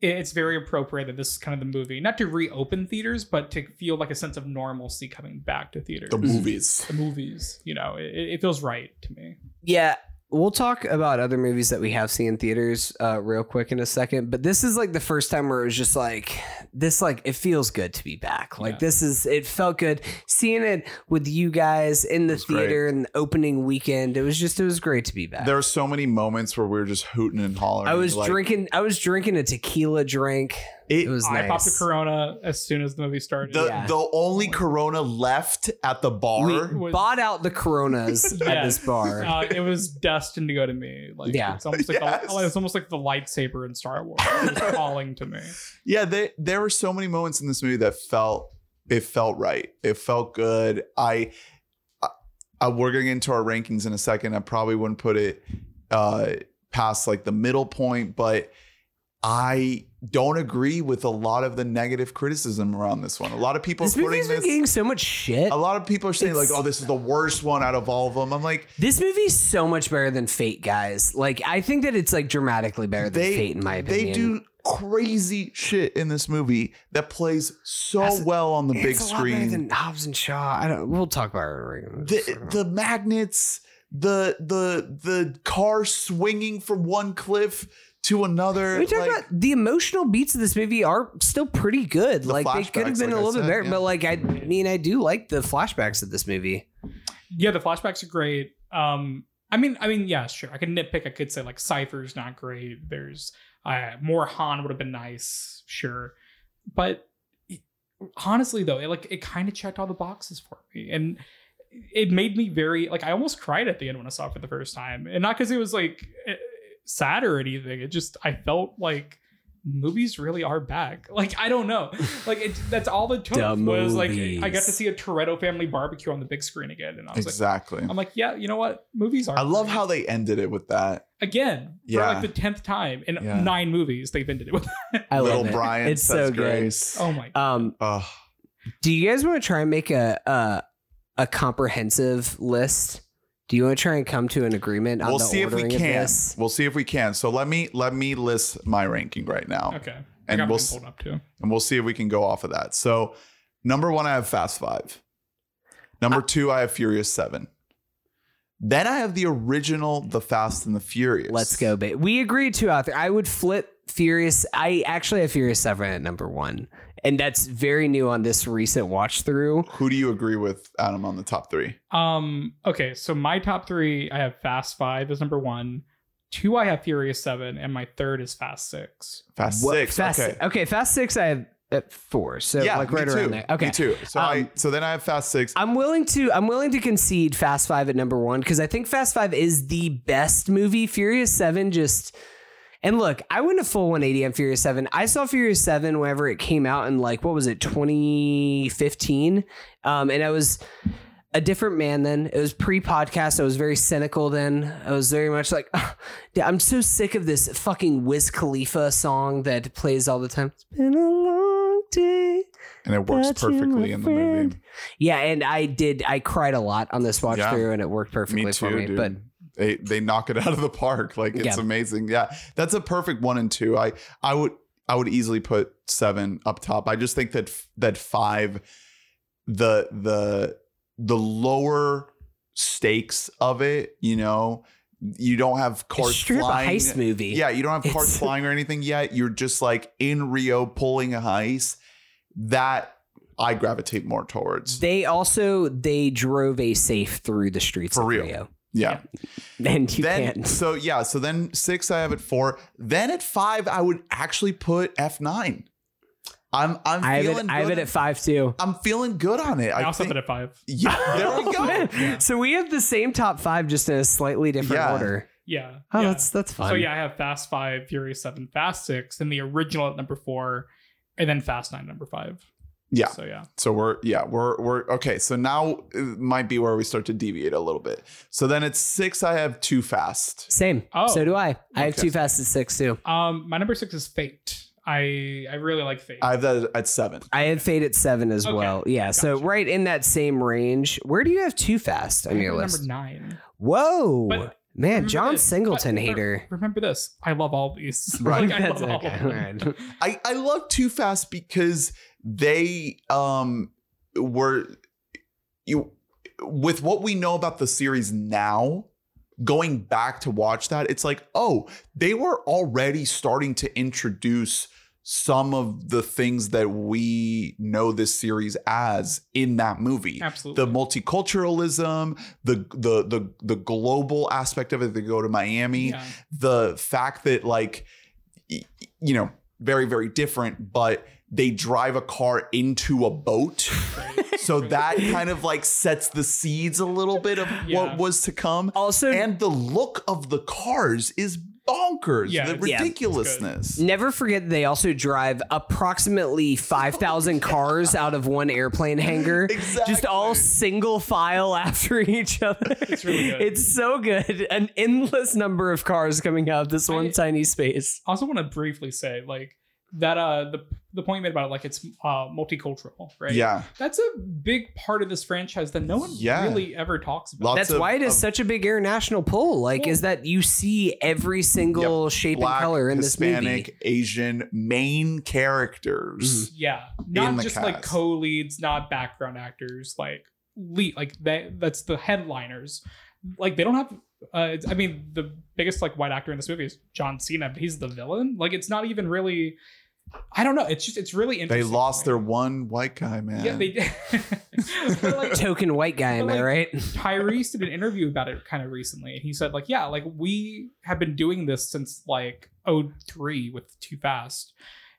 Speaker 3: it- it's very appropriate that this is kind of the movie, not to reopen theaters, but to feel like a sense of normalcy coming back to theaters.
Speaker 2: The movies.
Speaker 3: The movies, you know, it, it feels right to me.
Speaker 1: Yeah, we'll talk about other movies that we have seen in theaters uh, real quick in a second. But this is like the first time where it was just like this. Like it feels good to be back. Like
Speaker 3: Yeah.
Speaker 1: this is it felt good seeing it with you guys in the
Speaker 2: was great.
Speaker 1: theater and the opening weekend. It was just it was great to be back.
Speaker 2: There are so many moments where we were just hooting and hollering.
Speaker 1: I was
Speaker 2: like,
Speaker 1: drinking. I was drinking a tequila drink. It was
Speaker 3: I popped a
Speaker 1: nice.
Speaker 3: Corona as soon as the movie started.
Speaker 2: The,
Speaker 1: Yeah.
Speaker 2: the only Corona left at the bar.
Speaker 1: We
Speaker 3: was-
Speaker 1: bought out the Coronas at this
Speaker 3: Yes.
Speaker 1: bar.
Speaker 3: Uh, it was destined to go to me. Like
Speaker 1: Yeah.
Speaker 3: it's almost like
Speaker 2: (laughs) Yes.
Speaker 3: the, it's almost like the lightsaber in Star Wars just
Speaker 2: (laughs)
Speaker 3: calling to me.
Speaker 2: yeah, they, there were so many moments in this movie that felt it felt right. It felt good. I, I, I we're getting into our rankings in a second. I probably wouldn't put it uh, past like the middle point, but I don't agree with a lot of the negative criticism around this one. A lot of people
Speaker 1: this
Speaker 2: are putting
Speaker 1: movie's been
Speaker 2: this.
Speaker 1: getting so much shit.
Speaker 2: a lot of people are saying like,
Speaker 1: It's-
Speaker 2: "Oh, this is the worst one out of all of them." I'm like,
Speaker 1: This movie's so much better than Fate, guys. Like, I think that it's like dramatically better than
Speaker 2: they
Speaker 1: Fate, in my opinion.
Speaker 2: they do crazy shit in this movie that plays so
Speaker 1: That's-
Speaker 2: well on the big
Speaker 1: It's a lot better
Speaker 2: screen.
Speaker 1: than Hobbs and Shaw. I don't. We'll talk about it.
Speaker 2: the the magnets, the the the car swinging from one cliff to another.
Speaker 1: we talk
Speaker 2: like,
Speaker 1: about the emotional beats of this movie are still pretty good.
Speaker 2: The
Speaker 1: Like they could have
Speaker 2: flashbacks,
Speaker 1: been a
Speaker 2: like I
Speaker 1: little bit
Speaker 2: said,
Speaker 1: better,
Speaker 2: yeah.
Speaker 1: but like I mean, I do like the flashbacks of this movie.
Speaker 3: Yeah, the flashbacks are great. Um, I mean, I mean, yeah, sure. I could nitpick. I could say like Cypher's not great. There's uh, more Han would have been nice, sure, but it- honestly though, it like it kind of checked all the boxes for me, and it made me very like I almost cried at the end when I saw it for the first time, and not because it was like eh, sad or anything. It just I felt like movies really are back. Like I don't know, like it, that's all the took
Speaker 1: The
Speaker 3: was like I got
Speaker 1: movies.
Speaker 3: to see a Toretto family barbecue on the big screen again, and I was like.
Speaker 2: exactly.
Speaker 3: I'm like, yeah, you know what? Movies are.
Speaker 2: I love how they ended it with that
Speaker 3: again
Speaker 2: Yeah.
Speaker 3: for like the tenth time in
Speaker 2: Yeah.
Speaker 3: nine movies they've ended it with.
Speaker 1: I
Speaker 2: little
Speaker 1: love it.
Speaker 2: Brian
Speaker 1: It's
Speaker 2: says
Speaker 1: so good.
Speaker 2: grace. (laughs)
Speaker 3: oh my!
Speaker 1: Um,
Speaker 2: Ugh.
Speaker 1: do you guys want to try and make a a, a comprehensive list? Do you want to try and come to an agreement on
Speaker 2: we'll
Speaker 1: the
Speaker 2: see if
Speaker 1: ordering
Speaker 2: we
Speaker 1: of
Speaker 2: can.
Speaker 1: this?
Speaker 2: We'll see if we can. So let me let me list my ranking right now,
Speaker 3: okay, I
Speaker 2: Um, And
Speaker 3: got
Speaker 2: we'll
Speaker 3: mine
Speaker 2: s-
Speaker 3: pulled up too.
Speaker 2: and we'll see if we can go off of that. So number one, I have Fast Five. Number two, I have Furious Seven. Then I have the original The Fast and the Furious.
Speaker 1: Let's go, babe. We agreed to out there. I would flip Furious. I actually have Furious Seven at number one, and that's very new on this recent watch through.
Speaker 2: Who do you agree with, Adam, on the top three?
Speaker 3: Um, okay, so my top three, I have Fast Five as number one. Two, I have Furious Seven, and my third is Fast Six.
Speaker 2: Fast
Speaker 1: What-
Speaker 2: Six.
Speaker 1: Fast,
Speaker 2: okay.
Speaker 1: Fast Six. I have at four, so like right
Speaker 2: me
Speaker 1: around
Speaker 2: too.
Speaker 1: there. Okay,
Speaker 2: Me too. So I
Speaker 1: Um,
Speaker 2: so then I have Fast Six.
Speaker 1: I'm willing to I'm willing to concede Fast Five at number one because I think Fast Five is the best movie. Furious Seven just and look, I went a full 180 on Furious Seven. I saw Furious Seven whenever it came out in like what was it 2015, um, and I was a different man then. It was pre-podcast. I was very cynical then. I was very much like, "Ah, yeah, I'm so sick of this fucking Wiz Khalifa song that plays all the time. It's been a long day.
Speaker 2: and it works
Speaker 1: Got you,
Speaker 2: perfectly
Speaker 1: my
Speaker 2: in the movie.
Speaker 1: friend. Yeah, and I did. I cried a lot on this watch
Speaker 2: Yeah.
Speaker 1: through, and it worked perfectly
Speaker 2: Me too,
Speaker 1: for me.
Speaker 2: dude.
Speaker 1: But
Speaker 2: they they knock it (laughs) out of the park. Like it's
Speaker 1: Yeah.
Speaker 2: amazing. Yeah. That's a perfect one and two. I I would I would easily put seven up top. I just think that f- that five, the the the lower stakes of it, you know, you don't have cars
Speaker 1: strip a
Speaker 2: flying.
Speaker 1: heist movie.
Speaker 2: Yeah, you don't have cars
Speaker 1: It's- (laughs)
Speaker 2: flying or anything yet. You're just like in Rio pulling a heist. That I gravitate more towards.
Speaker 1: They also they drove a safe through the streets
Speaker 2: For
Speaker 1: of
Speaker 2: real.
Speaker 1: Rio,
Speaker 2: yeah.
Speaker 1: and you
Speaker 2: Then
Speaker 1: can't.
Speaker 2: so yeah, so then six I have at four. Then at five I would actually put F nine. I'm I'm
Speaker 1: I have
Speaker 2: feeling
Speaker 1: it. I have
Speaker 2: good.
Speaker 1: it at five too.
Speaker 2: I'm feeling good on it.
Speaker 3: I
Speaker 2: I
Speaker 3: also
Speaker 2: think,
Speaker 3: have it at five.
Speaker 2: (laughs) yeah, there
Speaker 1: (laughs)
Speaker 2: we go.
Speaker 3: Yeah.
Speaker 1: So we have the same top five, just in a slightly different
Speaker 2: Yeah.
Speaker 1: order.
Speaker 3: Yeah.
Speaker 1: Oh,
Speaker 3: yeah.
Speaker 1: that's that's fun.
Speaker 3: So yeah, I have Fast Five, Furious Seven, Fast Six, and the original at number four, and then Fast Nine at number five.
Speaker 2: Yeah.
Speaker 3: So yeah.
Speaker 2: So we're yeah we're we're okay. So now it might be where we start to deviate a little bit. So then at six I have too fast.
Speaker 1: Same.
Speaker 3: Oh.
Speaker 1: so do I. I have
Speaker 2: Okay.
Speaker 1: two fast at six too.
Speaker 3: Um, my number six is Fate. I I really like Fate.
Speaker 2: I have that at seven.
Speaker 1: I had Fade at seven as
Speaker 3: Okay,
Speaker 1: well. Yeah, so
Speaker 3: gotcha.
Speaker 1: right in that same range. Where do you have Too Fast
Speaker 3: I
Speaker 1: on your
Speaker 3: have it
Speaker 1: list?
Speaker 3: number nine.
Speaker 1: Whoa,
Speaker 3: But
Speaker 1: man,
Speaker 3: Remember
Speaker 1: John
Speaker 3: this.
Speaker 1: Singleton
Speaker 3: But remember-
Speaker 1: (laughs) hater.
Speaker 3: Remember this. I love all these. (laughs)
Speaker 2: Right.
Speaker 3: Like, I
Speaker 1: That's
Speaker 3: love all
Speaker 1: okay.
Speaker 3: of them.
Speaker 1: Alright.
Speaker 2: I, I love Too Fast because they um were you with what we know about the series now, going back to watch that, it's like, oh, they were already starting to introduce some of the things that we know this series as in that movie
Speaker 3: Absolutely.
Speaker 2: the multiculturalism, the the the the global aspect of it. They go to Miami,
Speaker 3: Yeah.
Speaker 2: the fact that like y- you know very very different, but they drive a car into a
Speaker 3: (laughs)
Speaker 2: boat.
Speaker 3: Right.
Speaker 2: So
Speaker 3: Right.
Speaker 2: that kind of like sets the seeds a little bit of
Speaker 3: Yeah.
Speaker 2: what was to come.
Speaker 1: (laughs) Also,
Speaker 2: And the look of the cars is bonkers.
Speaker 3: Yeah,
Speaker 2: the
Speaker 3: it's-
Speaker 1: yeah, it's good.
Speaker 2: ridiculousness.
Speaker 1: never forget they also drive (laughs) approximately five thousand cars out of one airplane (laughs) hangar.
Speaker 2: Exactly.
Speaker 1: Just all single file (laughs) after each other.
Speaker 3: It's really good.
Speaker 1: It's so good. An endless number of cars coming out of this one
Speaker 3: I-
Speaker 1: tiny space.
Speaker 3: also want to briefly say like that uh the the point you made about it like it's uh multicultural right
Speaker 2: Yeah.
Speaker 3: that's a big part of this franchise that no one
Speaker 2: Yeah.
Speaker 3: really ever talks about
Speaker 2: Lots
Speaker 1: That's
Speaker 2: of- um,
Speaker 1: why it is
Speaker 2: of
Speaker 1: such a big international pull. Like,
Speaker 3: Well-
Speaker 1: is that you see every single shape
Speaker 2: black,
Speaker 1: and color in
Speaker 2: Hispanic,
Speaker 1: this movie?
Speaker 2: Asian main characters.
Speaker 3: yeah not
Speaker 2: the
Speaker 3: just like
Speaker 2: cast.
Speaker 3: co-leads not background actors like lead like that that's the headliners like they don't have uh, it's- I mean, the biggest like white actor in this movie is John Cena, but he's the villain. Like, it's not even really. I don't know. It's just it's really
Speaker 2: They
Speaker 3: Mm-hmm. interesting.
Speaker 2: lost their one white guy, man.
Speaker 3: yeah. They did. (laughs) But, like,
Speaker 1: Token white guy, am
Speaker 3: But,
Speaker 1: I
Speaker 3: like,
Speaker 1: right?
Speaker 3: Tyrese did an interview about it kind of recently, and he said like, yeah, like we have been doing this since like 03 with Too Fast,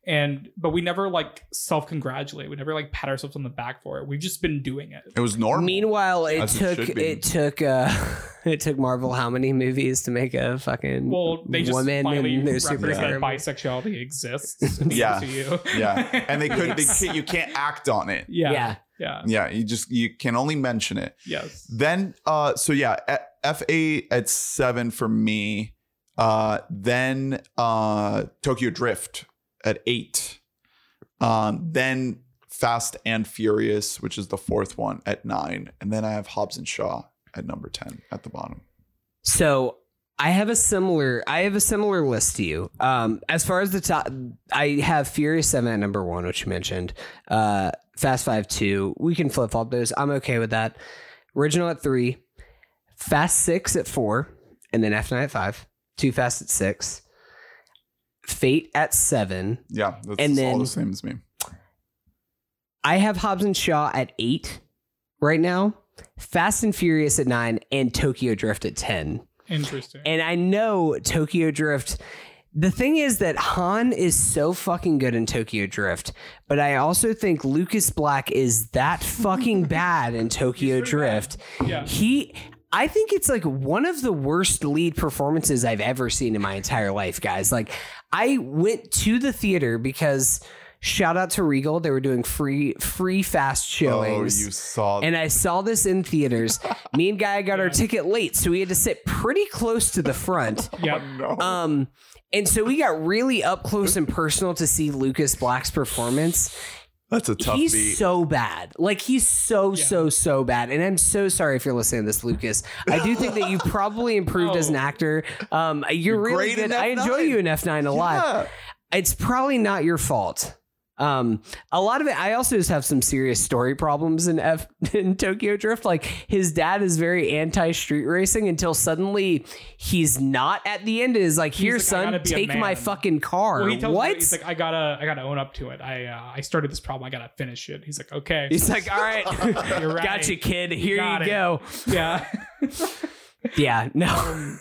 Speaker 3: and but we never like self congratulate, we never like pat ourselves on the back for it. We've just been doing it.
Speaker 2: it was normal.
Speaker 1: Meanwhile, it
Speaker 2: As it
Speaker 1: took
Speaker 2: should
Speaker 1: it,
Speaker 2: be.
Speaker 1: took uh (laughs) it took Marvel how many movies to make a fucking
Speaker 3: Well, they just
Speaker 1: woman
Speaker 3: finally
Speaker 1: and their
Speaker 3: referenced that
Speaker 1: superhero?
Speaker 3: bisexuality
Speaker 2: (laughs)
Speaker 3: exists. In the
Speaker 2: Yeah.
Speaker 3: MCU.
Speaker 2: Yeah. And they couldn't,
Speaker 1: Yes.
Speaker 2: they can't, you can't act on it.
Speaker 3: yeah, yeah,
Speaker 1: yeah.
Speaker 2: Yeah. You just, you can only mention it.
Speaker 3: yes.
Speaker 2: Then, uh, so yeah, F eight at seven for me. Uh, then, uh, Tokyo Drift at eight. Um, then Fast and Furious, which is the fourth one at nine. And then I have Hobbs and Shaw at number 10 at the bottom.
Speaker 1: So I have a similar I have a similar list to you. Um, as far as the top, I have Furious Seven at number one, which you mentioned. Uh, Fast Five two. We can flip flop those. I'm okay with that. Original at three, Fast Six at four, and then F nine at five. Too Fast at six. Fate at seven.
Speaker 2: Yeah. That's
Speaker 1: And
Speaker 2: all
Speaker 1: then-
Speaker 2: the same as me.
Speaker 1: I have Hobbs and Shaw at eight right now. Fast and Furious at nine, and Tokyo Drift at ten.
Speaker 3: Interesting.
Speaker 1: And I know Tokyo Drift. The thing is that Han is so fucking good in Tokyo Drift, but I also think Lucas Black is that fucking bad in Tokyo
Speaker 3: pretty
Speaker 1: Drift.
Speaker 3: yeah.
Speaker 1: He. I think it's like one of the worst lead performances I've ever seen in my entire life, guys. Like, I went to the theater because shout out to Regal, they were doing free free fast showings.
Speaker 2: Oh, you saw
Speaker 1: And I saw this in theaters. Me and Guy got our ticket late, so we had to sit pretty close to the front.
Speaker 3: Yeah.
Speaker 2: no.
Speaker 1: Um, and so we got really up close and personal to see Lucas Black's performance.
Speaker 2: That's a tough
Speaker 1: he's
Speaker 2: beat.
Speaker 1: so bad. Like he's so,
Speaker 3: Yeah.
Speaker 1: so, so bad. And I'm so sorry if you're listening to this, Lucas. I do think that you've probably
Speaker 2: (laughs)
Speaker 1: improved as an
Speaker 3: No.
Speaker 1: actor. Um, you're,
Speaker 2: You're
Speaker 1: really
Speaker 2: great in
Speaker 1: good. I enjoy
Speaker 2: F9.
Speaker 1: you in F9 a lot
Speaker 2: Yeah.
Speaker 1: it's probably not your fault. Um, a lot of it. I also just have some serious story problems in F (laughs) in Tokyo Drift. Like his dad is very anti street racing until suddenly he's not at the end. It is like, here,
Speaker 3: like, I gotta
Speaker 1: son,
Speaker 3: be a
Speaker 1: take my
Speaker 3: man."
Speaker 1: fucking car.
Speaker 3: Well, he tells
Speaker 1: what?
Speaker 3: Me, he's like, I gotta, I gotta own up to it. I, uh, I started this problem. I gotta finish it. He's like, okay.
Speaker 1: He's like, all right,
Speaker 3: (laughs) You're
Speaker 1: (laughs)
Speaker 3: right.
Speaker 1: gotcha, kid. Here
Speaker 3: Got
Speaker 1: you
Speaker 3: it."
Speaker 1: go.
Speaker 3: Yeah.
Speaker 1: Yeah,
Speaker 3: (laughs)
Speaker 1: no.
Speaker 3: um,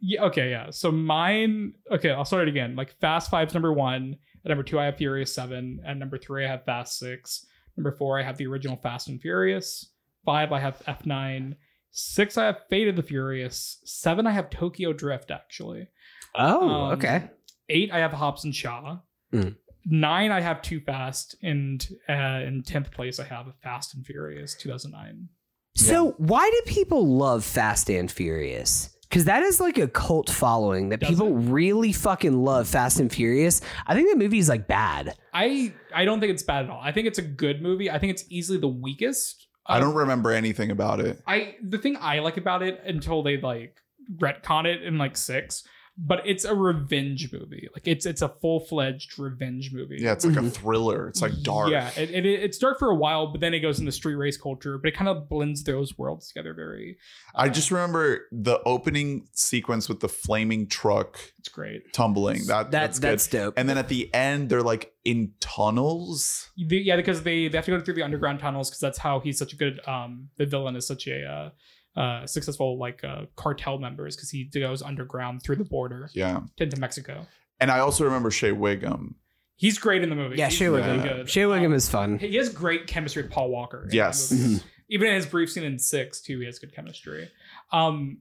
Speaker 3: yeah. Okay. Yeah. So mine. Okay. I'll start it again. Like Fast Five's number one. At number two, I have Furious Seven. At number three, I have Fast Six. Number four, I have the original Fast and Furious. Five, I have F Nine. Six, I have Fate of the Furious. Seven, I have Tokyo Drift. Actually.
Speaker 1: Oh,
Speaker 3: Um,
Speaker 1: okay.
Speaker 3: Eight, I have Hobbs and Shaw.
Speaker 1: Mm.
Speaker 3: Nine, I have Too Fast, and uh, in tenth place, I have Fast and Furious 2009.
Speaker 1: So why do people love Fast and Furious? because that is like a cult following that people really fucking love Fast and Furious. I think that movie is like bad.
Speaker 3: I I don't think it's bad at all. I think it's a good movie. I think it's easily the weakest.
Speaker 2: I don't remember anything about it.
Speaker 3: I the thing I like about it until they like retcon it in like six, but it's a revenge movie. Like it's it's a full fledged revenge movie.
Speaker 2: Yeah, it's like a
Speaker 1: Mhm.
Speaker 2: thriller. It's like dark.
Speaker 3: Yeah, it, it, it's dark for a while, but then it goes into street race culture. But it kind of blends those worlds together. Very,
Speaker 2: I just remember the opening sequence with the flaming truck
Speaker 3: it's great.
Speaker 2: tumbling. That,
Speaker 1: That,
Speaker 2: that's,
Speaker 1: that's
Speaker 2: good.
Speaker 1: dope.
Speaker 2: And then at the end, they're like in tunnels.
Speaker 3: The- yeah, because they they have to go through the underground tunnels because that's how he's such a good um the villain is such a uh, uh successful like uh cartel members because he goes underground through the border
Speaker 2: Yeah.
Speaker 3: into Mexico.
Speaker 2: And I also remember Shea Wiggum.
Speaker 3: He's great in the movie.
Speaker 1: yeah,
Speaker 3: He's
Speaker 1: Shea Wiggum.
Speaker 3: really good. Um,
Speaker 1: Shea Wiggum is fun.
Speaker 3: He has great chemistry with Paul Walker. in that
Speaker 2: Yes.
Speaker 3: movie. Even in his brief scene in six, too, he has good chemistry. Um,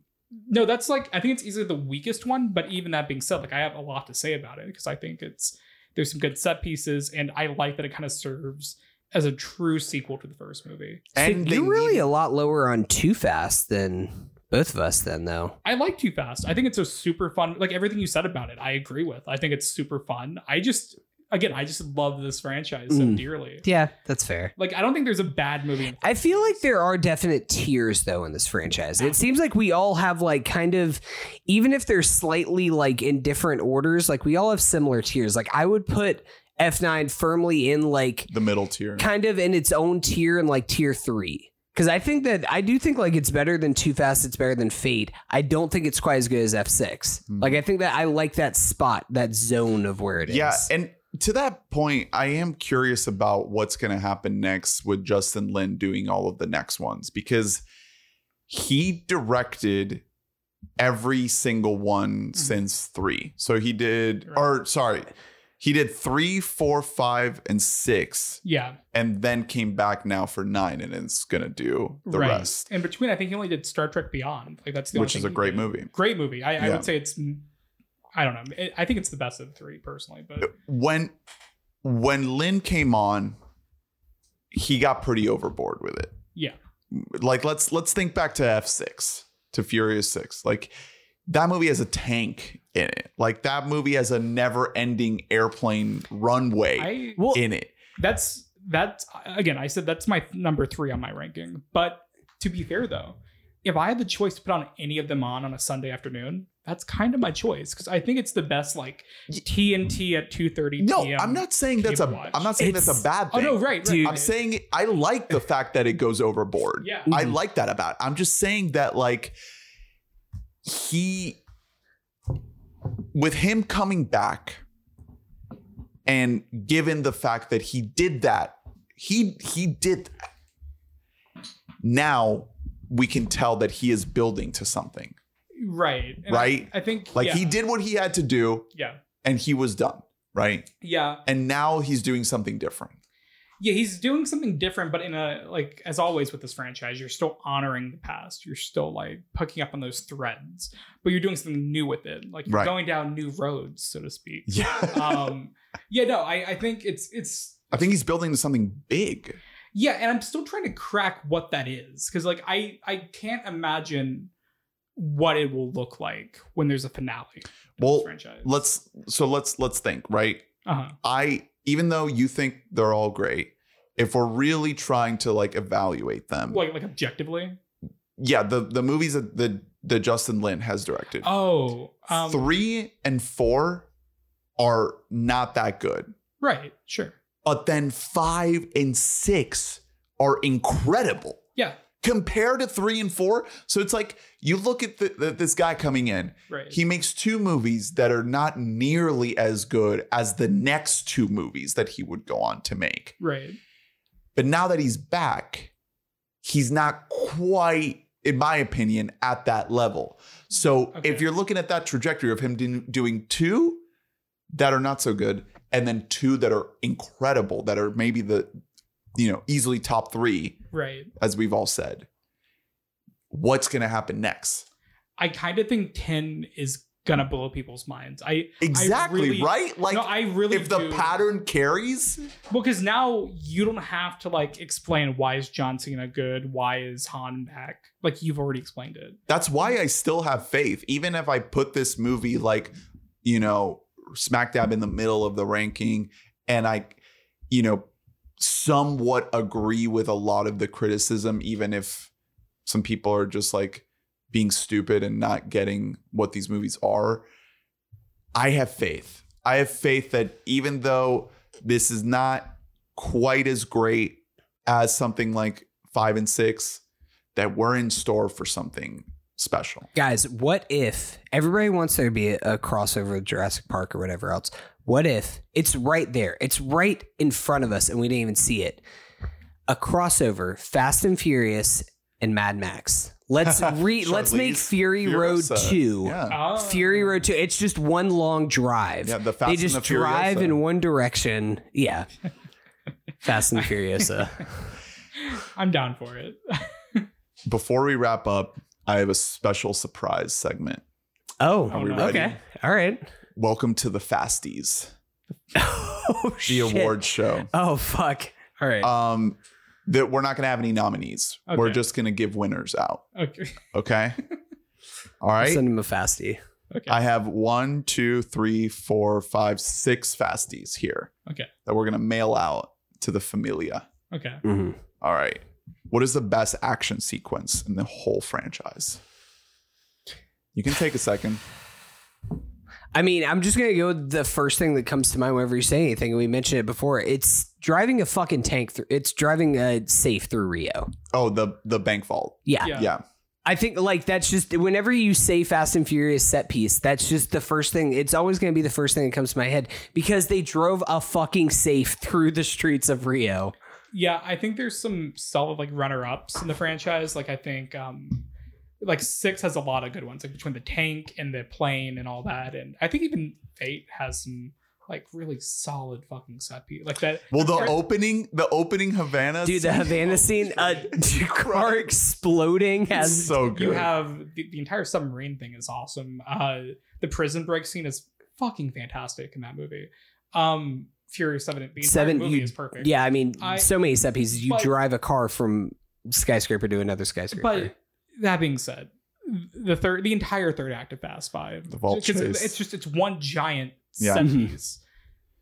Speaker 3: no, that's like I think it's easily the weakest one. But even that being said, like I have a lot to say about it because I think it's there's some good set pieces, and I like that it kind of serves as a true sequel to the first movie.
Speaker 2: And
Speaker 1: Dude,
Speaker 2: they
Speaker 1: you're really
Speaker 2: need-
Speaker 1: a lot lower on Too Fast than both of us. Then though,
Speaker 3: I like Too Fast. I think it's a super fun. Like everything you said about it, I agree with. I think it's super fun. I just again, I just love this franchise so
Speaker 1: Mm.
Speaker 3: dearly.
Speaker 1: yeah, that's fair.
Speaker 3: Like I don't think there's a bad movie. in-
Speaker 1: I feel like there are definite tiers though in this franchise. It seems like we all have like kind of even if they're slightly like in different orders, like we all have similar tiers. Like I would put F9 firmly in like
Speaker 2: the middle tier.
Speaker 1: kind of in its own tier and like tier 3. Cuz I think that I do think like it's better than Too Fast, it's better than Fate. I don't think it's quite as good as F6.
Speaker 2: Hmm.
Speaker 1: Like I think that I like that spot, that zone of where it is.
Speaker 2: Yeah, and to that point, I am curious about what's going to happen next with Justin Lin doing all of the next ones because he directed every single one since three. So he did,
Speaker 3: Mm-hmm. Right.
Speaker 2: or sorry, he did three, four, five, and six,
Speaker 3: Yeah,
Speaker 2: and then came back now for nine, and it's going to do the
Speaker 3: right.
Speaker 2: rest,
Speaker 3: In between, I think he only did Star Trek Beyond. Like that's the only
Speaker 2: which is
Speaker 3: thing
Speaker 2: a
Speaker 3: he
Speaker 2: great
Speaker 3: did.
Speaker 2: movie.
Speaker 3: Great movie. I, I
Speaker 2: Yeah.
Speaker 3: would say it's. I don't know. I- I think it's the best of the three personally, but
Speaker 2: When when Lin came on, he got pretty overboard with it.
Speaker 3: yeah,
Speaker 2: like let's let's think back to F6 to Furious 6 like that movie has a tank in it like that movie has a never ending airplane runway
Speaker 3: I
Speaker 1: Well,
Speaker 2: in it
Speaker 3: that's that's again. I said that's my number three on my ranking. But to be fair though, if I had the choice to put on any of them on on a Sunday afternoon, that's kind of my choice because I think it's the best like TNT at two thirty.
Speaker 2: no i'm not saying that's
Speaker 3: cable
Speaker 2: a
Speaker 3: watch.
Speaker 2: i'm not saying that's
Speaker 1: It's-
Speaker 2: a bad
Speaker 3: Oh
Speaker 2: thing
Speaker 3: no, right, right.
Speaker 1: Dude.
Speaker 2: i'm saying i like the fact that it goes overboard
Speaker 3: yeah.
Speaker 2: i
Speaker 1: Mhm.
Speaker 2: like that about it. i'm just saying that like he with him coming back and given the fact that he did that he he did that now we can tell that he is building to something
Speaker 3: right, And I-
Speaker 2: Right?
Speaker 3: I, think
Speaker 2: like
Speaker 3: yeah,
Speaker 2: he did what he had to do
Speaker 3: Yeah,
Speaker 2: and he was done right
Speaker 3: yeah.
Speaker 2: and now he's doing something different
Speaker 3: yeah he's doing something different but in a like as always with this franchise you're still honoring the past you're still like picking up on those threads but you're doing something new with it like you're
Speaker 2: Right.
Speaker 3: going down new roads so to speak
Speaker 2: (laughs) yeah
Speaker 3: um yeah no I, I think it's it's
Speaker 2: i think he's building to something big
Speaker 3: yeah and i'm still trying to crack what that is because like i i can't imagine what it will look like when there's a finale to this
Speaker 2: Well,
Speaker 3: franchise
Speaker 2: let's so let's let's think right
Speaker 3: uh-huh
Speaker 2: I even though you think they're all great, if we're really trying to like evaluate them,
Speaker 3: like like objectively
Speaker 2: yeah, the the movies that the the Justin Lin has directed,
Speaker 3: oh um
Speaker 2: three and four are not that good,
Speaker 3: right sure
Speaker 2: but then five and six are incredible
Speaker 3: yeah
Speaker 2: compared to three and four. So it's like you look at the, the, this guy coming in.
Speaker 3: right
Speaker 2: He makes two movies that are not nearly as good as the next two movies that he would go on to make.
Speaker 3: right
Speaker 2: But now that he's back, he's not quite, in my opinion, at that level. So
Speaker 3: Okay.
Speaker 2: if you're looking at that trajectory of him do- doing two that are not so good, and then two that are incredible, that are maybe the, you know, easily top three,
Speaker 3: right
Speaker 2: as we've all said, what's going to happen next?
Speaker 3: I kind of think 10 is gonna blow people's minds. I
Speaker 2: Exactly,
Speaker 3: really-
Speaker 2: right? Like
Speaker 3: no, I really
Speaker 2: if the
Speaker 3: do.
Speaker 2: pattern carries,
Speaker 3: well, because now you don't have to like explain why is John Cena good, why is Han back. Like you've already explained it.
Speaker 2: that's why I still have faith. Even if I put this movie like, you know, smack dab in the middle of the ranking and I, you know, somewhat agree with a lot of the criticism, even if some people are just like being stupid and not getting what these movies are. I have faith. I have faith that even though this is not quite as great as something like five and six, that we're in store for something special.
Speaker 1: Guys, what if everybody wants there to be a, a crossover with Jurassic Park or whatever else? What if it's right there? It's right in front of us and we didn't even see it. A crossover, Fast and Furious and
Speaker 2: (laughs)
Speaker 1: Mad Max. Let's re let's make
Speaker 2: Charlize
Speaker 1: Fury Road
Speaker 2: Furiosa.
Speaker 1: 2.
Speaker 2: Yeah.
Speaker 3: Oh.
Speaker 1: Uh, Fury Road 2. It's just one long drive.
Speaker 2: Yeah, the Fast
Speaker 1: they
Speaker 2: and
Speaker 1: just
Speaker 2: the uh,
Speaker 1: drive
Speaker 2: Furiosa.
Speaker 1: in one direction.
Speaker 2: (laughs)
Speaker 1: Yeah. Fast and uh, Furiosa.
Speaker 3: I'm down for it. (laughs)
Speaker 2: Before we wrap up, I have a special surprise segment.
Speaker 1: Oh,
Speaker 3: Are we
Speaker 2: ready?
Speaker 1: okay. All right.
Speaker 2: Welcome to the Fasties,
Speaker 1: oh,
Speaker 2: (laughs) the
Speaker 1: shit.
Speaker 2: award show.
Speaker 1: Oh, fuck. All right.
Speaker 2: Um, that we're not going to have any nominees. We're
Speaker 3: Okay.
Speaker 2: just going to give winners out.
Speaker 3: Okay.
Speaker 2: Okay. All
Speaker 1: I'll
Speaker 2: right.
Speaker 1: Send him a fasty.
Speaker 3: Okay.
Speaker 2: I have one, two, three, four, five, six fasties here.
Speaker 3: Okay.
Speaker 2: That we're gonna mail out to the familia.
Speaker 3: okay.
Speaker 1: Mhm.
Speaker 2: All right. What is the best action sequence in the whole franchise? You can take a second.
Speaker 1: I mean, I'm just gonna go with the first thing that comes to mind whenever you say anything. and We mentioned it before. It's driving a fucking tank through. It's driving a safe through Rio.
Speaker 2: Oh, the the bank vault.
Speaker 1: Yeah.
Speaker 3: Yeah.
Speaker 2: Yeah.
Speaker 1: I think like that's just whenever you say Fast and Furious set piece, that's just the first thing. It's always gonna be the first thing that comes to my head because they drove a fucking safe through the streets of Rio.
Speaker 3: Yeah, I think there's some solid like runner ups in the franchise. Like I think um like six has a lot of good ones, like between the tank and the plane and all that. And I think even eight has some like really solid fucking set piece. Like that
Speaker 2: Well, the
Speaker 3: Or-
Speaker 2: opening, the opening Havana.
Speaker 1: Dude, the
Speaker 2: scene
Speaker 1: Havana
Speaker 3: (laughs)
Speaker 1: scene, a car exploding
Speaker 2: is (laughs)
Speaker 1: as
Speaker 2: so good.
Speaker 3: you have the, the entire submarine thing is awesome. Uh the prison break scene is fucking fantastic in that movie. Um Fury Seven the entire
Speaker 1: Seven,
Speaker 3: movie
Speaker 1: you-
Speaker 3: is perfect.
Speaker 1: Yeah, I mean,
Speaker 3: I-
Speaker 1: so many set pieces. You
Speaker 3: But-
Speaker 1: drive a car from skyscraper to another skyscraper.
Speaker 3: But that being said, the third, the entire third act of Fast Five,
Speaker 2: The vault
Speaker 3: because
Speaker 2: chase.
Speaker 3: it's just it's one giant
Speaker 2: Yeah. Mm-hmm.
Speaker 3: set
Speaker 1: Mhm.
Speaker 3: piece.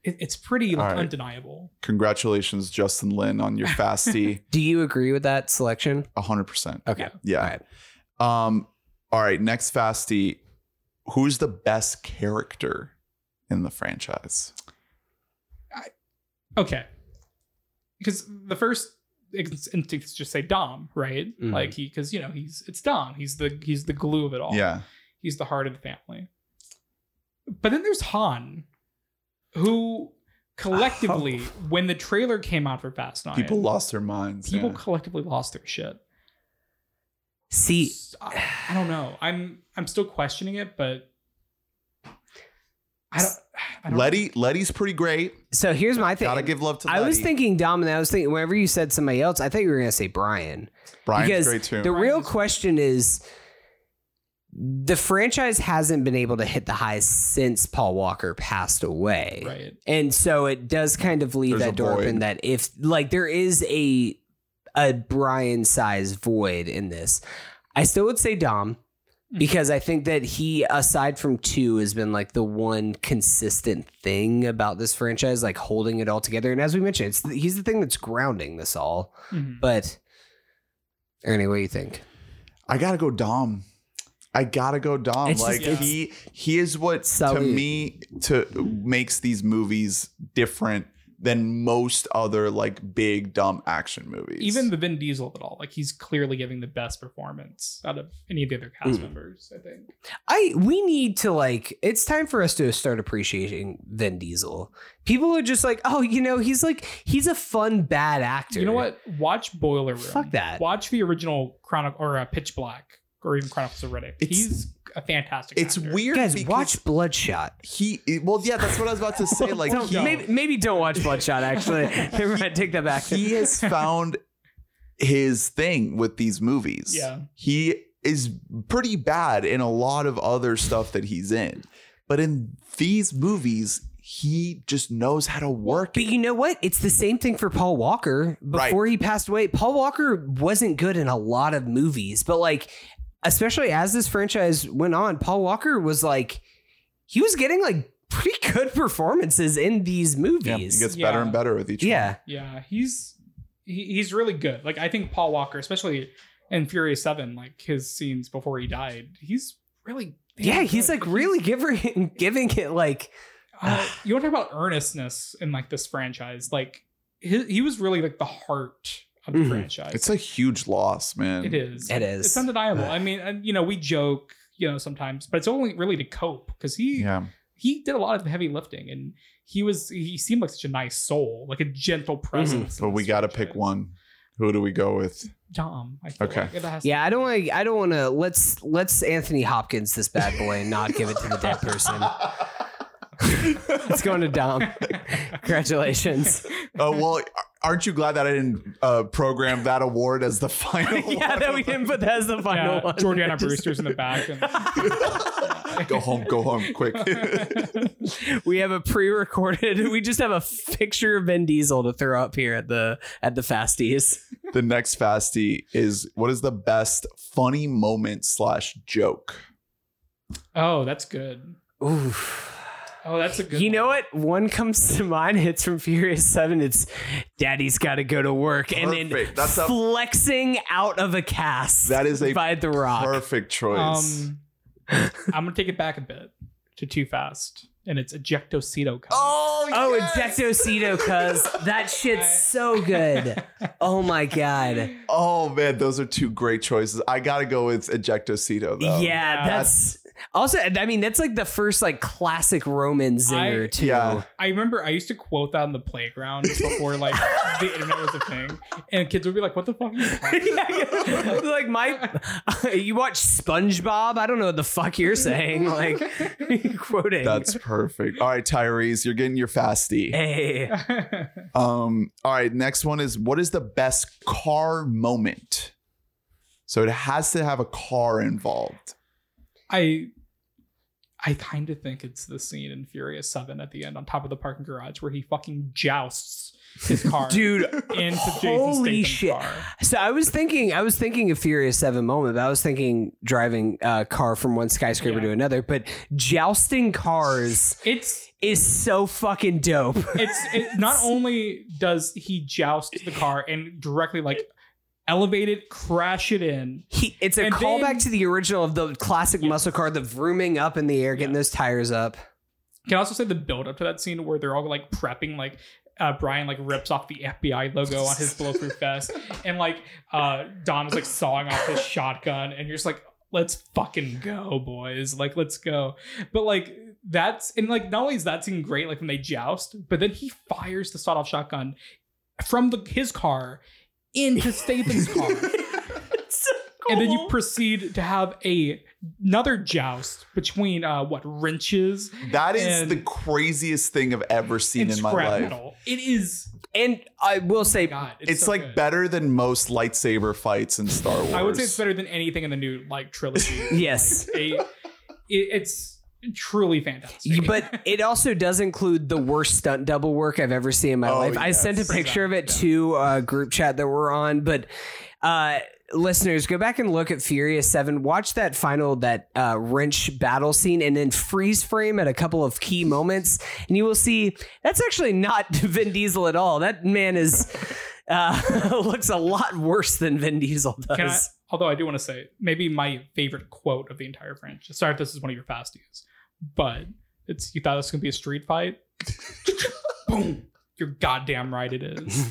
Speaker 3: It, it's pretty like
Speaker 2: All right.
Speaker 3: undeniable.
Speaker 2: Congratulations, Justin Lin, on your fasty.
Speaker 1: Do you agree with that selection?
Speaker 2: hundred percent.
Speaker 1: Okay.
Speaker 2: Yeah.
Speaker 1: All right.
Speaker 2: Um, all right, next fasty. Who's the best character in the franchise?
Speaker 3: Okay, because the first ins- instinct is just say Dom, right?
Speaker 2: Mm-hmm.
Speaker 1: Mhm.
Speaker 3: Like he, because you know he's it's Dom. He's the he's the glue of it all.
Speaker 2: Yeah.
Speaker 3: he's the heart of the family. But then there's Han, who
Speaker 2: (laughs)
Speaker 3: collectively, when the trailer came out for Fast
Speaker 2: Oh.
Speaker 3: Nine,
Speaker 2: People lost their minds.
Speaker 3: people
Speaker 2: yeah.
Speaker 3: collectively lost their shit.
Speaker 1: See,
Speaker 3: S- I, I don't know. I'm I'm still questioning it, but I don't. I don't
Speaker 2: Letty, Letty's pretty great.
Speaker 1: so here's my thing.
Speaker 2: Gotta give love to
Speaker 1: I
Speaker 2: Letty.
Speaker 1: was thinking Dom, and I was thinking whenever you said somebody else, I thought you were gonna say Brian.
Speaker 2: Brian's
Speaker 1: because
Speaker 2: great too.
Speaker 1: The
Speaker 3: Brian
Speaker 1: real
Speaker 3: is-
Speaker 1: question is, the franchise hasn't been able to hit the highs since Paul Walker passed away.
Speaker 3: right.
Speaker 1: And so it does kind of leave
Speaker 2: There's a
Speaker 1: that door
Speaker 2: void.
Speaker 1: open that if like there is a a Brian size void in this, I still would say Dom because I think that he aside from 2 has been like the one consistent thing about this franchise like holding it all together and as we mentioned it's he's the thing that's grounding this all.
Speaker 3: Mhm.
Speaker 1: But Ernie, what do you think?
Speaker 2: I gotta go Dom. I gotta go Dom.
Speaker 1: It's just-
Speaker 2: like
Speaker 3: it's-
Speaker 2: he he is what to
Speaker 1: Salute.
Speaker 2: me to makes these movies different than most other like big dumb action movies.
Speaker 3: Even the Vin Diesel of it all, like he's clearly giving the best performance out of any of the other
Speaker 2: Mm-hmm.
Speaker 3: cast
Speaker 1: Mm.
Speaker 3: members. I think.
Speaker 1: I we need to like it's time for us to start appreciating Vin Diesel. People are just like, oh, you know, he's like he's a fun bad actor.
Speaker 3: You know what? Watch Boiler Room.
Speaker 1: Fuck that.
Speaker 3: Watch the original Chronicle or uh, Pitch Black or even Chronicles of Riddick.
Speaker 2: It's-
Speaker 3: he's a fantastic.
Speaker 2: it's
Speaker 3: actor.
Speaker 2: weird
Speaker 1: Guys,
Speaker 2: because
Speaker 1: watch Bloodshot.
Speaker 2: he well yeah, that's what I was about to
Speaker 1: (laughs)
Speaker 2: say. Like
Speaker 1: Don't-
Speaker 2: he,
Speaker 1: maybe, maybe don't watch Bloodshot. (laughs) Actually, never mind. Take that back.
Speaker 2: he has found his thing with these movies.
Speaker 3: Yeah.
Speaker 2: He is pretty bad in a lot of other stuff that he's in. But in these movies, he just knows how to work.
Speaker 1: But you know what? It's the same thing for Paul Walker.
Speaker 2: Right.
Speaker 1: Before he passed away, Paul Walker wasn't good in a lot of movies, but like, especially as this franchise went on, Paul Walker was like, he was getting like pretty good performances in these
Speaker 2: Yeah, he
Speaker 1: movies. Yeah.
Speaker 2: gets better
Speaker 3: Yeah.
Speaker 2: and better with each one.
Speaker 3: Yeah, he's he, he's really good. Like I think Paul Walker, especially in Furious Seven, like his scenes before he died, he's really
Speaker 1: Yeah, he's like really giving (laughs) giving it like
Speaker 3: Uh, you want to talk about earnestness in like this franchise? Like he, he was really like the heart of the
Speaker 1: Mhm.
Speaker 3: franchise.
Speaker 2: It's a huge loss, man.
Speaker 3: it is.
Speaker 1: it is. (sighs)
Speaker 3: It's undeniable. I mean, and, you know, we joke, you know, sometimes, but it's only really to cope because he
Speaker 2: Yeah.
Speaker 3: he did a lot of the heavy lifting, and he was he seemed like such a nice soul, like a gentle presence. in
Speaker 2: Mm-hmm. But we
Speaker 3: this
Speaker 2: got to pick
Speaker 3: franchise.
Speaker 2: one. Who do we go with?
Speaker 3: Dom. I feel
Speaker 2: Okay.
Speaker 3: like it has to
Speaker 1: yeah, I
Speaker 3: be-
Speaker 1: don't like. I don't want to. Let's let's Anthony Hopkins this bad boy and not give it to the dead person. It's going to Dom. Congratulations.
Speaker 2: Oh well, aren't you glad that I didn't uh, program that award as the (laughs) final?
Speaker 1: (laughs) (laughs) yeah, that we didn't put that as the final
Speaker 3: yeah,
Speaker 1: one.
Speaker 3: uh, Jordana
Speaker 1: Just-
Speaker 3: Brewster's in the back. And,
Speaker 2: one. (laughs) go home, go home, quick.
Speaker 1: (laughs) We have a pre-recorded. We just have a picture of Ben Diesel to throw up here at the at the fasties.
Speaker 2: the next fasty is what is the best funny moment slash joke?
Speaker 3: (laughs) oh, that's good.
Speaker 1: Oof.
Speaker 3: Oh, that's a good.
Speaker 1: you know
Speaker 3: one.
Speaker 1: what? One comes to mind. (laughs) It's from Furious Seven. It's Daddy's got to go to work, and then
Speaker 2: Perfect. That's a-
Speaker 1: flexing out of a cast.
Speaker 2: That is a
Speaker 1: by The Rock.
Speaker 2: Perfect choice.
Speaker 1: (laughs)
Speaker 3: Um, I'm gonna take it back a bit to too fast, and it's ejectocito. Cup.
Speaker 2: oh,
Speaker 1: Oh,
Speaker 2: yes!
Speaker 1: yes. Ejectocito, cuz that shit's so good. Oh my god.
Speaker 2: Oh man, those are two great choices. I gotta go with Ejectocito though.
Speaker 1: yeah, that's also. I mean, that's like the first like classic Roman zinger
Speaker 3: I-
Speaker 1: too.
Speaker 2: Yeah.
Speaker 3: (laughs) I remember I used to quote that on the playground before like the internet was a thing, and kids would be like, "What the fuck?"
Speaker 1: (laughs)
Speaker 3: Are you talking
Speaker 1: Yeah,
Speaker 3: about?"
Speaker 1: (laughs) yeah. (laughs) like my, you watch SpongeBob. I don't know what the fuck you're saying. Like (laughs) quoting.
Speaker 2: That's perfect. All right, Tyrese, you're getting your
Speaker 3: Eh.
Speaker 2: fasty.
Speaker 1: hey.
Speaker 3: (laughs)
Speaker 2: Um, all right, next one is what is the best car moment? So it has to have a car involved.
Speaker 3: I I kind of think it's the scene in Furious Seven at the end on top of the parking garage where he fucking jousts
Speaker 1: (laughs)
Speaker 3: his car
Speaker 1: Dude,
Speaker 3: into
Speaker 1: holy
Speaker 3: Jason Statham's
Speaker 1: shit.
Speaker 3: car.
Speaker 1: So I was thinking, I was thinking a Furious Seven moment. But I was thinking driving a car from one skyscraper
Speaker 3: Yeah.
Speaker 1: to another, but jousting cars
Speaker 3: It's
Speaker 1: is so fucking
Speaker 3: (laughs)
Speaker 1: dope.
Speaker 3: it's
Speaker 1: (laughs)
Speaker 3: it, not only does he joust the car and directly like elevate it, crash it in.
Speaker 1: He, it's a
Speaker 3: And
Speaker 1: callback
Speaker 3: then-
Speaker 1: to the original of the classic
Speaker 3: Yeah.
Speaker 1: muscle car, the vrooming up in the air, getting
Speaker 3: Yeah.
Speaker 1: those tires up.
Speaker 3: Can I also say the build up to that scene where they're all like prepping like. Uh, Brian like rips off the FBI logo on his
Speaker 1: (laughs)
Speaker 3: bulletproof vest, and like uh, Dom is like sawing off his shotgun, and you're just like, "Let's fucking go, boys! Like, let's go!" But like that's and like not only is that scene great, like when they joust, but then he fires the sawed off shotgun from the, his car
Speaker 1: (laughs)
Speaker 3: into Statham's car,
Speaker 1: It's so
Speaker 3: and then you
Speaker 1: cool.
Speaker 3: proceed to have a another joust between uh what wrenches
Speaker 2: That is
Speaker 3: And-
Speaker 2: the craziest thing I've ever seen
Speaker 3: and
Speaker 2: in my
Speaker 3: scrap
Speaker 2: life.
Speaker 3: metal. It is
Speaker 1: and I will say,
Speaker 3: God.
Speaker 2: It's,
Speaker 3: so
Speaker 2: like
Speaker 3: good.
Speaker 2: better than most lightsaber fights in Star Wars.
Speaker 3: I would say it's better than anything in the new
Speaker 2: (laughs)
Speaker 3: like trilogy.
Speaker 1: Yes.
Speaker 3: Like, they- it- it's truly fantastic.
Speaker 1: you- but it also does include the worst stunt double work I've ever seen in my
Speaker 2: Oh,
Speaker 1: life. I sent a
Speaker 2: yes.
Speaker 1: picture of it to a group chat that we're on, but uh, listeners, go back and look at Furious Seven. Watch that final that uh, wrench battle scene, and then freeze frame at a couple of key moments, and you will see that's actually not (laughs) Vin Diesel at all. That man is. Uh, (laughs) looks a lot worse than Vin Diesel does.
Speaker 3: Can I, although I do want to say maybe my favorite quote of the entire franchise. Sorry if this is one of your fasties, but it's you thought this was gonna be a street fight. (laughs) Boom! You're goddamn right.
Speaker 2: (laughs)
Speaker 3: It is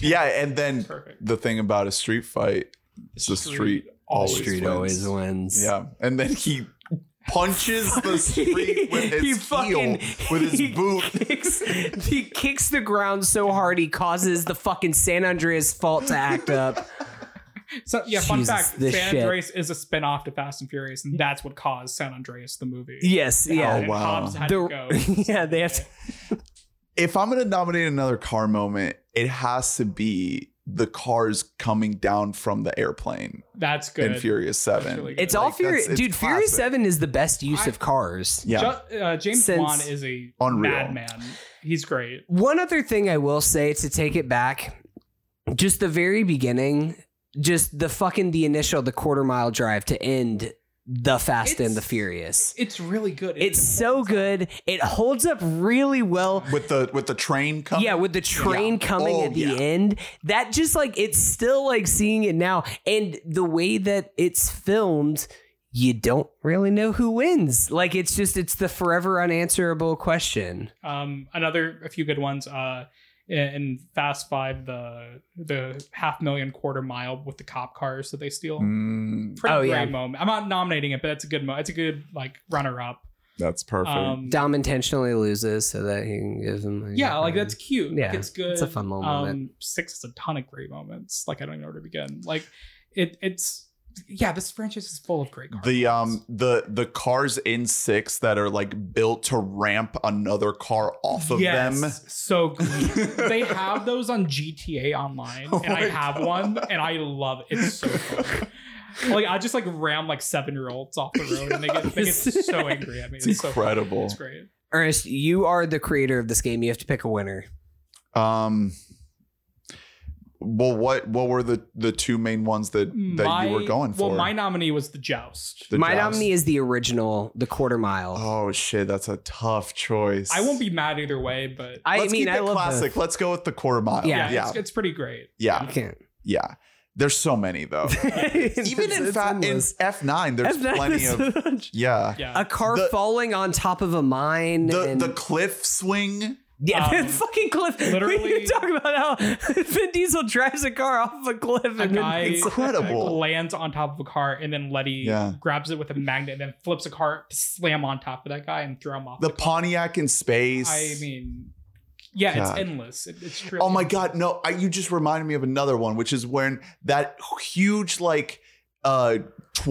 Speaker 2: Yeah, and then
Speaker 3: perfect.
Speaker 2: the thing about a street fight is the street, always
Speaker 1: Street
Speaker 2: wins.
Speaker 1: always wins.
Speaker 2: Yeah, and then
Speaker 3: (laughs)
Speaker 2: he punches
Speaker 1: (laughs)
Speaker 2: the street with his
Speaker 1: He
Speaker 2: heel,
Speaker 1: fucking-
Speaker 2: with his
Speaker 1: he
Speaker 2: boot.
Speaker 1: Kicks, he kicks the ground so hard he causes the fucking San Andreas fault to act up.
Speaker 3: So yeah, fun
Speaker 1: Jesus,
Speaker 3: fact:
Speaker 1: this
Speaker 3: San
Speaker 1: shit.
Speaker 3: Andreas is a spin-off to Fast and Furious, and that's what caused San Andreas the movie.
Speaker 1: Yes,
Speaker 2: (laughs) Oh,
Speaker 1: yeah.
Speaker 3: And
Speaker 2: wow.
Speaker 3: Hobbs had
Speaker 1: The-
Speaker 3: to go.
Speaker 1: (laughs) yeah, they have to-
Speaker 2: If I'm gonna nominate another car moment, it has to be the cars coming down from the airplane
Speaker 3: (laughs) That's good.
Speaker 2: in Furious Seven.
Speaker 3: really good.
Speaker 1: It's all
Speaker 2: Like, that's-
Speaker 1: Furious,
Speaker 2: it's
Speaker 1: dude. Furious
Speaker 2: classic.
Speaker 1: Seven is the best use
Speaker 3: I-
Speaker 1: of cars.
Speaker 2: Yeah,
Speaker 3: Ju- uh, James
Speaker 1: Since-
Speaker 3: Wan is a
Speaker 2: Unreal.
Speaker 3: madman. He's great.
Speaker 1: One other thing I will say to take it back, just the very beginning, just the fucking the initial the quarter mile drive to end the Fast
Speaker 3: It's-
Speaker 1: and the Furious.
Speaker 3: It's really good.
Speaker 1: It's so good. It holds up really well.
Speaker 2: with the with the train coming.
Speaker 1: Yeah, with the train
Speaker 2: Yeah.
Speaker 1: coming
Speaker 2: Oh,
Speaker 1: at the
Speaker 2: yeah.
Speaker 1: end, that just like it's still like seeing it now, and the way that it's filmed, you don't really know who wins. Like it's just it's the forever unanswerable question.
Speaker 3: Um, another a few good ones. Uh, in- in Fast Five, the the half million quarter mile with the cop cars that they steal.
Speaker 2: Mm,
Speaker 3: Pretty
Speaker 1: Oh,
Speaker 3: great
Speaker 1: yeah.
Speaker 3: moment. I'm not nominating it, but that's a good. Mo- it's a good like runner up.
Speaker 2: that's perfect.
Speaker 3: Um,
Speaker 1: Dom intentionally loses so that he can give him.
Speaker 3: yeah, like that's cute.
Speaker 1: Yeah,
Speaker 3: it's good. Um,
Speaker 1: it's a fun little moment.
Speaker 3: Six is a ton of great moments. Like I don't even know where to begin. Like it, it's yeah. This franchise is full of great. Cars.
Speaker 2: the um the the cars in six that are like built to ramp another car off of
Speaker 3: yes,
Speaker 2: them. (laughs)
Speaker 3: So good. they have those on GTA Online,
Speaker 2: Oh
Speaker 3: and I
Speaker 2: my
Speaker 3: have
Speaker 2: God.
Speaker 3: one, and I love it.
Speaker 2: (laughs)
Speaker 3: It's so fun. like I just like ram like seven year olds off the road, and they get they get
Speaker 1: Yes.
Speaker 3: so angry at me. It's,
Speaker 2: It's
Speaker 3: so fun.
Speaker 2: incredible.
Speaker 3: It's great.
Speaker 1: Ernest, you are the creator of this game. You have to pick a winner.
Speaker 2: Um. Well, what what were the the two main ones that that you were going for?
Speaker 3: Well, my nominee was the Joust.
Speaker 2: The
Speaker 1: My
Speaker 2: Joust.
Speaker 1: nominee is the original, the quarter mile.
Speaker 2: Oh shit, that's a tough choice.
Speaker 3: I won't be mad either way, but
Speaker 1: I
Speaker 2: Let's
Speaker 1: mean,
Speaker 2: keep
Speaker 1: I
Speaker 2: it
Speaker 1: love
Speaker 2: classic.
Speaker 1: both.
Speaker 2: Let's go with the quarter mile.
Speaker 1: Yeah.
Speaker 3: yeah,
Speaker 2: yeah,
Speaker 3: It's, it's pretty great.
Speaker 2: yeah.
Speaker 1: You can't.
Speaker 2: yeah. There's so many
Speaker 1: (laughs)
Speaker 2: though. (laughs) Even in, fa- in F9, there's plenty of yeah.
Speaker 3: Yeah,
Speaker 1: a car
Speaker 2: The-
Speaker 1: falling on top of a mine.
Speaker 2: The
Speaker 1: and,
Speaker 2: the cliff swing.
Speaker 1: yeah,
Speaker 3: um,
Speaker 1: fucking cliff. (laughs)
Speaker 3: literally-
Speaker 1: you talk about how (laughs) Vin Diesel drives a car off a cliff and
Speaker 3: a
Speaker 1: then
Speaker 3: guy
Speaker 1: it's-
Speaker 2: Incredible.
Speaker 3: lands on top of a car, and then Letty
Speaker 2: Yeah.
Speaker 3: grabs it with a magnet, and then flips a car, slam on top of that guy, and throw him off.
Speaker 2: The
Speaker 3: the
Speaker 2: Pontiac in space.
Speaker 3: I mean, yeah,
Speaker 2: God.
Speaker 3: it's endless. It, it's true.
Speaker 2: Oh my god, no, I, you just reminded me of another one, which is when that huge like uh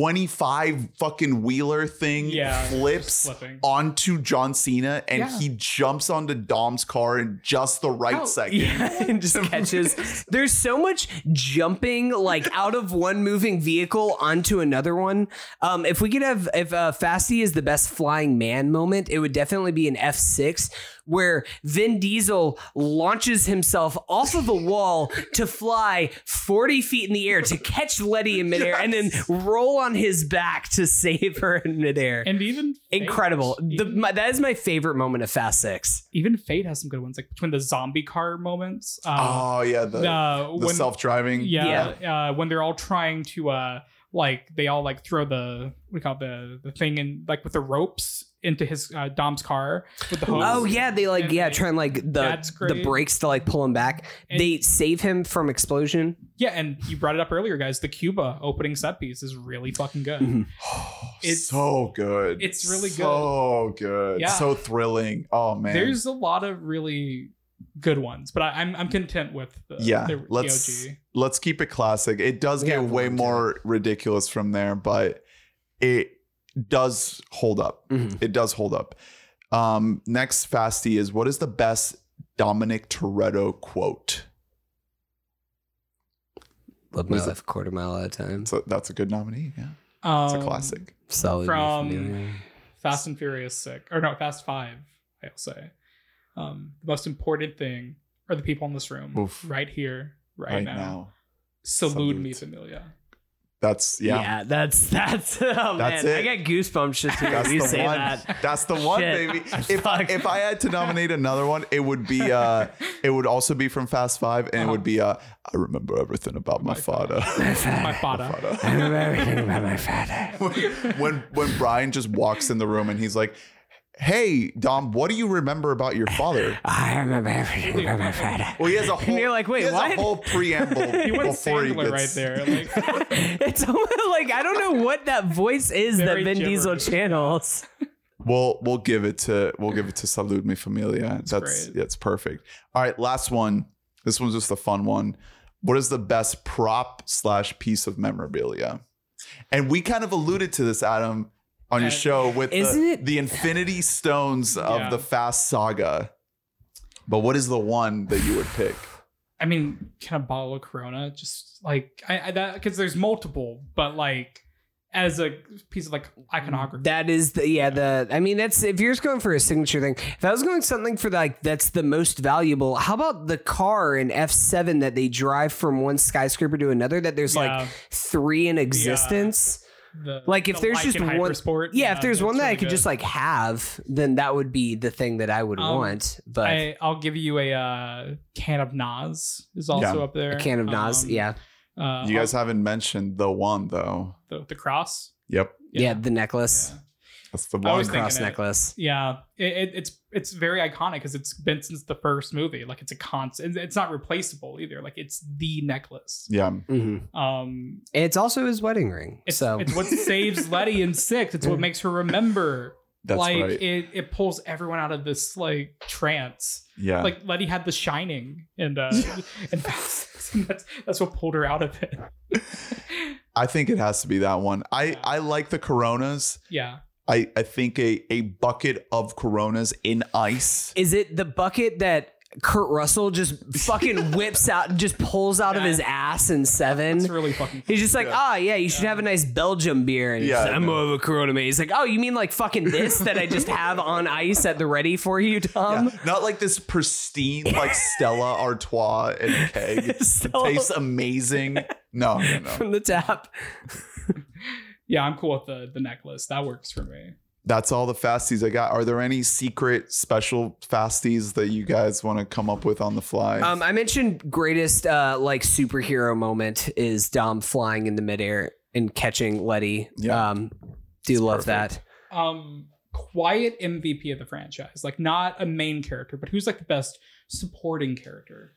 Speaker 2: 25 fucking wheeler thing
Speaker 3: Yeah, just
Speaker 2: flips
Speaker 3: flipping.
Speaker 2: onto John Cena and
Speaker 3: Yeah. Oh,
Speaker 2: he jumps onto Dom's car in just the right
Speaker 3: How-
Speaker 2: second.
Speaker 1: Yeah, (laughs) and just catches. There's so much jumping, like out of one moving vehicle onto another one. Um, if we could have, if uh, Fasty is the best flying man moment, it would definitely be an F6 where Vin Diesel launches himself off of a wall to fly 40 feet in the air to catch Letty in midair and then roll on his back to save her in midair.
Speaker 3: And even Fate-
Speaker 1: Incredible. The,
Speaker 3: even,
Speaker 1: my, that is my favorite moment of Fast Six.
Speaker 3: even Fate has some good ones, like between the zombie car moments. Uh,
Speaker 2: Oh yeah, the,
Speaker 3: the,
Speaker 2: the
Speaker 3: when,
Speaker 2: self-driving.
Speaker 3: yeah, Uh, when they're all trying to uh, like they all like throw the we call it, the the thing in like with the ropes into his uh, Dom's car with the hose.
Speaker 1: Oh yeah, they like
Speaker 3: And
Speaker 1: yeah,
Speaker 3: they-
Speaker 1: trying like the
Speaker 3: That's
Speaker 1: the
Speaker 3: great.
Speaker 1: brakes to like pull him back.
Speaker 3: And-
Speaker 1: they save him from explosion.
Speaker 3: yeah, and you brought it up earlier, guys. The Cuba opening set piece is really fucking good.
Speaker 2: Mm-hmm.
Speaker 1: Mhm.
Speaker 3: It's-
Speaker 2: Oh, so good.
Speaker 3: it's really good.
Speaker 2: So good.
Speaker 3: Yeah.
Speaker 2: So thrilling. Oh man.
Speaker 3: There's a lot of really good ones, but I, I'm I'm content with the,
Speaker 2: yeah,
Speaker 3: the
Speaker 2: let's
Speaker 3: EOG.
Speaker 2: let's keep it classic. It does
Speaker 1: We
Speaker 2: get
Speaker 1: have
Speaker 2: way
Speaker 1: one,
Speaker 2: more ridiculous from there, but it does hold up.
Speaker 1: Mhm.
Speaker 2: It does hold up. Um, next fasty is what is the best Dominic Toretto quote?
Speaker 1: Love my
Speaker 2: Was it-
Speaker 1: life a quarter mile at a time.
Speaker 2: So that's a good nominee. Yeah,
Speaker 3: Um,
Speaker 2: it's a classic.
Speaker 1: Solid.
Speaker 3: from-
Speaker 1: familiar.
Speaker 3: Fast and Furious six or no Fast Five. I'll say um, the most important thing are the people in this room
Speaker 2: Oof.
Speaker 3: right here, right,
Speaker 2: Right,
Speaker 3: now.
Speaker 2: now.
Speaker 3: Salute, me,
Speaker 2: Salute.
Speaker 3: familia.
Speaker 2: that's
Speaker 1: yeah.
Speaker 2: yeah.
Speaker 1: that's that's (laughs) oh
Speaker 2: That's
Speaker 1: man,
Speaker 2: it.
Speaker 1: I got goosebumps just
Speaker 2: That's
Speaker 1: hearing you
Speaker 2: the
Speaker 1: say
Speaker 2: one.
Speaker 1: that.
Speaker 2: That's the one,
Speaker 1: Shit. (laughs)
Speaker 2: baby. If,
Speaker 1: Fuck.
Speaker 2: if I had to nominate another one, it would be uh, it would also be from Fast Five, and it would be uh, I remember everything about my,
Speaker 3: My
Speaker 2: father.
Speaker 3: My fada.
Speaker 1: (laughs)
Speaker 2: (laughs)
Speaker 1: I remember everything about my father.
Speaker 2: when when Brian just walks in the room and he's like, "Hey Dom, what do you remember about your father?"
Speaker 1: I remember everything about my father.
Speaker 2: Well, he has a whole.
Speaker 1: you're like, "Wait,
Speaker 2: he has
Speaker 1: what?"
Speaker 2: A whole preamble
Speaker 3: He went
Speaker 2: before he
Speaker 3: Sandler
Speaker 2: gets
Speaker 3: right there. Like,
Speaker 1: (laughs) it's almost like I don't know what that voice is
Speaker 3: Very
Speaker 1: that Vin Diesel
Speaker 3: gibberish.
Speaker 1: channels.
Speaker 2: We'll we'll give it to we'll give it to Salud Mi Familia. That's
Speaker 3: great.
Speaker 2: that's perfect. All right, last one. This one's just a fun one. What is the best prop slash piece of memorabilia? And we kind of alluded to this, Adam, on your
Speaker 3: Uh,
Speaker 2: show with
Speaker 1: isn't
Speaker 2: the,
Speaker 1: it-
Speaker 2: the Infinity Stones of
Speaker 3: Yeah.
Speaker 2: the Fast Saga. But what is the one that you would pick?
Speaker 3: I mean, can a bottle of Corona just like I, I that because there's multiple, but like as a piece of like iconography.
Speaker 1: That is the yeah the I mean that's if you're just going for a signature thing. If I was going something for like that's the most valuable, how about the car in F7 that they drive from one skyscraper to another? That there's like
Speaker 3: Yeah.
Speaker 1: three in existence.
Speaker 3: The-
Speaker 1: like, if
Speaker 3: the
Speaker 1: there's just
Speaker 3: Lycan
Speaker 1: one-
Speaker 3: Hypersport,
Speaker 1: Yeah, if there's
Speaker 3: that's
Speaker 1: one that I
Speaker 3: really
Speaker 1: could
Speaker 3: good.
Speaker 1: just like have, then that would be the thing that I would
Speaker 3: Um,
Speaker 1: want. But a
Speaker 3: I, I'll give you a uh, can of Nas is also
Speaker 2: Yeah.
Speaker 3: up there.
Speaker 1: can of Nas,
Speaker 3: Um,
Speaker 1: yeah.
Speaker 3: Uh,
Speaker 2: you guys haven't mentioned the one though.
Speaker 3: the, the cross.
Speaker 2: Yep,
Speaker 1: yeah, the necklace,
Speaker 3: yeah.
Speaker 2: that's the
Speaker 3: I
Speaker 2: one.
Speaker 3: was thinking
Speaker 1: cross
Speaker 3: it.
Speaker 1: necklace.
Speaker 3: Yeah, it, it, it's it's very iconic because it's been since the first movie. Like it's a constant. It's not replaceable either. Like it's the necklace.
Speaker 2: Yeah,
Speaker 1: hmm
Speaker 3: Um,
Speaker 1: It's also his wedding ring.
Speaker 3: it's
Speaker 1: so
Speaker 3: it's what
Speaker 2: (laughs)
Speaker 3: saves Letty in six. It's what makes her remember.
Speaker 2: that's
Speaker 3: like
Speaker 2: right.
Speaker 3: it, it pulls everyone out of this like trance.
Speaker 2: yeah,
Speaker 3: Like Letty had The Shining, and uh, (laughs) and that's, that's that's what pulled her out of it.
Speaker 2: I think it has to be that one. I
Speaker 3: Yeah.
Speaker 2: I like the Coronas.
Speaker 3: yeah,
Speaker 2: I I think a a bucket of Coronas in ice.
Speaker 1: (laughs) Is it the bucket that Kurt Russell just
Speaker 2: (laughs)
Speaker 1: fucking whips out, just pulls out of his ass in
Speaker 3: it's
Speaker 1: seven?
Speaker 3: really fucking.
Speaker 1: He's just like,
Speaker 2: Yeah.
Speaker 1: ah, yeah, you should have a nice Belgium beer. And he's
Speaker 2: Yeah,
Speaker 1: like,
Speaker 2: I
Speaker 1: I'm
Speaker 2: know.
Speaker 1: more of a Corona man. He's like, oh, you mean like fucking this that I just have on ice at the ready for
Speaker 2: (laughs)
Speaker 1: you, Tom?
Speaker 2: Yeah, not like this pristine like
Speaker 1: (laughs)
Speaker 2: Stella Artois in a keg.
Speaker 1: Stella-
Speaker 2: Tastes
Speaker 1: (laughs)
Speaker 2: amazing. No, no, no.
Speaker 1: From the tap.
Speaker 3: Yeah, I'm cool with the the necklace. That works for me.
Speaker 2: That's all the fasties I got. Are there any secret special fasties that you guys want to come up with on the fly?
Speaker 1: Um, I mentioned greatest uh, like superhero moment is Dom flying in the midair and catching Letty.
Speaker 2: Yeah.
Speaker 1: Um, do love
Speaker 2: perfect.
Speaker 3: Um, quiet MVP of the franchise, like not a main character, but who's like the best supporting character?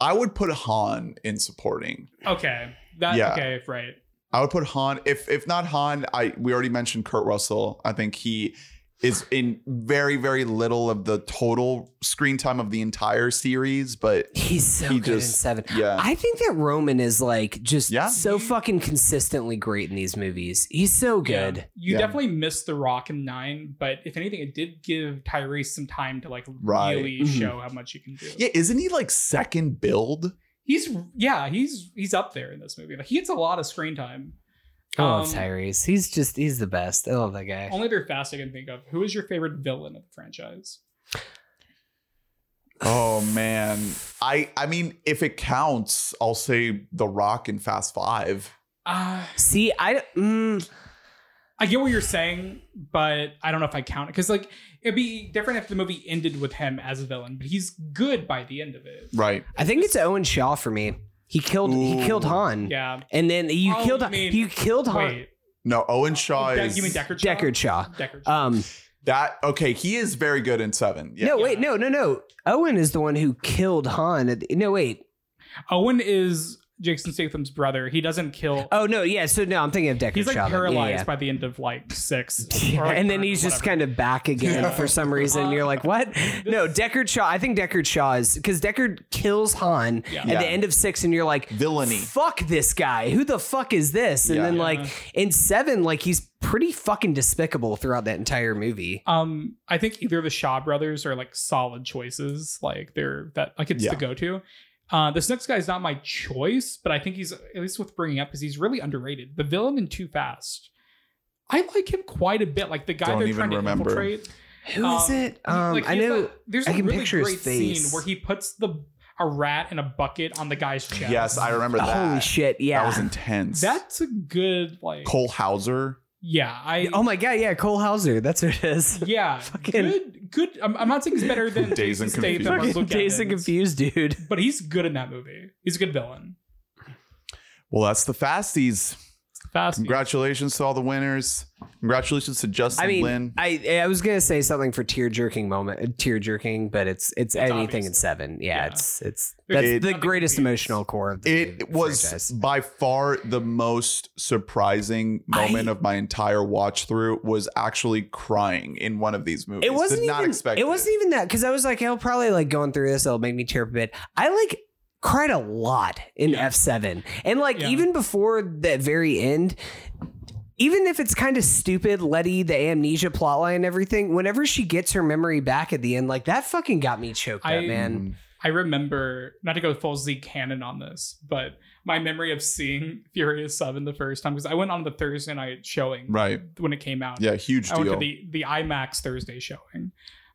Speaker 2: I would put Han in supporting.
Speaker 3: Okay, that
Speaker 2: Yeah.
Speaker 3: okay, right?
Speaker 2: I would put Han. If if not Han, I we already mentioned Kurt Russell. I think he is in very very little of the total screen time of the entire series, but
Speaker 1: that. He's so
Speaker 2: He
Speaker 1: good in
Speaker 2: just-
Speaker 1: seven.
Speaker 2: yeah.
Speaker 1: I think that Roman is like just
Speaker 2: Yeah.
Speaker 1: so fucking consistently great in these movies. He's so good.
Speaker 3: You
Speaker 2: Yeah.
Speaker 3: definitely missed the Rock in nine, but if anything, it did give Tyrese some time to like
Speaker 2: Right.
Speaker 3: really
Speaker 1: Mhm.
Speaker 3: show how much he can do.
Speaker 2: yeah, isn't he like second build?
Speaker 3: he's yeah, he's he's up there in this movie. Like he gets a lot of screen time.
Speaker 1: I love
Speaker 3: Um, Oh
Speaker 1: Tyrese. He's just he's the best. I love that guy.
Speaker 3: Only other fast I can think of. Who is your favorite villain of the franchise?
Speaker 2: Oh man. I I mean, if it counts, I'll say The Rock in Fast Five.
Speaker 3: Ah.
Speaker 1: See, I mm,
Speaker 3: I get what you're saying, but I don't know if I count it because like it'd be different if the movie ended with him as a villain, but he's good by the end of it.
Speaker 2: Right.
Speaker 1: I think it's Owen Shaw for me. He killed he
Speaker 2: Ooh.
Speaker 1: killed Han.
Speaker 3: Yeah.
Speaker 1: And then you
Speaker 3: Oh,
Speaker 1: killed
Speaker 3: you mean-
Speaker 1: you killed Han
Speaker 3: Wait.
Speaker 2: No, Owen Shaw
Speaker 3: De-
Speaker 2: is
Speaker 3: you mean Deckard? Shaw?
Speaker 1: Deckard Shaw.
Speaker 3: Deckard. Shaw.
Speaker 1: Um
Speaker 2: that okay, he is very good in seven. Yeah.
Speaker 1: No,
Speaker 3: Yeah.
Speaker 1: wait, no, no, no. Owen is the one who killed Han. at the- no, wait.
Speaker 3: Owen is Jason Statham's brother. He doesn't kill.
Speaker 1: Oh no, yeah. So no, I'm thinking of Deckard
Speaker 3: he's like
Speaker 1: Shaw. then. Yeah,
Speaker 3: paralyzed
Speaker 1: yeah.
Speaker 3: by the end of
Speaker 1: (laughs)
Speaker 3: like six.
Speaker 1: Yeah,
Speaker 3: or, like,
Speaker 1: and then
Speaker 3: third
Speaker 1: he's
Speaker 3: or
Speaker 1: just
Speaker 3: whatever.
Speaker 1: kind of back again
Speaker 2: Yeah.
Speaker 1: for some reason.
Speaker 3: Uh,
Speaker 1: You're like, what? No,
Speaker 3: this-
Speaker 1: Deckard Shaw. I think Deckard Shaw is because Deckard kills Han
Speaker 3: Yeah.
Speaker 1: at
Speaker 2: Yeah.
Speaker 1: the end of six, and you're like,
Speaker 2: Villainy.
Speaker 1: fuck this guy. Who the fuck is this? And
Speaker 2: Yeah.
Speaker 1: then
Speaker 3: Yeah.
Speaker 1: like in seven, like he's pretty fucking despicable throughout that entire movie.
Speaker 3: Um, I think either the Shaw brothers are like solid choices. Like they're that like it's
Speaker 2: Yeah.
Speaker 3: the go-to. Uh, this next guy is not my choice, but I think he's at least worth bringing up because he's really underrated. The villain in Too Fast, I like him quite a bit. Like the guy
Speaker 2: Don't
Speaker 3: they're
Speaker 2: even
Speaker 3: trying to
Speaker 2: remember.
Speaker 3: infiltrate.
Speaker 1: Who is
Speaker 3: Um,
Speaker 1: it? Um,
Speaker 3: Like,
Speaker 1: I
Speaker 3: he has
Speaker 1: know.
Speaker 3: a- there's
Speaker 1: I
Speaker 3: a
Speaker 1: can
Speaker 3: really
Speaker 1: picture his
Speaker 3: great scene
Speaker 1: face.
Speaker 3: where he puts the a rat in a bucket on the guy's chest.
Speaker 2: Yes, I remember that.
Speaker 1: Holy shit! Yeah.
Speaker 2: That was intense.
Speaker 3: That's a good like.
Speaker 2: Cole Hauser.
Speaker 3: Yeah, I.
Speaker 1: oh my god! Yeah, Cole Hauser. That's what it is.
Speaker 3: yeah,
Speaker 1: Fucking-
Speaker 3: good. Good. I'm, I'm not saying he's better
Speaker 2: (laughs)
Speaker 3: than
Speaker 2: Dazed and
Speaker 3: Jason Statham or
Speaker 2: Confused.
Speaker 1: Fucking
Speaker 3: Luke
Speaker 1: Dazed and
Speaker 3: Evans.
Speaker 1: confused, dude.
Speaker 3: but he's good in that movie. He's a good villain.
Speaker 2: Well, that's the fasties.
Speaker 3: Fast.
Speaker 2: Congratulations to all the winners. Congratulations to Justin
Speaker 1: I mean,
Speaker 2: Lin.
Speaker 1: I I was gonna say something for tear jerking moment, tear jerking, but it's it's, anything
Speaker 3: obvious.
Speaker 1: in seven. Yeah,
Speaker 3: Yeah.
Speaker 1: it's it's
Speaker 3: There's
Speaker 1: that's
Speaker 2: It-
Speaker 1: the
Speaker 3: nothing
Speaker 1: greatest
Speaker 3: competes.
Speaker 1: emotional core. Of the
Speaker 2: it was
Speaker 1: franchise.
Speaker 2: by far the most surprising moment
Speaker 1: I-
Speaker 2: of my entire watch through was actually crying in one of these movies.
Speaker 1: It wasn't
Speaker 2: Did not
Speaker 1: even.
Speaker 2: expect
Speaker 1: it wasn't even that because I was like, I'll probably like going through this. It'll make me tear up a bit. I like cried a lot in
Speaker 3: Yeah.
Speaker 1: F seven, and like
Speaker 3: Yeah.
Speaker 1: even before that very end. Even if it's kind of stupid, Letty, the amnesia plotline and everything, whenever she gets her memory back at the end, like that fucking got me choked
Speaker 3: I-
Speaker 1: up, man.
Speaker 3: I remember not to go full Z canon on this, but my memory of seeing (laughs) Furious Seven the first time because I went on the Thursday night showing
Speaker 2: Mm-hmm. Right.
Speaker 3: when it came out.
Speaker 2: Yeah, huge
Speaker 3: I went
Speaker 2: deal.
Speaker 3: to the the IMAX Thursday showing,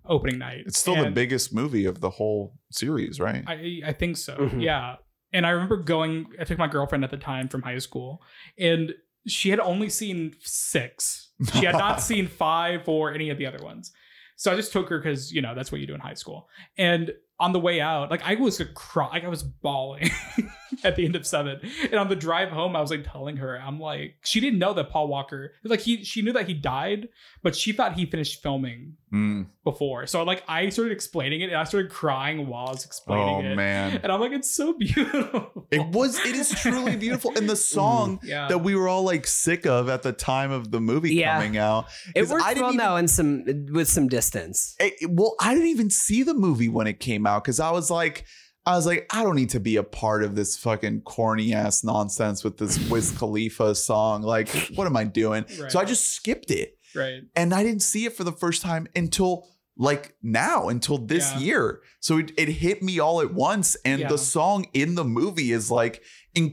Speaker 3: opening night.
Speaker 2: it's still the
Speaker 3: And-
Speaker 2: biggest movie of the whole series, right?
Speaker 3: I I think so.
Speaker 2: Mm-hmm.
Speaker 1: Mhm.
Speaker 3: Yeah. And I remember going I took my girlfriend at the time from high school and she had only seen 6. She
Speaker 2: (laughs)
Speaker 3: had not seen 5 or any of the other ones. So I just took her cuz you know that's what you do in high school. And on the way out, like I was a cry, like I was bawling (laughs) at the end of 7. And on the drive home, I was like telling her I'm like she didn't know that Paul Walker like he she knew that he died, but she thought he finished filming
Speaker 2: Mm.
Speaker 3: before. So like I started explaining it and I started crying while I was explaining
Speaker 2: Oh
Speaker 3: it.
Speaker 2: man,
Speaker 3: (laughs) And I'm like, it's so beautiful.
Speaker 2: it was. It is truly beautiful.
Speaker 3: (laughs)
Speaker 2: And the
Speaker 3: Mm.
Speaker 2: song
Speaker 3: yeah.
Speaker 2: that we were all like sick of at the time of the movie
Speaker 1: Yeah.
Speaker 2: coming out.
Speaker 1: It
Speaker 2: 'Cause
Speaker 1: works
Speaker 2: I didn't
Speaker 1: well
Speaker 2: even-
Speaker 1: now in some with some distance.
Speaker 2: It- it- eh, well, I didn't even see the movie when it came out because I was like, I was like, I don't need to be a part of this fucking corny ass nonsense with this Wiz Khalifa song. Like, what am I doing?
Speaker 3: Right.
Speaker 2: So I just skipped it,
Speaker 3: right. Oh,
Speaker 2: and I didn't see it for the first time until like now until this
Speaker 3: Yeah.
Speaker 2: year so it, it hit me all at once and
Speaker 3: Yeah.
Speaker 2: the song in the movie is like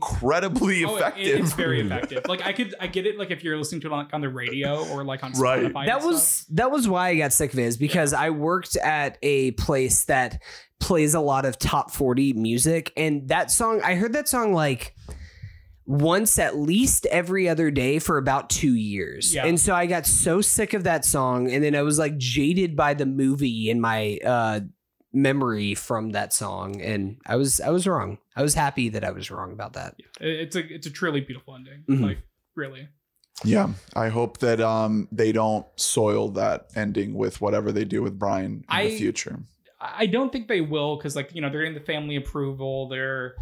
Speaker 2: incredibly
Speaker 3: Oh, it-
Speaker 2: effective
Speaker 3: it's very effective. Like I could I get it like if you're listening to it on, like, on the radio or like on
Speaker 2: Right.
Speaker 3: Spotify.
Speaker 1: that
Speaker 3: and
Speaker 1: was
Speaker 3: stuff.
Speaker 1: that was why I got sick of it is because I worked at a place that plays a lot of top 40 music and that song I heard that song like once at least every other day for about 2 years.
Speaker 3: Yeah.
Speaker 1: And so I got so sick of that song and then I was like jaded by the movie in my uh memory from that song and I was I was wrong. I was happy that I was wrong about that.
Speaker 3: It- it's a it's a truly beautiful ending.
Speaker 2: Mm-hmm.
Speaker 1: Mhm.
Speaker 3: Like really.
Speaker 2: (laughs) Yeah, I hope that um they don't soil that ending with whatever they do with Brian in
Speaker 3: I-
Speaker 2: the future.
Speaker 3: I I don't think they will because like you know they're getting the family approval. They're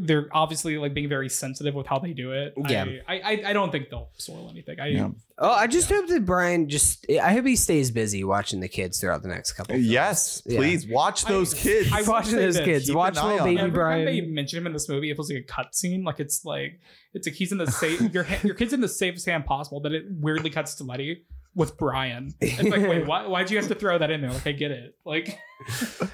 Speaker 3: they're obviously like being very sensitive with how they do it.
Speaker 1: Yeah.
Speaker 3: I I, I, I don't think they'll soil anything. I
Speaker 2: Yeah.
Speaker 1: Oh, I just hope that Brian just I hope he stays busy watching the kids throughout the next couple of
Speaker 2: Yes,
Speaker 1: Yeah.
Speaker 2: please watch
Speaker 3: I-
Speaker 2: those kids.
Speaker 1: (laughs)
Speaker 3: I-
Speaker 1: Keep watching
Speaker 3: say
Speaker 1: those
Speaker 3: this,
Speaker 1: kids.
Speaker 2: keep an
Speaker 1: Watch
Speaker 2: eye
Speaker 1: little
Speaker 2: on
Speaker 1: baby
Speaker 3: Every time they
Speaker 1: Brian.
Speaker 3: mention him in this movie, it feels like a cutscene. Like it's like it's like he's in the
Speaker 1: (laughs)
Speaker 3: safe. Your ha- your kid's in the safest hand possible. Then it weirdly cuts to Letty with Brian. It's like
Speaker 1: (laughs)
Speaker 3: wait, why why'd you have to throw that in there? Like I get it. Like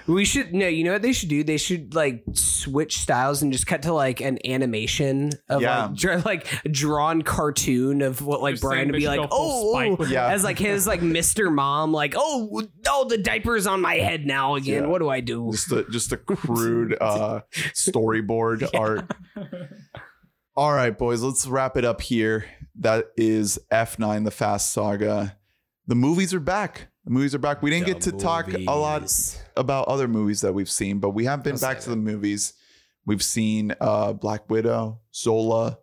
Speaker 1: We should no. You know what they should do? They should like switch styles and just cut to like an animation of
Speaker 2: Yeah.
Speaker 1: like, dra- like drawn cartoon of what like
Speaker 3: Just saying
Speaker 1: Brian would
Speaker 3: they
Speaker 1: be
Speaker 3: should
Speaker 1: like,
Speaker 3: go full
Speaker 1: oh,
Speaker 3: Spike
Speaker 1: oh,"
Speaker 3: with
Speaker 2: Yeah.
Speaker 1: as like his like Mister Mom, like oh, oh, the diaper's on my head now again.
Speaker 2: Yeah.
Speaker 1: What do I do?
Speaker 2: Just a just a
Speaker 1: (laughs)
Speaker 2: crude uh storyboard art. All right, boys, let's wrap it up here. That is F9 the Fast Saga. The movies are back. The movies are back. We didn't get to talk a lot about other movies that we've seen, but we have been
Speaker 1: Don't
Speaker 2: back
Speaker 1: say
Speaker 2: to the movies. We've seen uh Black Widow, Zola.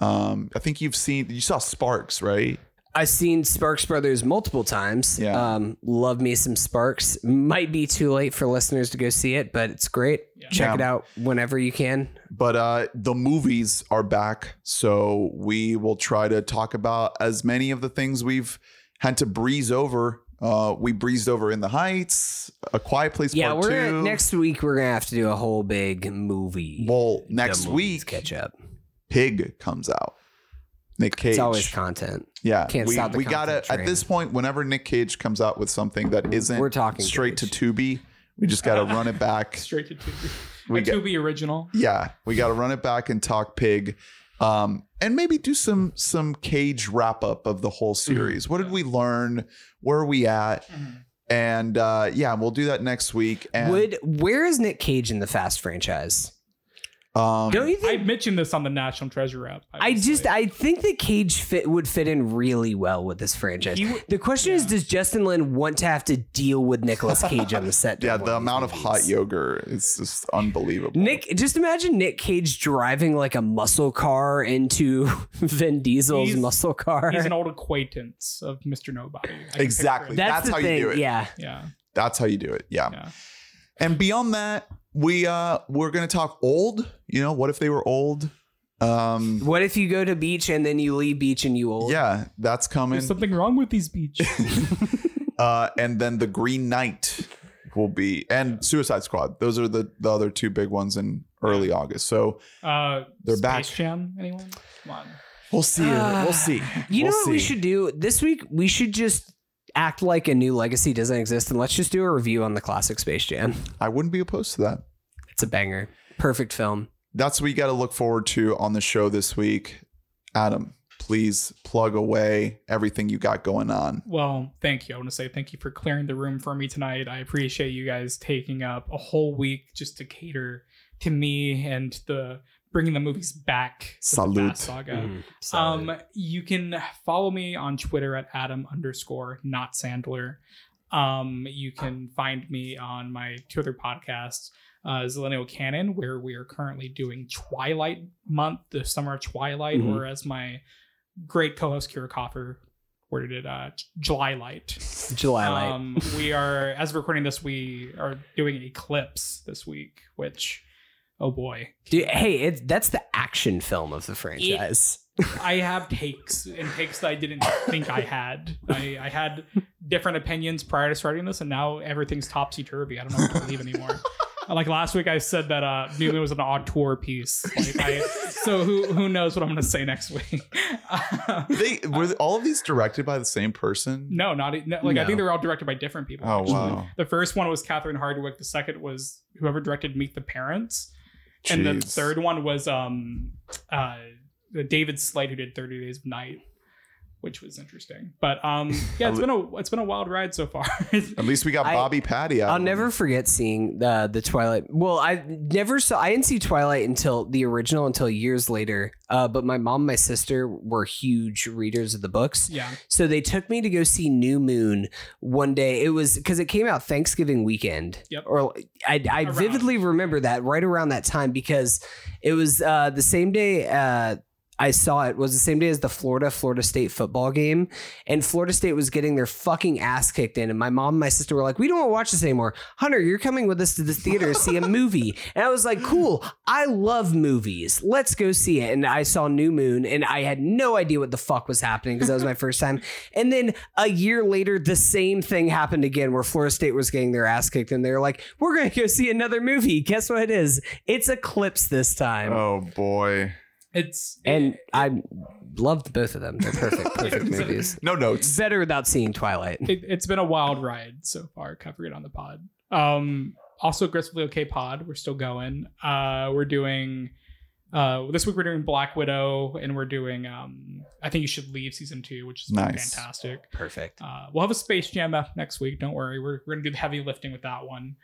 Speaker 2: Um, I think you've seen you saw Sparks, right?
Speaker 1: I've seen Sparks Brothers multiple times.
Speaker 2: Yeah.
Speaker 1: Um, love me some Sparks. Might be too late for listeners to go see it, but it's great.
Speaker 3: Yeah.
Speaker 1: Check
Speaker 2: Yeah.
Speaker 1: it out whenever you can.
Speaker 2: But uh the movies are back, so we will try to talk about as many of the things we've had to breeze over. Uh we breezed over in the Heights, A Quiet Place
Speaker 1: Yeah,
Speaker 2: Part
Speaker 1: we're
Speaker 2: 2.
Speaker 1: gonna, next week. We're gonna have to do a whole big movie.
Speaker 2: well,
Speaker 1: The
Speaker 2: next
Speaker 1: movies
Speaker 2: week
Speaker 1: catch up.
Speaker 2: Pig comes out. Nick Cage.
Speaker 1: It's always content.
Speaker 2: yeah,
Speaker 1: can't
Speaker 2: we,
Speaker 1: stop the
Speaker 2: we gotta
Speaker 1: content
Speaker 2: at
Speaker 1: train.
Speaker 2: this point. Whenever Nick Cage comes out with something that isn't
Speaker 1: We're talking
Speaker 2: straight to Tubi. We just
Speaker 1: (laughs)
Speaker 2: got to run it back.
Speaker 3: (laughs) straight to Tubi.
Speaker 2: We
Speaker 3: a
Speaker 2: get-
Speaker 3: Tubi original.
Speaker 2: Yeah, we got to run it back and talk pig, um, and maybe do some some cage wrap up of the whole series. What did we learn? Where are we at? And uh, yeah, we'll do that next week. And
Speaker 1: Would where is Nick Cage in the Fast franchise?
Speaker 2: um,
Speaker 1: Don't you
Speaker 3: I
Speaker 1: think?
Speaker 3: mentioned this on the National Treasure app.
Speaker 1: I,
Speaker 3: was
Speaker 1: just
Speaker 3: like-
Speaker 1: I think that Cage fit would fit in really well with this franchise.
Speaker 3: He w-
Speaker 1: the question is,
Speaker 3: yeah.
Speaker 1: does Justin Lin want to have to deal with Nicolas Cage on the
Speaker 2: (laughs)
Speaker 1: set?
Speaker 2: yeah,
Speaker 1: during one
Speaker 2: the
Speaker 1: these
Speaker 2: amount of hot
Speaker 1: movies?
Speaker 2: yogurt is just unbelievable.
Speaker 1: Nick, just imagine Nick Cage driving like a muscle car into (laughs) Vin Diesel's
Speaker 3: He's-
Speaker 1: muscle car.
Speaker 3: he's an old acquaintance of Mr. Nobody. I can picture
Speaker 2: Exactly.
Speaker 3: it.
Speaker 2: That-
Speaker 1: that's,
Speaker 2: That's
Speaker 1: the
Speaker 2: how you
Speaker 1: thing.
Speaker 2: do it.
Speaker 1: Yeah.
Speaker 3: yeah.
Speaker 2: That's how you do it. Yeah.
Speaker 3: Yeah.
Speaker 2: And beyond that, we uh we're gonna talk old. You know, what if they were old? Um,
Speaker 1: What if you go to beach and then you leave beach and you old?
Speaker 2: yeah, that's coming.
Speaker 3: There's something wrong with these beaches.
Speaker 2: (laughs) uh, and then the Green Knight will be and Suicide Squad. Those are the the other two big ones in early August. So
Speaker 3: Uh,
Speaker 2: They're
Speaker 3: Space
Speaker 2: back.
Speaker 3: Jam. Anyone? Come on.
Speaker 2: we'll see.
Speaker 1: Ah.
Speaker 2: we'll see.
Speaker 1: You
Speaker 2: We'll
Speaker 1: know what we
Speaker 2: see.
Speaker 1: should do this week? We should just. act like a new legacy doesn't exist and let's just do a review on the classic Space Jam.
Speaker 2: I wouldn't be opposed to that.
Speaker 1: It's a banger. Perfect film.
Speaker 2: That's what you got to look forward to on the show this week. Adam, please plug away everything you got going on.
Speaker 3: Well, thank you. I want to say thank you for clearing the room for me tonight. I appreciate you guys taking up a whole week just to cater to me and the bringing the movies back to the
Speaker 2: Salute.
Speaker 3: Fast saga.
Speaker 1: Mm, solid.
Speaker 3: Um, you can follow me on Twitter at Adam underscore not Sandler. Um, you can find me on my two other podcasts, uh, Zillennial Canon, where we are currently doing Twilight Month, the summer of Twilight,
Speaker 1: Mhm.
Speaker 3: or as my great co-host Kira Coffer worded it, uh, July Light.
Speaker 1: July light.
Speaker 3: Um, we are, as of recording this, we are doing Eclipse this week, which, oh boy,
Speaker 1: Dude, hey, it, that's the action film of the franchise.
Speaker 3: I have takes and takes that I didn't think I had. I, I had different opinions prior to starting this, and now everything's topsy turvy. I don't know what to believe anymore. Like last week, I said that uh, Newman was an auteur piece. Like I, so who who knows what I'm going to say next week? (laughs)
Speaker 2: They were all of these directed by the same person?
Speaker 3: no, not e- no, like I
Speaker 1: No.
Speaker 3: think they were all directed by different people.
Speaker 2: Oh
Speaker 3: actually.
Speaker 2: wow.
Speaker 3: The first one was Catherine Hardwick. The second was whoever directed Meet the Parents, and the
Speaker 2: Jeez.
Speaker 3: third one was um uh David Slade who did 30 Days of Night, which was interesting.
Speaker 2: (laughs)
Speaker 3: But um yeah, it's been a it's been a wild ride so far. (laughs)
Speaker 2: At least we got
Speaker 1: I-
Speaker 2: Bobby Patty out.
Speaker 1: I'll
Speaker 2: of it.
Speaker 1: never forget seeing the the Twilight. Well, I never saw. I didn't see Twilight until the original until years later. Uh, but my mom, and my sister were huge readers of the books,
Speaker 3: yeah.
Speaker 1: so they took me to go see New Moon one day. It was because it came out Thanksgiving weekend.
Speaker 3: Yep.
Speaker 1: Or I, I
Speaker 3: Around.
Speaker 1: vividly remember that right around that time because it was uh, the same day. Uh, I saw it was the same day as the Florida Florida State football game, and Florida State was getting their fucking ass kicked in. And my mom and my sister were like, "We don't want to watch this anymore." Hunter, you're coming with us to the theater to see a movie, and I was like, "Cool, I love movies. Let's go see it." And I saw New Moon, and I had no idea what the fuck was happening because that was my first time. And then a year later, the same thing happened again, where Florida State was getting their ass kicked, and they're like, "We're gonna go see another movie." Guess what it is? It's Eclipse this time.
Speaker 2: Oh boy.
Speaker 3: It's
Speaker 1: And I loved both of them. They're
Speaker 2: (laughs)
Speaker 1: perfect, perfect
Speaker 3: It's a-
Speaker 1: movies.
Speaker 2: No
Speaker 1: It's
Speaker 2: notes.
Speaker 1: better without seeing Twilight.
Speaker 3: it, it's been a wild ride so far covering it on the pod um also aggressively okay pod we're still going uh we're doing uh this week we're doing black widow and we're doing um i think you should leave season two which is
Speaker 2: Nice.
Speaker 3: fantastic
Speaker 1: Perfect.
Speaker 3: uh we'll have a space jam up next week don't worry we're, we're gonna do the heavy lifting with that one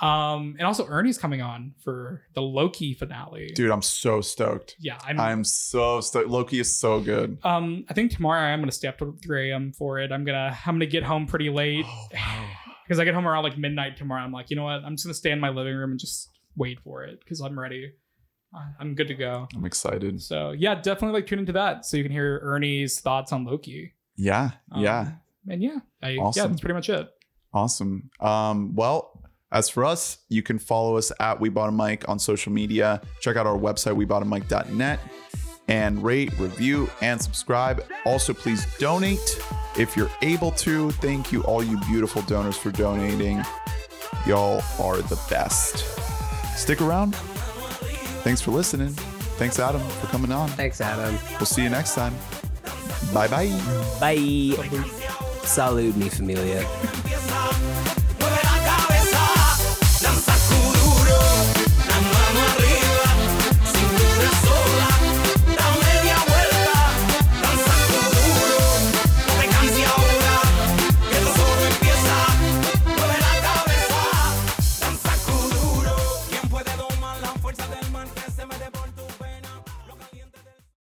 Speaker 3: um and also ernie's coming on for the loki finale
Speaker 2: Dude, I'm so stoked.
Speaker 3: yeah i'm
Speaker 2: I'm so stoked. Loki is so good.
Speaker 3: um i think tomorrow i'm gonna stay up till 3 a.m for it i'm gonna i'm gonna get home pretty late
Speaker 2: Oh,
Speaker 3: (sighs) because I get home around like midnight tomorrow. I'm like, you know what? I'm just gonna stay in my living room and just wait for it because I'm ready. I- I'm good to go.
Speaker 2: I'm excited.
Speaker 3: So yeah, definitely like tune into that so you can hear Ernie's thoughts on Loki.
Speaker 2: Yeah.
Speaker 3: Um,
Speaker 2: yeah.
Speaker 3: and yeah, I, yeah,
Speaker 2: Awesome.
Speaker 3: that's pretty much it.
Speaker 2: Awesome. Um, well, as for us, you can follow us at We Bought a Mic on social media. Check out our website, weboughtamike.net, and rate, review, and subscribe. Also, please donate if you're able to. Thank you, all you beautiful donors, for donating. Y'all are the best. Stick around. Thanks for listening. Thanks, Adam, for coming on.
Speaker 1: Thanks, Adam.
Speaker 2: We'll see you next time. Bye bye.
Speaker 1: Bye. Salud, mi familia.
Speaker 4: Cambio